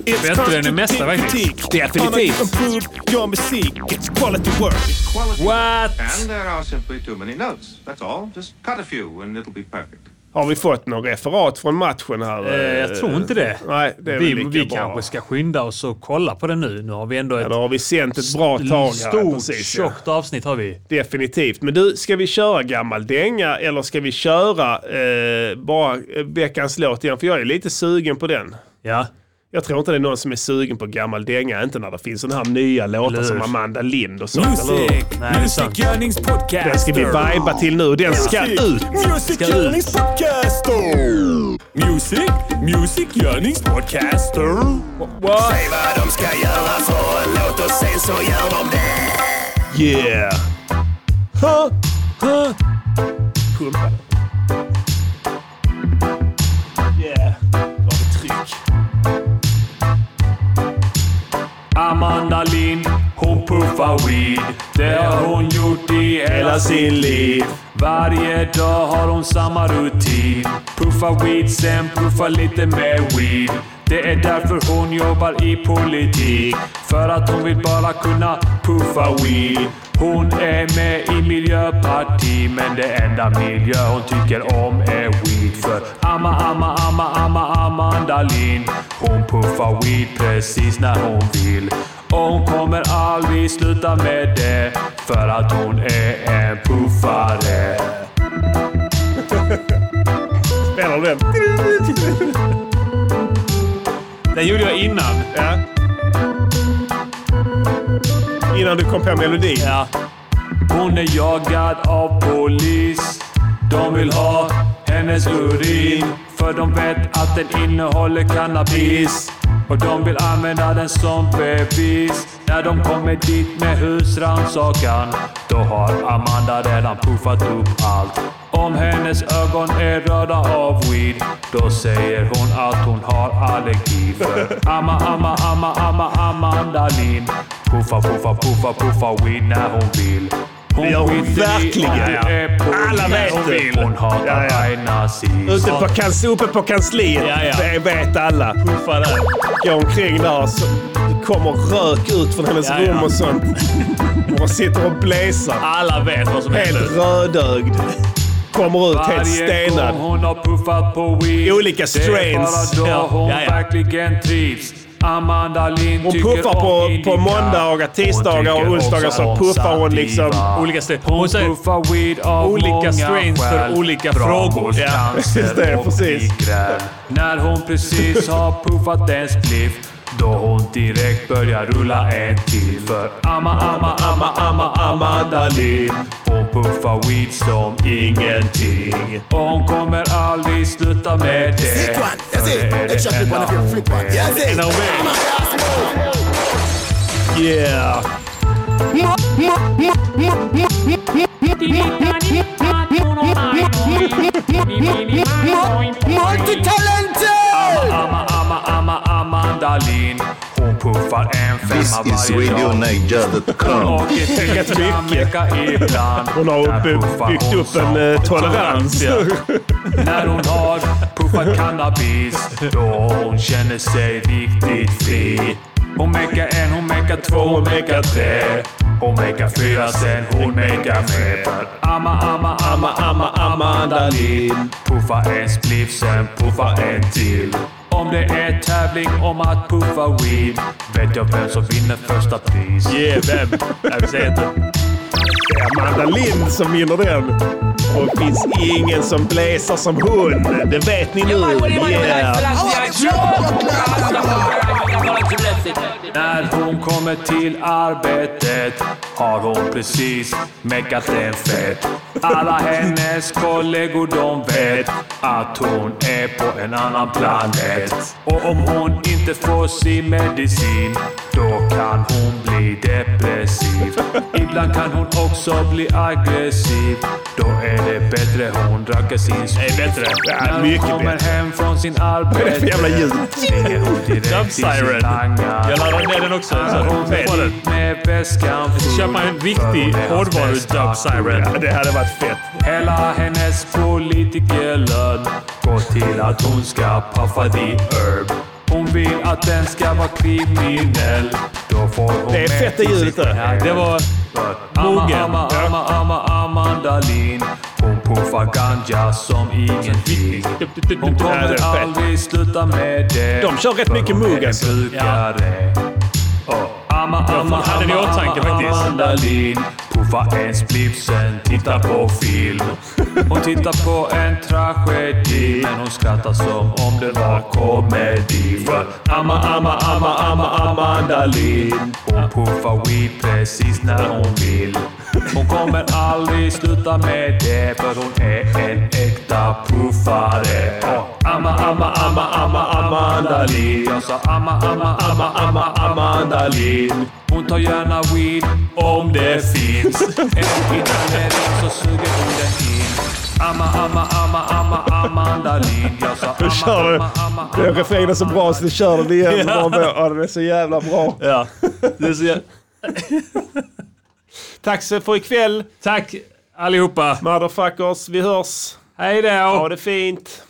S13: Bättre än det mesta verkligen.
S1: Definitivt.
S14: Your music, it's quality work.
S13: What?
S2: And there are simply too many notes. That's all. Just cut a few and it'll be perfect.
S1: Har vi fått någon referat från matchen här?
S13: Eh, jag tror inte det.
S1: Nej, det är
S13: vi
S1: väl lika
S13: vi
S1: bra.
S13: kanske ska skynda oss och kolla på den nu. Nu har vi ändå ett...
S1: Ja, då har vi sänt ett bra
S13: st-
S1: tag här.
S13: Stort,
S1: precis, ja.
S13: tjockt avsnitt har vi.
S1: Definitivt. Men du, ska vi köra gammal dänga eller ska vi köra eh, bara eh, veckans låt igen? För jag är lite sugen på den.
S13: Ja.
S1: Jag tror inte det är någon som är sugen på gammal dänga. Inte när det finns sådana här nya låtar
S13: hur?
S1: som Amanda Lind och sånt. eller hur?
S13: Music! Nej, det är sant.
S1: Den ska vi viba till nu. Den ska ut.
S15: Music
S1: Ska ut.
S15: görningspodcaster! Music, music görningspodcaster. Säg vad de ska göra för en låt och sen så gör de det.
S1: Yeah! Ha, ha. Pumpa. Yeah.
S4: Amanda Lind, hon puffar weed. Det har hon gjort i hela sin liv. Varje dag har hon samma rutin. Puffa weed, sen puffa lite mer weed. Det är därför hon jobbar i politik. För att hon vill bara kunna puffa weed. Hon är med i Miljöparti, men det enda miljö hon tycker om är weed. För amma, amma, amma, amma, Amanda Lind. Hon puffar weed precis när hon vill. Och hon kommer aldrig sluta med det. För att hon är en puffare.
S1: Spelar du den?
S13: Den gjorde jag innan.
S1: Ja. Innan du kom på melodin?
S4: Ja. Hon är jagad av polis. De vill ha hennes urin. För de vet att den innehåller cannabis. Och de vill använda den som bevis. När de kommer dit med husrannsakan. Då har Amanda redan puffat upp allt. Om hennes ögon är röda av weed. Då säger hon att hon har allergi. För amma, amma, amma, amma, Amanda Lind. Puffa, puffa, puffa, puffa weed när hon vill. Hon
S1: Det gör hon
S4: skiter i om
S1: verkligen.
S4: du är på
S1: Alla
S4: när
S1: vet
S4: hon
S1: det.
S4: vill. Hon hatar
S1: Ja, ja.
S4: mig nazist.
S1: Ute på, kans- uppe på kansliet.
S4: Ja, ja.
S1: Det vet alla. Puffa där. Går omkring där så kommer rök ut från hennes
S4: Ja, ja.
S1: rum och sånt. Hon sitter och blesar.
S4: Alla vet vad som
S1: Helt
S4: händer.
S1: rödögd. Kommer ut helt
S4: Varje
S1: stenad.
S4: gång hon har puffat på weed.
S1: Olika strains.
S4: Det är bara då
S1: Ja,
S4: hon
S1: ja, ja.
S4: verkligen trivs. Amanda Lind
S1: Hon
S4: tycker
S1: puffar
S4: om
S1: på, på
S4: indica.
S1: måndagar, tisdagar
S4: tycker
S1: och onsdagar
S4: också
S1: så
S4: om
S1: puffar hon
S4: sativa.
S1: liksom...
S13: Olika steg.
S4: Hon
S13: Hon säger
S4: puffar weed av många
S13: olika strains
S4: skäl.
S13: för olika
S4: Bra
S13: frågor.
S4: hos cancer
S1: det,
S4: och
S1: precis.
S4: migrän. När hon precis har puffat en spliff då hon direkt börjar rulla en till för amma, amma, amma, amma, Amanda Lind. Hon puffar weed som ingenting. Och hon kommer aldrig sluta med det. För det är det enda hon vet.
S1: Enda hon vet. Yeah.
S4: Multitalenter! Amma, amma, amma, Amanda Lind. Hon puffar en
S12: This
S4: femma
S12: is
S4: varje dag.
S12: RadioNiger.com.
S4: Och ett eget kameka ibland.
S1: Hon har uppe, byggt upp en eh, tolerans.
S4: Ja. När hon har puffat cannabis då hon känner sig riktigt fri. Hon mekar en, hon mekar två, hon mekar tre. Hon mekar fyra, sen hon mekar mer. För Amma, amma, amma, amma, Amanda Lind. Puffa en spliff, sen puffa en till. Om det är tävling om att puffa weed vet jag vem som vinner första pris.
S13: Yeah, vem? Nej, vi säger inte.
S1: Det är Amanda Lind som vinner den. Och det finns ingen som bläsar som hon. Det vet ni nu. Yeah.
S15: Yeah.
S4: När hon kommer till arbetet har hon precis meckat en fett. Alla hennes kollegor de vet att hon är på en annan planet. Och om hon inte får sin medicin då kan hon bli depressiv. Ibland kan hon också bli aggressiv. Då är det bättre hon dracker sin sprit.
S1: Det är bättre. Ja,
S4: När hon
S1: mycket
S4: kommer
S1: bättre.
S4: hem från sin
S1: Vad är det
S4: arbete
S1: för jävla ljud?
S4: springer hon direkt till
S16: Siren.
S4: sin hangar.
S16: Jag laddar ner den också. Så
S4: Hon
S16: med
S4: får
S16: den.
S4: dit med väskan full.
S16: Köpa en riktig
S4: för hon är hans
S16: hårdvaru
S4: bästa
S16: Dub Siren.
S1: Det hade varit fett.
S4: Hela hennes politikerlön går till att hon ska paffa the herb. Hon vill att den ska vara kriminell. Då får hon
S1: Det är
S4: med
S1: fett i
S4: till
S1: ljudet
S4: sin
S1: där.
S4: herb.
S1: Det var
S4: Amma,
S1: mogen.
S4: amma,
S1: Ja.
S4: amma, amma, Amanda Lind. Hon puffar ganja som ingenting. Hon
S1: Ja, det är
S4: kommer
S1: fett.
S4: aldrig sluta med det.
S1: De kör rätt
S4: för
S1: mycket
S4: hon
S1: mugg,
S4: är en
S1: alltså.
S4: brukare. Amma, amma,
S16: Jag hade det i
S4: amma,
S16: åtanke
S4: amma,
S16: faktiskt.
S4: Amanda Lind. Puffa en spliff, sen titta på film. Hon tittar på en tragedi, men hon skrattar som om det var komedi. För amma, amma, amma, amma, Amanda Lind. Hon puffar weed precis när hon vill. Hon kommer aldrig sluta med det, för hon är en äkta puffare. Och Amma, amma, amma, amma, Amanda Lind. Jag sa amma, amma, amma, amma, Amanda Lind. Hon tar gärna weed om det finns. En innan så suger hon den in. Amma, amma, amma, amma, Amanda Lind. Jag sa
S1: Nu
S4: amma,
S1: kör du.
S4: amma, amma,
S1: Den refrängen är så bra så du kör den igen.
S4: Ja.
S1: Ja. Ja, den är så jävla bra.
S16: Ja.
S4: (laughs)
S16: Det är så jä-
S1: Tack så för ikväll.
S16: Tack allihopa.
S1: Motherfuckers, vi hörs.
S16: Hej då.
S1: Ha det fint.